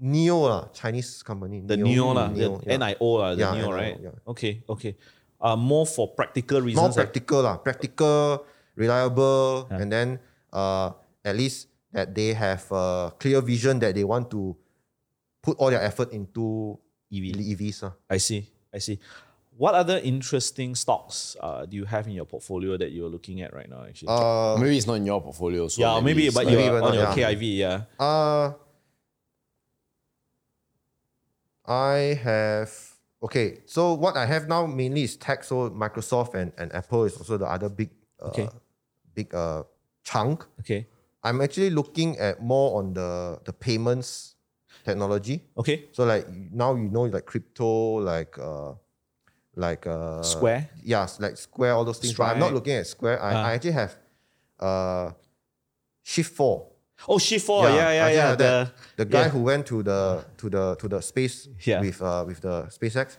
[SPEAKER 1] Neo lah, Chinese company.
[SPEAKER 2] The Neo, lah,
[SPEAKER 1] Neo,
[SPEAKER 2] the
[SPEAKER 1] yeah.
[SPEAKER 2] NIO lah, the
[SPEAKER 1] Yeah,
[SPEAKER 2] Neo,
[SPEAKER 1] NIO,
[SPEAKER 2] right?
[SPEAKER 1] yeah.
[SPEAKER 2] Okay, okay. Uh, more for practical reasons.
[SPEAKER 1] more
[SPEAKER 2] I-
[SPEAKER 1] practical lah, practical, reliable, and then uh, at least that they have a clear vision that they want to put all their effort into
[SPEAKER 2] EV.
[SPEAKER 1] EVs. lah.
[SPEAKER 2] I see. I see. What other interesting stocks uh, do you have in your portfolio that you're looking at right now? Actually,
[SPEAKER 1] Uh,
[SPEAKER 4] maybe it's not in your portfolio. So
[SPEAKER 2] yeah, or maybe,
[SPEAKER 4] it's
[SPEAKER 2] but
[SPEAKER 4] like-
[SPEAKER 1] maybe
[SPEAKER 2] you're
[SPEAKER 1] we're
[SPEAKER 2] on
[SPEAKER 1] not,
[SPEAKER 2] your
[SPEAKER 1] yeah.
[SPEAKER 2] KIV, yeah.
[SPEAKER 1] uh, I have okay. So what I have now mainly is tech. So Microsoft and, and Apple is also the other big uh,
[SPEAKER 2] Okay.
[SPEAKER 1] big uh, chunk.
[SPEAKER 2] Okay,
[SPEAKER 1] I'm actually looking at more on the the payments technology.
[SPEAKER 2] okay.
[SPEAKER 1] So like now you know like crypto, like uh like uh
[SPEAKER 2] Square?
[SPEAKER 1] Yes, like Square, all those things. But I'm not
[SPEAKER 2] Stripe.
[SPEAKER 1] looking at Square. I,
[SPEAKER 2] Ah.
[SPEAKER 1] I actually have uh Shift 4.
[SPEAKER 2] Oh, Shift Four, yeah, yeah, yeah.
[SPEAKER 1] I actually have
[SPEAKER 2] The,
[SPEAKER 1] that. the guy
[SPEAKER 2] yeah.
[SPEAKER 1] who went to the to the to the space
[SPEAKER 2] Yeah.
[SPEAKER 1] with uh with the SpaceX.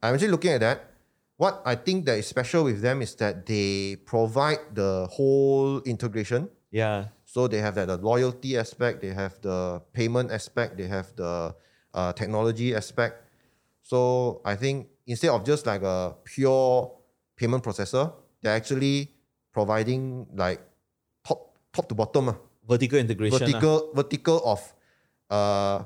[SPEAKER 1] I'm actually looking at that. What I think that is special with them is that they provide the whole integration.
[SPEAKER 2] yeah,
[SPEAKER 1] So they have that the loyalty aspect, they have the payment aspect, they have the uh, technology aspect. So I think instead of just like a pure payment processor, they're actually providing like top top to bottom ah,
[SPEAKER 2] vertical integration. ah.
[SPEAKER 1] vertical vertical of uh,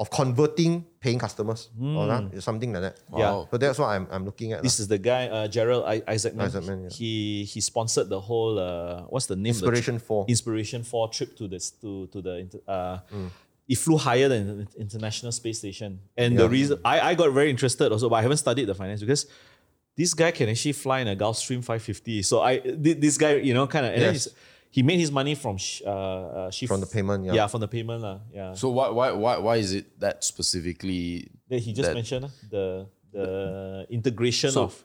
[SPEAKER 1] of converting paying customers or that, something like that.
[SPEAKER 2] Yeah.
[SPEAKER 4] Wow.
[SPEAKER 1] So that's what I'm, I'm looking at. ah, lah.
[SPEAKER 2] This Hmm. is the guy, uh, Gerald I- Isaacman.
[SPEAKER 1] Isaacman, yeah.
[SPEAKER 2] He he sponsored the whole uh, what's the name? of the trip?
[SPEAKER 1] Inspiration four.
[SPEAKER 2] Inspiration for trip to this to to the inter- uh,
[SPEAKER 1] Mm.
[SPEAKER 2] it flew higher than the International Space Station. And the
[SPEAKER 1] Yeah.
[SPEAKER 2] reason I, I got very interested also, but I haven't studied the finance because this guy can actually fly in a Gulfstream 550. So I thi- this guy you know kind of and then
[SPEAKER 1] Yes.
[SPEAKER 2] he's- he made his money from sh- uh, uh, shift
[SPEAKER 1] From the payment, yeah.
[SPEAKER 2] yeah from the payment lah yeah.
[SPEAKER 4] So why why why why is it that specifically?
[SPEAKER 2] Then he just
[SPEAKER 4] that-
[SPEAKER 2] mentioned ah, the the integration
[SPEAKER 4] So-
[SPEAKER 2] of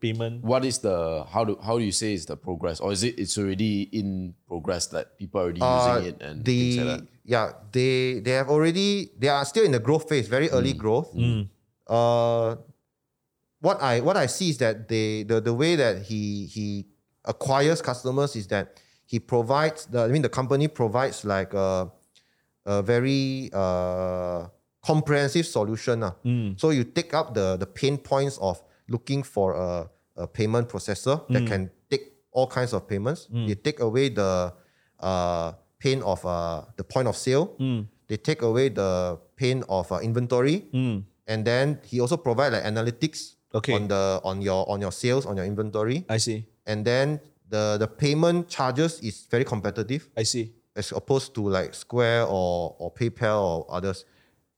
[SPEAKER 2] payment.
[SPEAKER 4] What is the how do how do you say is the progress or is it it's already in progress that people are already
[SPEAKER 2] Uh,
[SPEAKER 4] using it and things like that?
[SPEAKER 1] Uh, yeah they they have already they are still in the growth phase very early
[SPEAKER 4] Mm.
[SPEAKER 1] growth uh what i what i see is that they the, the way that he he acquires customers is that he provides the i mean the company provides like uh, a, a very uh comprehensive solution ah. so you take up the the pain points of looking for a, a payment processor that can take all kinds of payments you take away the uh, pain of uh, the point of sale. They take away the pain of uh, inventory, and then he also provide like analytics
[SPEAKER 2] Okay.
[SPEAKER 1] on the on your on your sales on your inventory,
[SPEAKER 2] I see.
[SPEAKER 1] and then the the payment charges is very competitive
[SPEAKER 2] I see.
[SPEAKER 1] as opposed to like Square or or PayPal or others.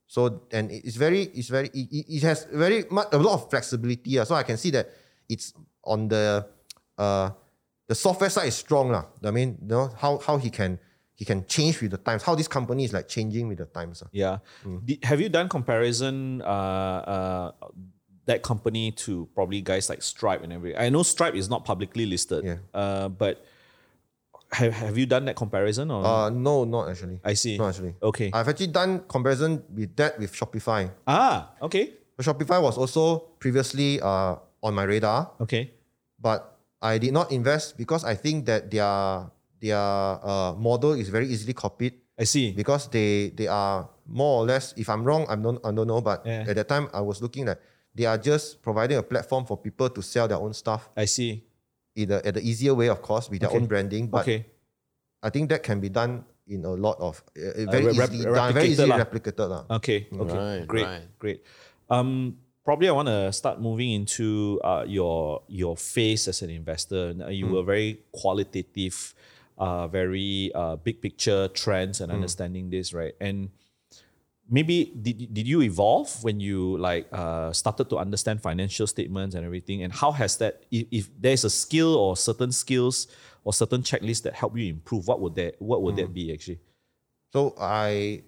[SPEAKER 1] So and it- it's very it's very it, it- it has very much a lot of flexibility. ah. So I can see that it's on the uh the software side is strong lah. I mean, you know how how he can he can change with the times. How this company is like changing with the times. ah.
[SPEAKER 2] Yeah. Did- have you done comparison uh, uh, that company to probably guys like Stripe and everything? I know Stripe is not publicly listed,
[SPEAKER 1] Yeah.
[SPEAKER 2] uh, but have, have you done that comparison? Or
[SPEAKER 1] Uh no, not actually.
[SPEAKER 2] I see.
[SPEAKER 1] Not actually.
[SPEAKER 2] Okay.
[SPEAKER 1] I've actually done comparison with that with Shopify.
[SPEAKER 2] ah, okay,
[SPEAKER 1] Shopify was also previously uh on my radar.
[SPEAKER 2] okay,
[SPEAKER 1] but I did not invest because I think that their their uh, model is very easily copied
[SPEAKER 2] I see.
[SPEAKER 1] because they they are more or less. If I'm wrong, I'm not I don't know. But
[SPEAKER 2] Yeah.
[SPEAKER 1] at that time, I was looking at they are just providing a platform for people to sell their own stuff
[SPEAKER 2] I see.
[SPEAKER 1] in the, at the easier way, of course, with their
[SPEAKER 2] Okay.
[SPEAKER 1] own branding. But
[SPEAKER 2] okay.
[SPEAKER 1] I think that can be done in a lot of uh, uh, very
[SPEAKER 2] rep-
[SPEAKER 1] easily done, very
[SPEAKER 2] replicated
[SPEAKER 1] easily
[SPEAKER 2] lah.
[SPEAKER 1] replicated lah.
[SPEAKER 2] Okay. Okay.
[SPEAKER 4] Right,
[SPEAKER 2] great.
[SPEAKER 4] right.
[SPEAKER 2] Great. Um, probably I want to start moving into uh, your your face as an investor. Now, you were very qualitative, uh, very uh, big picture trends and understanding this right. And maybe did, did you evolve when you like uh, started to understand financial statements and everything? And how has that? If, if there's a skill or certain skills or certain checklists that help you improve, what would that what would that be actually?
[SPEAKER 1] So I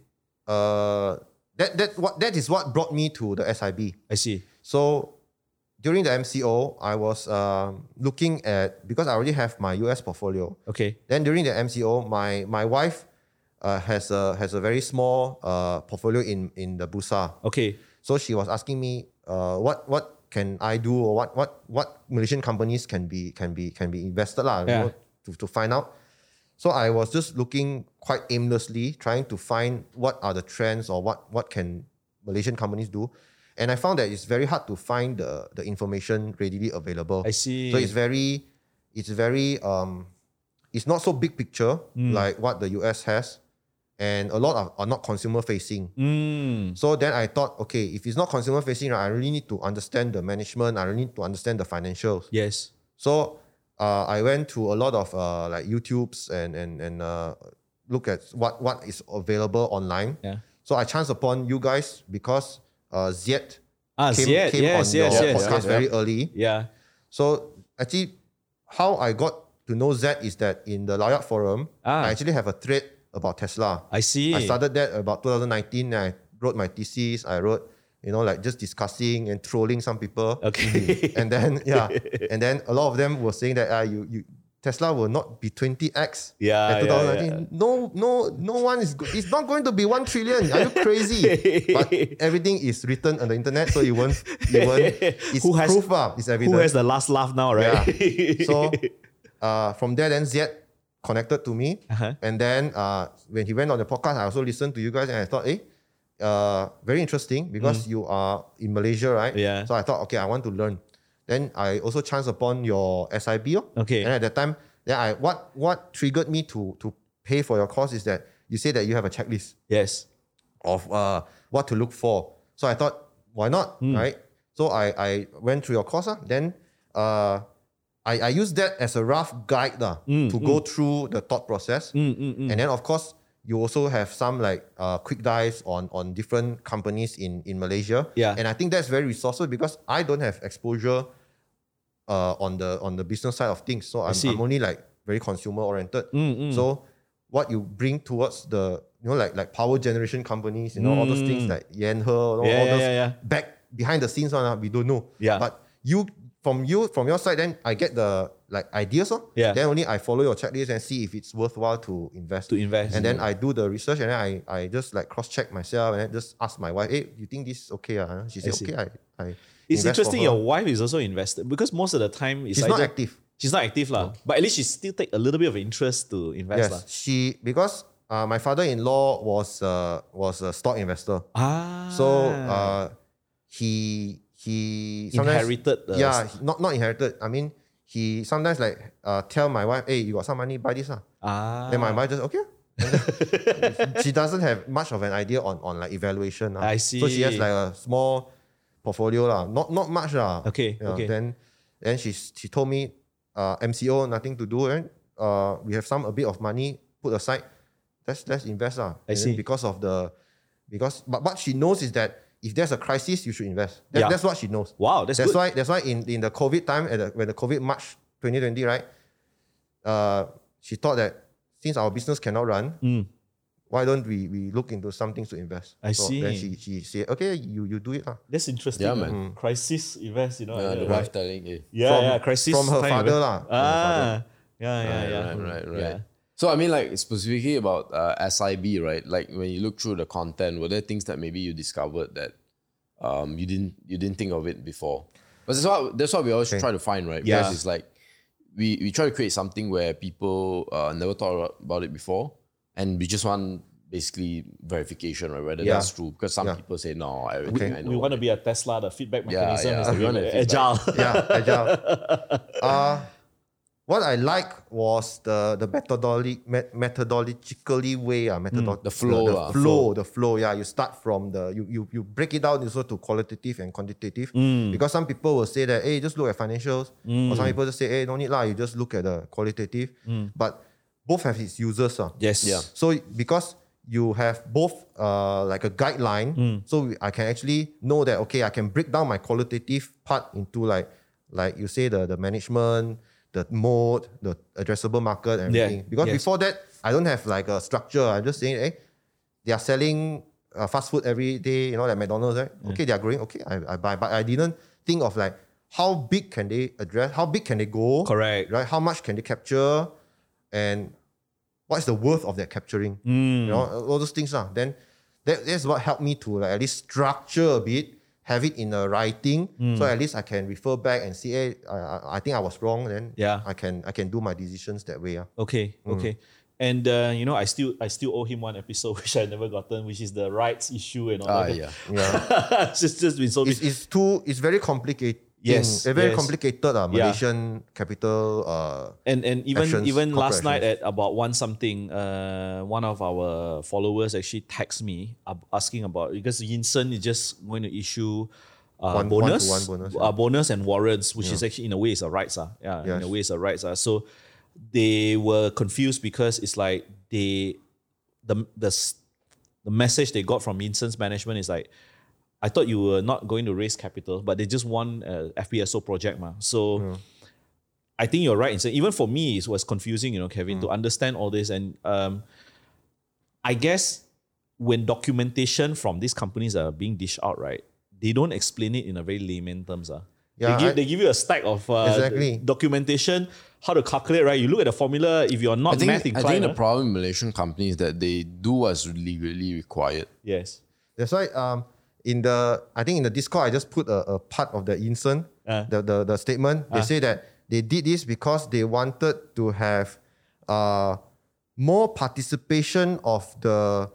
[SPEAKER 1] uh, that that what that is what brought me to the SIB.
[SPEAKER 2] I see.
[SPEAKER 1] So during the MCO, I was um, looking at because I already have my US portfolio.
[SPEAKER 2] Okay.
[SPEAKER 1] Then during the MCO, my my wife uh, has a has a very small uh, portfolio in in the Bursa.
[SPEAKER 2] Okay.
[SPEAKER 1] So she was asking me, uh, what what can I do or what what what Malaysian companies can be can be can be invested lah, you
[SPEAKER 2] Yeah.
[SPEAKER 1] know, to, to find out. So I was just looking quite aimlessly, trying to find what are the trends or what what can Malaysian companies do. And I found that it's very hard to find the, the information readily available.
[SPEAKER 2] I see.
[SPEAKER 1] So it's very it's very um it's not so big picture
[SPEAKER 2] Hmm.
[SPEAKER 1] like what the US has. And a lot of, are not consumer facing.
[SPEAKER 2] Mm.
[SPEAKER 1] So then I thought, okay, if it's not consumer facing, right, I really need to understand the management. I really need to understand the financials.
[SPEAKER 2] Yes.
[SPEAKER 1] So uh, I went to a lot of uh, like YouTubes and and and uh, look at what what is available online.
[SPEAKER 2] Yeah.
[SPEAKER 1] So I chanced upon you guys because uh, Ziet
[SPEAKER 2] Ah,
[SPEAKER 1] came,
[SPEAKER 2] Ziet,
[SPEAKER 1] came
[SPEAKER 2] yes,
[SPEAKER 1] on
[SPEAKER 2] yes,
[SPEAKER 1] your
[SPEAKER 2] yes,
[SPEAKER 1] podcast
[SPEAKER 2] yes.
[SPEAKER 1] very early.
[SPEAKER 2] Yeah.
[SPEAKER 1] So actually, how I got to know Zed is that in the Layak forum,
[SPEAKER 2] Ah.
[SPEAKER 1] I actually have a thread about Tesla.
[SPEAKER 2] I see.
[SPEAKER 1] I started that about 2019. I wrote my thesis. I wrote, you know, like just discussing and trolling some people.
[SPEAKER 2] Okay.
[SPEAKER 1] And then yeah, and then a lot of them were saying that ah, you you Tesla will not be 20x. at
[SPEAKER 2] Yeah,
[SPEAKER 1] 2019.
[SPEAKER 2] yeah,
[SPEAKER 1] No, no, no one is. Go- it's not going to be one trillion. Are you crazy? but everything is written on the internet, so you won't. You won't. It's
[SPEAKER 2] Who has-
[SPEAKER 1] proof. ah. It's evident.
[SPEAKER 2] Who has the last laugh now, right?
[SPEAKER 1] Yeah. so uh, from there, then Ziet connected to me.
[SPEAKER 2] Uh-huh.
[SPEAKER 1] And then uh, when he went on the podcast, I also listened to you guys and I thought, eh, uh, very interesting because you are in Malaysia, right?
[SPEAKER 2] Mm. Yeah.
[SPEAKER 1] So I thought, okay, I want to learn. Then I also chanced upon your SIB. oh.
[SPEAKER 2] Okay.
[SPEAKER 1] And at that time, then I what what triggered me to to pay for your course is that you say that you have a checklist
[SPEAKER 2] yes.
[SPEAKER 1] of uh, what to look for. So I thought, why not, right? So I, I went through your course. ah. Then uh, I, I used that as a rough guide lah, to go through the thought process. And then, of course, you also have some like uh, quick dives on, on different companies in, in Malaysia.
[SPEAKER 2] Yeah.
[SPEAKER 1] And I think that's very resourceful because I don't have exposure uh, on the on the business side of things. So I'm,
[SPEAKER 2] see. Mm,
[SPEAKER 1] I'm only like very consumer oriented. So what you bring towards the you know like like power generation companies, you know all those things like Yanhe, all,
[SPEAKER 2] Mm. Yeah,
[SPEAKER 1] all
[SPEAKER 2] yeah,
[SPEAKER 1] those
[SPEAKER 2] yeah, yeah.
[SPEAKER 1] back behind the scenes one, ah, we don't know.
[SPEAKER 2] Yeah.
[SPEAKER 1] But you from you from your side, then I get the like ideas. Oh.
[SPEAKER 2] Yeah.
[SPEAKER 1] Then only I follow your checklist and see if it's worthwhile to invest.
[SPEAKER 2] To invest.
[SPEAKER 1] And then I do the research and then I, I just like cross check myself and then just ask my wife, hey, you think this is okay? Ah? She said,
[SPEAKER 2] see.
[SPEAKER 1] okay, I, I
[SPEAKER 2] It's
[SPEAKER 1] invest for
[SPEAKER 2] interesting.
[SPEAKER 1] her."
[SPEAKER 2] Your wife is also invested because most of the time it's
[SPEAKER 1] She's not
[SPEAKER 2] either-
[SPEAKER 1] active.
[SPEAKER 2] She's not active lah, but at least she still take a little bit of interest to invest lah.
[SPEAKER 1] Yes, she because uh, my father-in-law was uh, was a stock investor,
[SPEAKER 2] Ah.
[SPEAKER 1] so uh, he he sometimes-
[SPEAKER 2] inherited. The
[SPEAKER 1] yeah, he- not not inherited. I mean, he sometimes like uh, tell my wife, "Hey, you got some money, buy this lah."
[SPEAKER 2] Ah.
[SPEAKER 1] Then my wife just okay. she doesn't have much of an idea on, on like evaluation. lah.
[SPEAKER 2] I
[SPEAKER 1] So she has
[SPEAKER 2] see.
[SPEAKER 1] like a small portfolio lah. Not not much lah.
[SPEAKER 2] Okay,
[SPEAKER 1] Yeah,
[SPEAKER 2] okay.
[SPEAKER 1] Then then she she told me uh, MCO nothing to do and uh, we have some a bit of money put aside. Let's let's invest lah.
[SPEAKER 2] I
[SPEAKER 1] And
[SPEAKER 2] see.
[SPEAKER 1] then Because of the because but what she knows is that if there's a crisis, you should invest. That-
[SPEAKER 2] Yeah.
[SPEAKER 1] That's what she knows.
[SPEAKER 2] Wow, that's,
[SPEAKER 1] That's
[SPEAKER 2] good.
[SPEAKER 1] why that's why in, in the COVID time at the, when the COVID March 2020, right? Uh, she thought that since our business cannot run,
[SPEAKER 2] Mm.
[SPEAKER 1] why don't we, we look into some things to invest?
[SPEAKER 2] I
[SPEAKER 1] Then
[SPEAKER 2] see.
[SPEAKER 1] she, she said, okay, you, you do it. lah."
[SPEAKER 2] That's interesting.
[SPEAKER 4] Yeah,
[SPEAKER 2] uh,
[SPEAKER 4] man.
[SPEAKER 2] Crisis invest, you know.
[SPEAKER 4] Yeah,
[SPEAKER 2] and
[SPEAKER 4] the
[SPEAKER 2] then-
[SPEAKER 4] wife telling eh.
[SPEAKER 2] Yeah,
[SPEAKER 1] Mm. From-
[SPEAKER 2] yeah, crisis
[SPEAKER 1] from her
[SPEAKER 2] time
[SPEAKER 1] father
[SPEAKER 2] event.
[SPEAKER 1] lah, from her
[SPEAKER 2] Ah, yeah, yeah,
[SPEAKER 4] Right,
[SPEAKER 2] yeah. Hmm.
[SPEAKER 4] right, right, right.
[SPEAKER 2] Yeah.
[SPEAKER 4] So I mean, like specifically about uh, SIB, right? Like when you look through the content, were there things that maybe you discovered that um, you didn't you didn't think of it before? But that's what that's what we always try to find, right?
[SPEAKER 2] Yeah.
[SPEAKER 4] Because it's like we we try to create something where people uh, never thought about it before, and we just want basically verification, right? Whether
[SPEAKER 1] Yeah.
[SPEAKER 4] that's true, because some
[SPEAKER 1] Yeah.
[SPEAKER 4] people say no, everything I know.
[SPEAKER 2] We want to be a Tesla. The feedback
[SPEAKER 4] Yeah,
[SPEAKER 2] mechanism
[SPEAKER 4] yeah.
[SPEAKER 2] is to
[SPEAKER 4] We
[SPEAKER 2] be
[SPEAKER 4] wanna feedback.
[SPEAKER 2] agile.
[SPEAKER 1] yeah, agile. Uh, what I like was the the methodology, met, methodologically way, uh, methodol-
[SPEAKER 4] Mm, the flow ah.
[SPEAKER 1] the,
[SPEAKER 4] lah,
[SPEAKER 1] flow, the flow. Yeah, you start from the you you, you break it down also to qualitative and quantitative
[SPEAKER 2] Mm.
[SPEAKER 1] because some people will say that hey, just look at financials, or some people just say hey, no need lah, you just look at the qualitative. But both have its users. Uh.
[SPEAKER 2] Mm. yes.
[SPEAKER 4] Yeah.
[SPEAKER 1] So because you have both uh, like a guideline,
[SPEAKER 2] Mm.
[SPEAKER 1] so I can actually know that okay, I can break down my qualitative part into like like you say the the management, the mode, the addressable market, and
[SPEAKER 2] Yeah,
[SPEAKER 1] everything. Because
[SPEAKER 2] yes.
[SPEAKER 1] before that, I don't have like a structure. I'm just saying, hey, they are selling uh, fast food every day, you know, like McDonald's, right? Okay, they are growing. Okay, I, I buy, but I didn't think of like how big can they address, how big can they go,
[SPEAKER 2] Correct.
[SPEAKER 1] right? How much can they capture, and what's the worth of that capturing?
[SPEAKER 2] Mm.
[SPEAKER 1] You know, all those things. lah. Then that, that's what helped me to like at least structure a bit, have it in a writing,
[SPEAKER 2] Mm.
[SPEAKER 1] so at least I can refer back and see. Hey, I, I- I think I was wrong. Then
[SPEAKER 2] Yeah.
[SPEAKER 1] I can I can do my decisions that way. ah.
[SPEAKER 2] Okay.
[SPEAKER 4] Mm.
[SPEAKER 2] Okay. And uh, you know, I still I still owe him one episode which I never gotten, which is the rights issue and all
[SPEAKER 4] Ah,
[SPEAKER 2] that.
[SPEAKER 4] yeah.
[SPEAKER 1] Yeah,
[SPEAKER 2] it's just, just been so
[SPEAKER 1] it's,
[SPEAKER 2] busy.
[SPEAKER 1] it's too it's very complicated.
[SPEAKER 2] Yes,
[SPEAKER 1] it's very
[SPEAKER 2] yes.
[SPEAKER 1] complicated. Uh,
[SPEAKER 2] Yeah.
[SPEAKER 1] Malaysian capital. Uh,
[SPEAKER 2] and and even
[SPEAKER 1] actions,
[SPEAKER 2] even
[SPEAKER 1] corporate
[SPEAKER 2] last night at about one something, uh, one of our followers actually texted me ab- asking about because Yinsen is just going to issue uh,
[SPEAKER 1] One-
[SPEAKER 2] bonus,
[SPEAKER 1] one-to-one bonus,
[SPEAKER 2] uh, bonus and warrants, which is actually in a way is a rights, ah, yeah,
[SPEAKER 1] Yes.
[SPEAKER 2] in a way is a rights, ah. So they were confused because it's like they the the s- the message they got from Yinsen's management is like. I thought you were not going to raise capital, but they just uh, won a FPSO project, ma. So I think you're right. in saying even for me, it was confusing, you know, Kevin,
[SPEAKER 4] Mm.
[SPEAKER 2] to understand all this. And um, I guess when documentation from these companies are being dished out, right, they don't explain it in a very layman terms. Uh.
[SPEAKER 1] Yeah,
[SPEAKER 2] they, give,
[SPEAKER 1] I-
[SPEAKER 2] they give you a stack of uh,
[SPEAKER 1] Exactly.
[SPEAKER 2] documentation, how to calculate, right? You look at the formula, if you're not
[SPEAKER 4] I think,
[SPEAKER 2] math
[SPEAKER 4] I
[SPEAKER 2] inclined.
[SPEAKER 4] think the
[SPEAKER 2] uh,
[SPEAKER 4] problem in Malaysian companies is that they do what's legally required.
[SPEAKER 2] ah. yes.
[SPEAKER 1] That's why um in the I think in the Discord I just put a, a part of the insert
[SPEAKER 2] Ah.
[SPEAKER 1] the, the the statement.
[SPEAKER 2] Uh.
[SPEAKER 1] They say that they did this because they wanted to have uh more participation of the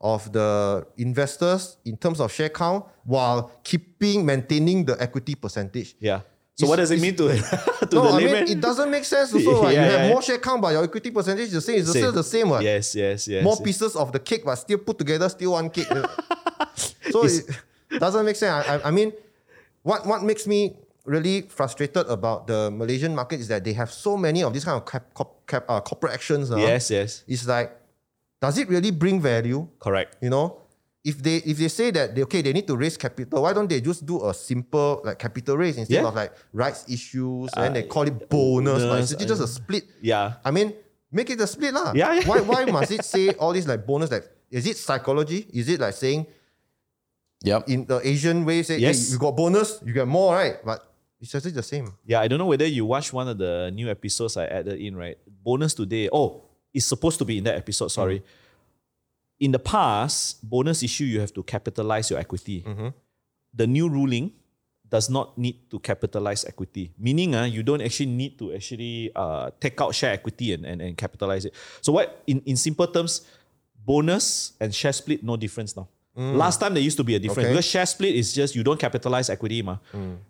[SPEAKER 1] of the investors in terms of share count while keeping maintaining the equity percentage.
[SPEAKER 2] Yeah.
[SPEAKER 1] It's-
[SPEAKER 2] So what does
[SPEAKER 1] it's-
[SPEAKER 2] it mean to, to
[SPEAKER 1] No,
[SPEAKER 2] the
[SPEAKER 1] I
[SPEAKER 2] layman?
[SPEAKER 1] mean it doesn't make sense. Also, right?
[SPEAKER 2] Yeah,
[SPEAKER 1] you have
[SPEAKER 2] yeah,
[SPEAKER 1] more share count, but your equity percentage is the same. It's still the same. Right?
[SPEAKER 2] Yes, yes, yes.
[SPEAKER 1] more pieces of the cake, but still put together, still one cake. so it doesn't make sense. I, I, I mean, what what makes me really frustrated about the Malaysian market is that they have so many of these kind of cap, cop- cap, uh, corporate actions. ah.
[SPEAKER 2] Yes, yes.
[SPEAKER 1] it's like, does it really bring value?
[SPEAKER 2] Correct.
[SPEAKER 1] You know, if they if they say that they, okay they need to raise capital, why don't they just do a simple like capital raise instead
[SPEAKER 2] Yeah. Uh,
[SPEAKER 1] of like rights issues and they call it bonus? but it's
[SPEAKER 2] bonus,
[SPEAKER 1] just a split.
[SPEAKER 2] Yeah.
[SPEAKER 1] I mean, make it a split lah.
[SPEAKER 2] Yeah, yeah.
[SPEAKER 1] Why why must it say all this like bonus? Like, is it psychology? Is it like saying
[SPEAKER 4] Yep.
[SPEAKER 1] in the Asian way, say
[SPEAKER 2] Yes.
[SPEAKER 1] hey, you got bonus, you get more, right? But it's actually the same.
[SPEAKER 2] Yeah, I don't know whether you watched one of the new episodes I added in, right? Bonus today. Oh, it's supposed to be in that episode, sorry. In the past, bonus issue, you have to capitalize your equity. The new ruling does not need to capitalize equity, meaning uh, you don't actually need to actually uh, take out share equity and, and, and capitalize it. So, what in, in simple terms, bonus and share split, no difference now. Last time there used to be a difference
[SPEAKER 1] Okay.
[SPEAKER 2] because share split is just you don't capitalize equity. Ma.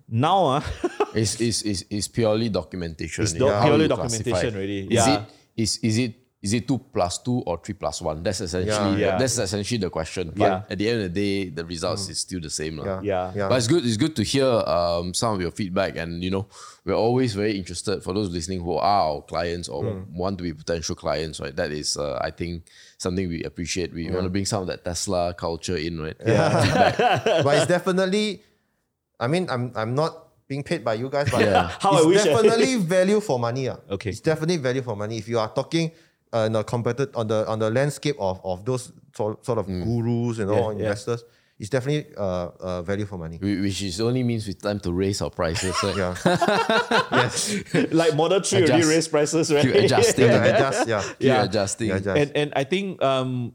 [SPEAKER 2] Now, uh,
[SPEAKER 4] It's, it's, it's, it's purely documentation.
[SPEAKER 2] It's
[SPEAKER 4] eh,
[SPEAKER 2] doc-
[SPEAKER 4] how
[SPEAKER 2] purely
[SPEAKER 4] you classify
[SPEAKER 2] documentation
[SPEAKER 4] it.
[SPEAKER 2] already,
[SPEAKER 4] Is
[SPEAKER 2] yeah.
[SPEAKER 4] it is is it is it two plus two or three plus one? That's essentially
[SPEAKER 2] Yeah. Yeah.
[SPEAKER 4] that's essentially the question. But
[SPEAKER 2] Yeah.
[SPEAKER 4] at the end of the day, the results is still the same. lah.
[SPEAKER 1] Yeah.
[SPEAKER 2] Yeah.
[SPEAKER 1] Yeah.
[SPEAKER 4] But it's good. It's good to hear um, some of your feedback, and you know, we're always very interested for those listening who are our clients or
[SPEAKER 2] Mm.
[SPEAKER 4] want to be potential clients. Right, that is, uh, I think, something we appreciate. We want to bring some of that Tesla culture in, right? Yeah,
[SPEAKER 1] but it's definitely I mean I'm I'm not being paid by you guys, but
[SPEAKER 4] Yeah.
[SPEAKER 2] How I
[SPEAKER 1] it's
[SPEAKER 2] wish I-
[SPEAKER 1] definitely value for money. ah.
[SPEAKER 2] Okay.
[SPEAKER 1] It's definitely value for money. If you are talking uh, in a competitive on the on the landscape of, of those sort, sort of gurus and all
[SPEAKER 2] Mm. yeah.
[SPEAKER 1] investors, it's definitely uh, uh, value for money.
[SPEAKER 4] Whi- which is only means with time to raise our prices. right?
[SPEAKER 1] Yeah.
[SPEAKER 2] like Model 3 already
[SPEAKER 4] Adjust.
[SPEAKER 2] raised prices, right?
[SPEAKER 4] Keep adjusting.
[SPEAKER 1] yeah, adjust, yeah.
[SPEAKER 4] Keep
[SPEAKER 2] Yeah.
[SPEAKER 4] adjusting.
[SPEAKER 1] Yeah, adjust.
[SPEAKER 2] and and I think um,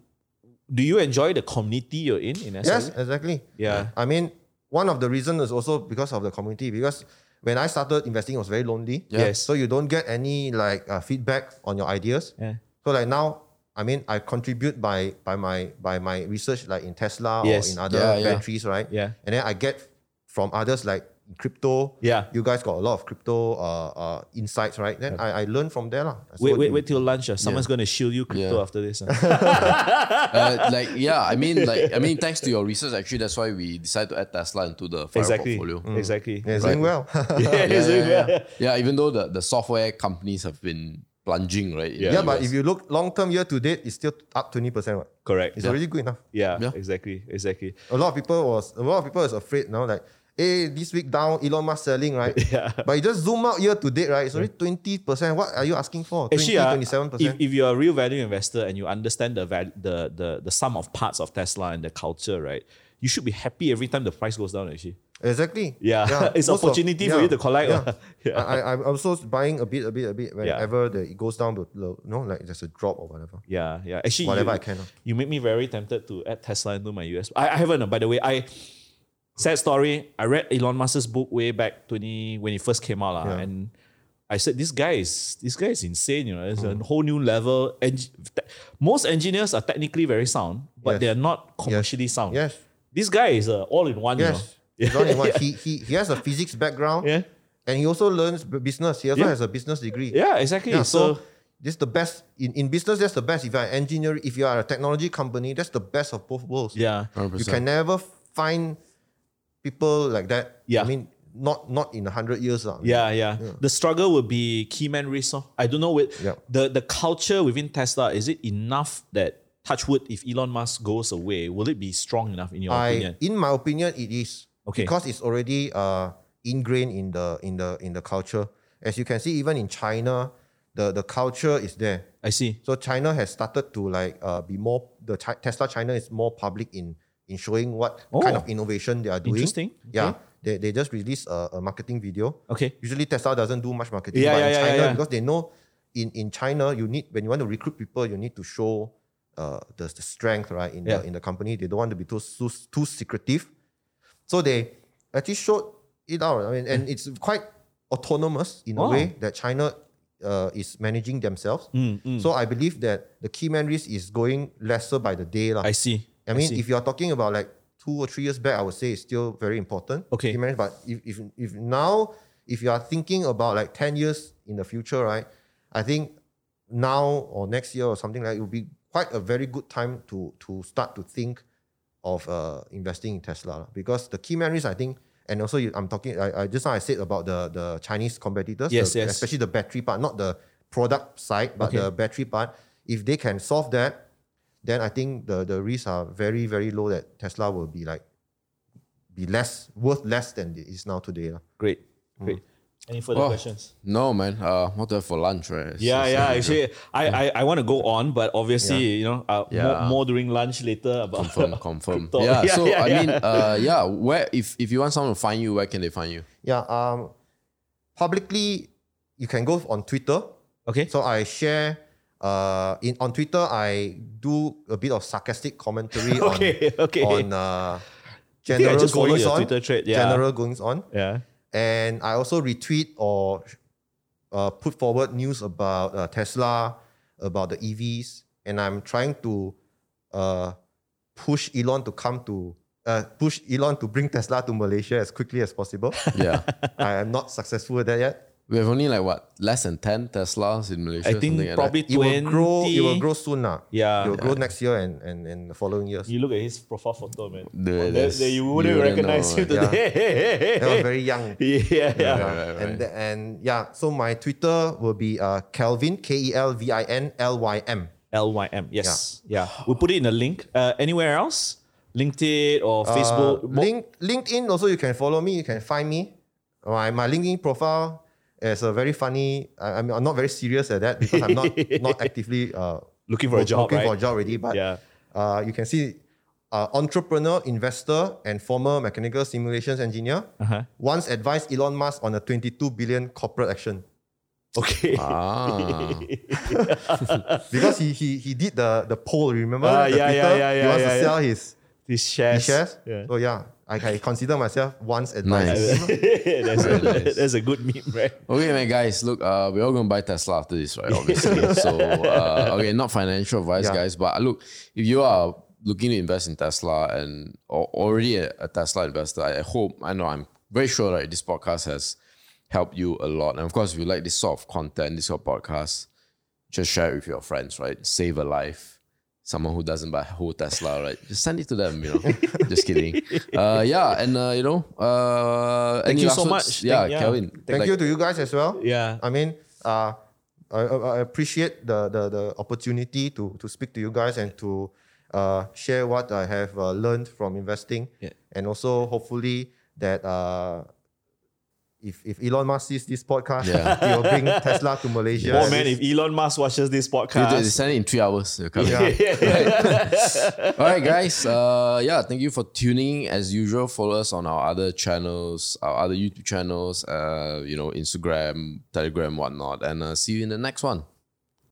[SPEAKER 2] do you enjoy the community you're in in SIU?
[SPEAKER 1] Yes, exactly.
[SPEAKER 2] Yeah.
[SPEAKER 1] I mean, one of the reasons is also because of the community. Because when I started investing, it was very lonely.
[SPEAKER 2] Yes.
[SPEAKER 1] So you don't get any like uh, feedback on your ideas.
[SPEAKER 2] Yeah.
[SPEAKER 1] So like now, I mean, I contribute by by my by my research, like in Tesla
[SPEAKER 2] Yes.
[SPEAKER 1] or in other
[SPEAKER 4] Yeah, yeah.
[SPEAKER 1] batteries, right?
[SPEAKER 2] Yeah.
[SPEAKER 1] And then I get from others like crypto.
[SPEAKER 2] Yeah.
[SPEAKER 1] You guys got a lot of crypto uh, uh, insights, right? Then I, I learned from there. lah. So
[SPEAKER 2] Wait, wait,
[SPEAKER 1] you-
[SPEAKER 2] wait till lunch. ah. Someone's gonna shield you crypto
[SPEAKER 4] Yeah.
[SPEAKER 2] after this. ah.
[SPEAKER 4] uh, like yeah, I mean like I mean thanks to your research, actually that's why we decided to add Tesla into the Fire
[SPEAKER 2] exactly. Mm.
[SPEAKER 4] portfolio. Mm.
[SPEAKER 2] Exactly.
[SPEAKER 1] Yeah, it's doing well.
[SPEAKER 2] Yeah, it's doing
[SPEAKER 4] yeah,
[SPEAKER 2] well.
[SPEAKER 4] yeah. Yeah, even though the, the software companies have been plunging, right? in
[SPEAKER 2] Yeah.
[SPEAKER 4] the
[SPEAKER 1] Yeah, but
[SPEAKER 4] US.
[SPEAKER 1] if you look long term year to date, it's still up twenty percent. What?
[SPEAKER 2] Correct.
[SPEAKER 1] It's
[SPEAKER 2] Yeah.
[SPEAKER 1] already good enough.
[SPEAKER 2] yeah,
[SPEAKER 4] Yeah.
[SPEAKER 2] exactly, exactly.
[SPEAKER 1] A lot of people was a lot of people is afraid now. Like, hey, this week down, Elon Musk selling, right?
[SPEAKER 2] Yeah.
[SPEAKER 1] But you just zoom out year to date, right? It's already twenty percent. What are you asking for? 20,
[SPEAKER 2] Actually, ah,
[SPEAKER 1] twenty-seven
[SPEAKER 2] if,
[SPEAKER 1] percent.
[SPEAKER 2] if you're a real value investor and you understand the, val- the the the sum of parts of Tesla and the culture, right? You should be happy every time the price goes down. Actually,
[SPEAKER 1] Exactly.
[SPEAKER 2] yeah, it's
[SPEAKER 1] Most of-
[SPEAKER 2] opportunity for
[SPEAKER 1] yeah,
[SPEAKER 2] you to collect.
[SPEAKER 1] yeah.
[SPEAKER 2] ah. Yeah.
[SPEAKER 1] I, I, I'm also buying a bit, a bit, a bit whenever the, it goes down, but you know, like there's a drop or whatever.
[SPEAKER 2] Yeah, yeah. Actually,
[SPEAKER 1] Whatever
[SPEAKER 2] you,
[SPEAKER 1] I can, ah.
[SPEAKER 2] You make me very tempted to add Tesla into my US. I, I haven't. ah, By the way, I sad story. I read Elon Musk's book way back twenty when it first came out, lah,
[SPEAKER 1] Yeah.
[SPEAKER 2] and I said this guy is this guy is insane. You know, it's
[SPEAKER 1] Mm.
[SPEAKER 2] a whole new level. And most engineers are technically very sound,
[SPEAKER 1] Yes.
[SPEAKER 2] but they are not commercially sound.
[SPEAKER 1] Yes,
[SPEAKER 2] This guy is uh, all in one.
[SPEAKER 1] yes.
[SPEAKER 2] You
[SPEAKER 1] He's
[SPEAKER 2] know?
[SPEAKER 1] not in one. He, he, he has a physics background
[SPEAKER 2] yeah.
[SPEAKER 1] and he also learns b- business. He also
[SPEAKER 2] Yeah.
[SPEAKER 1] has a business degree.
[SPEAKER 2] Yeah, exactly.
[SPEAKER 1] Yeah, so,
[SPEAKER 2] so,
[SPEAKER 1] this is the best in, in business. That's the best. If you're an engineer, if you are a technology company, that's the best of both worlds.
[SPEAKER 2] yeah,
[SPEAKER 1] you
[SPEAKER 4] 100%.
[SPEAKER 1] can never find people like that.
[SPEAKER 2] Yeah.
[SPEAKER 1] I mean, not not in a hundred years. lah.
[SPEAKER 2] Yeah, yeah, The struggle will be keyman risk. Oh. I don't know with
[SPEAKER 1] Yeah.
[SPEAKER 2] the the culture within Tesla. Is it enough that Touchwood, if Elon Musk goes away, will it be strong enough in your
[SPEAKER 1] I
[SPEAKER 2] opinion?
[SPEAKER 1] in my opinion, it is
[SPEAKER 2] Okay.
[SPEAKER 1] because it's already uh, ingrained in the in the in the culture. As you can see, even in China, the the culture is there.
[SPEAKER 2] I see.
[SPEAKER 1] So China has started to like uh, be more the Chi- Tesla China is more public in in showing what kind
[SPEAKER 2] Oh.
[SPEAKER 1] of innovation they are doing.
[SPEAKER 2] Interesting.
[SPEAKER 1] Yeah, they, they just released a, a marketing video.
[SPEAKER 2] Okay.
[SPEAKER 1] Usually Tesla doesn't do much marketing,
[SPEAKER 2] Yeah,
[SPEAKER 1] but
[SPEAKER 2] yeah,
[SPEAKER 1] in
[SPEAKER 2] yeah,
[SPEAKER 1] China
[SPEAKER 2] yeah.
[SPEAKER 1] because they know in, in China you need when you want to recruit people you need to show uh, the, the strength right in
[SPEAKER 2] Yeah.
[SPEAKER 1] the in the company. They don't want to be too too, too secretive, so they actually showed it out. I mean, and it's quite autonomous in
[SPEAKER 2] Wow.
[SPEAKER 1] a way that China uh, is managing themselves.
[SPEAKER 2] Mm, mm.
[SPEAKER 1] So I believe that the key man risk is going lesser by the day. lah.
[SPEAKER 2] I see.
[SPEAKER 1] I mean,
[SPEAKER 2] see.
[SPEAKER 1] if you're talking about like two or three years back, I would say it's still very important.
[SPEAKER 2] Okay.
[SPEAKER 1] Key man risk. But if, if, if now, if you are thinking about like 10 years in the future, right? I think now or next year or something like it would be quite a very good time to, to start to think of uh, investing in Tesla lah. because the key man risk, I think, and also you, I'm talking, I, I just now I said about the, the Chinese competitors,
[SPEAKER 2] Yes,
[SPEAKER 1] the-
[SPEAKER 2] yes.
[SPEAKER 1] especially the battery part, not the product side, but
[SPEAKER 2] Okay.
[SPEAKER 1] the battery part. If they can solve that, then I think the, the risks are very, very low that Tesla will be like, be less, worth less than it is now today. lah.
[SPEAKER 2] great,
[SPEAKER 1] Mm.
[SPEAKER 2] great. Any further
[SPEAKER 4] Oh,
[SPEAKER 2] questions?
[SPEAKER 4] No man, uh, what to have for lunch, right? It's-
[SPEAKER 2] Yeah,
[SPEAKER 4] it's
[SPEAKER 2] yeah.
[SPEAKER 4] really
[SPEAKER 2] Actually, I I, I want to go on, but obviously, you know, uh, more,
[SPEAKER 4] Yeah.
[SPEAKER 2] more during lunch later about
[SPEAKER 4] Confirm, confirm.
[SPEAKER 2] Crypto.
[SPEAKER 4] Yeah,
[SPEAKER 2] Yeah,
[SPEAKER 4] so
[SPEAKER 2] yeah,
[SPEAKER 4] I
[SPEAKER 2] yeah.
[SPEAKER 4] mean, uh, yeah. Where if if you want someone to find you, where can they find you?
[SPEAKER 1] Yeah. Um, publicly, you can go on Twitter.
[SPEAKER 2] okay.
[SPEAKER 1] So I share uh, in on Twitter. I do a bit of sarcastic commentary
[SPEAKER 2] Okay,
[SPEAKER 1] on
[SPEAKER 2] okay.
[SPEAKER 1] on uh,
[SPEAKER 2] I think I
[SPEAKER 1] general
[SPEAKER 2] just follow
[SPEAKER 1] goings
[SPEAKER 2] your
[SPEAKER 1] on,
[SPEAKER 2] Twitter thread. Yeah,
[SPEAKER 1] general goings on,
[SPEAKER 2] yeah.
[SPEAKER 1] and I also retweet or uh, put forward news about uh, Tesla, about the EVs, and I'm trying to uh, push Elon to come to. Uh, push Elon to bring Tesla to Malaysia as quickly as possible.
[SPEAKER 4] Yeah,
[SPEAKER 1] I am not successful with that yet.
[SPEAKER 4] we have only like what less than ten Teslas in Malaysia.
[SPEAKER 2] I
[SPEAKER 4] something
[SPEAKER 2] think
[SPEAKER 4] like
[SPEAKER 2] probably
[SPEAKER 1] It
[SPEAKER 2] twenty.
[SPEAKER 1] will grow. It will grow soon, lah.
[SPEAKER 2] Yeah.
[SPEAKER 1] It will grow next year and, and, and the following years.
[SPEAKER 2] You look at his profile photo, man.
[SPEAKER 4] There it
[SPEAKER 2] There-
[SPEAKER 4] is.
[SPEAKER 2] there you
[SPEAKER 4] You
[SPEAKER 2] wouldn't
[SPEAKER 4] wouldn't
[SPEAKER 2] recognize
[SPEAKER 4] know,
[SPEAKER 2] him today.
[SPEAKER 1] right?
[SPEAKER 2] Hey, hey,
[SPEAKER 1] That was
[SPEAKER 2] hey,
[SPEAKER 1] very young.
[SPEAKER 2] hey. yeah, yeah.
[SPEAKER 1] Yeah.
[SPEAKER 4] right, right.
[SPEAKER 1] And the- and yeah, so my Twitter will be uh, Kelvin K E L V I N L Y M.
[SPEAKER 2] LYM. Yes. Yeah. We'll put it in a link. Uh, anywhere else? LinkedIn or
[SPEAKER 1] Uh,
[SPEAKER 2] Facebook? Mo-
[SPEAKER 1] Link, LinkedIn also you can follow me. You can find me. My my LinkedIn profile is a very funny. I, I'm I'm not very serious at that because I'm not not actively uh,
[SPEAKER 2] Looking for a
[SPEAKER 1] look-
[SPEAKER 2] job,
[SPEAKER 1] Looking for a
[SPEAKER 2] right?
[SPEAKER 1] job already, but
[SPEAKER 2] Yeah.
[SPEAKER 1] uh, you can see. Uh, entrepreneur, investor, and former mechanical simulations engineer
[SPEAKER 2] Uh-huh.
[SPEAKER 1] once advised Elon Musk on a 22 billion corporate action.
[SPEAKER 2] Okay.
[SPEAKER 1] Uh,
[SPEAKER 4] Ah,
[SPEAKER 1] because he he he did the the poll. Remember?
[SPEAKER 2] Ah,
[SPEAKER 1] the
[SPEAKER 2] yeah, yeah, yeah,
[SPEAKER 1] He
[SPEAKER 2] yeah,
[SPEAKER 1] wants
[SPEAKER 2] yeah,
[SPEAKER 1] to
[SPEAKER 2] yeah.
[SPEAKER 1] sell his,
[SPEAKER 2] These
[SPEAKER 1] his
[SPEAKER 2] shares.
[SPEAKER 1] shares.
[SPEAKER 2] Yeah.
[SPEAKER 1] So yeah, I I consider myself once advised.
[SPEAKER 2] that's, a,
[SPEAKER 4] nice.
[SPEAKER 2] that's a good meme, right?
[SPEAKER 4] Okay, man, guys, look, uh, we're all going to buy Tesla after this, right? Obviously. so, uh, okay, not financial advice,
[SPEAKER 1] Yeah.
[SPEAKER 4] guys, but uh, look, if you are looking to invest in Tesla and or already a, a Tesla investor, I hope, I know, I'm very sure that this podcast has helped you a lot. And of course, if you like this sort of content, this sort of podcast, just share it with your friends, right? Save a life. Someone who doesn't buy a whole Tesla, right? Just send it to them, you know. just kidding. Uh, yeah, and uh, you know, uh,
[SPEAKER 2] Thank
[SPEAKER 4] any
[SPEAKER 2] you
[SPEAKER 4] last
[SPEAKER 2] so
[SPEAKER 4] words?
[SPEAKER 2] much.
[SPEAKER 4] Yeah,
[SPEAKER 2] Thank- yeah.
[SPEAKER 4] Kelvin.
[SPEAKER 1] Thank
[SPEAKER 4] like-
[SPEAKER 1] you to you guys as well.
[SPEAKER 2] Yeah.
[SPEAKER 1] I mean, uh, I, I I appreciate the, the, the opportunity to, to speak to you guys and to uh, share what I have uh, learned from investing.
[SPEAKER 2] Yeah.
[SPEAKER 1] And also, hopefully, that uh, if, if Elon Musk sees this podcast,
[SPEAKER 4] Yeah.
[SPEAKER 1] he will bring Tesla to Malaysia.
[SPEAKER 2] Oh man, if Elon Musk watches this
[SPEAKER 4] They- They,
[SPEAKER 2] podcast,
[SPEAKER 4] they send it in three hours. They'll come.
[SPEAKER 1] Yeah.
[SPEAKER 4] All right, guys. Uh, yeah, thank you for tuning. in. As usual, follow us on our other channels, our other YouTube channels. Uh, you know, Instagram, Telegram, whatnot, and uh, see you in the next one.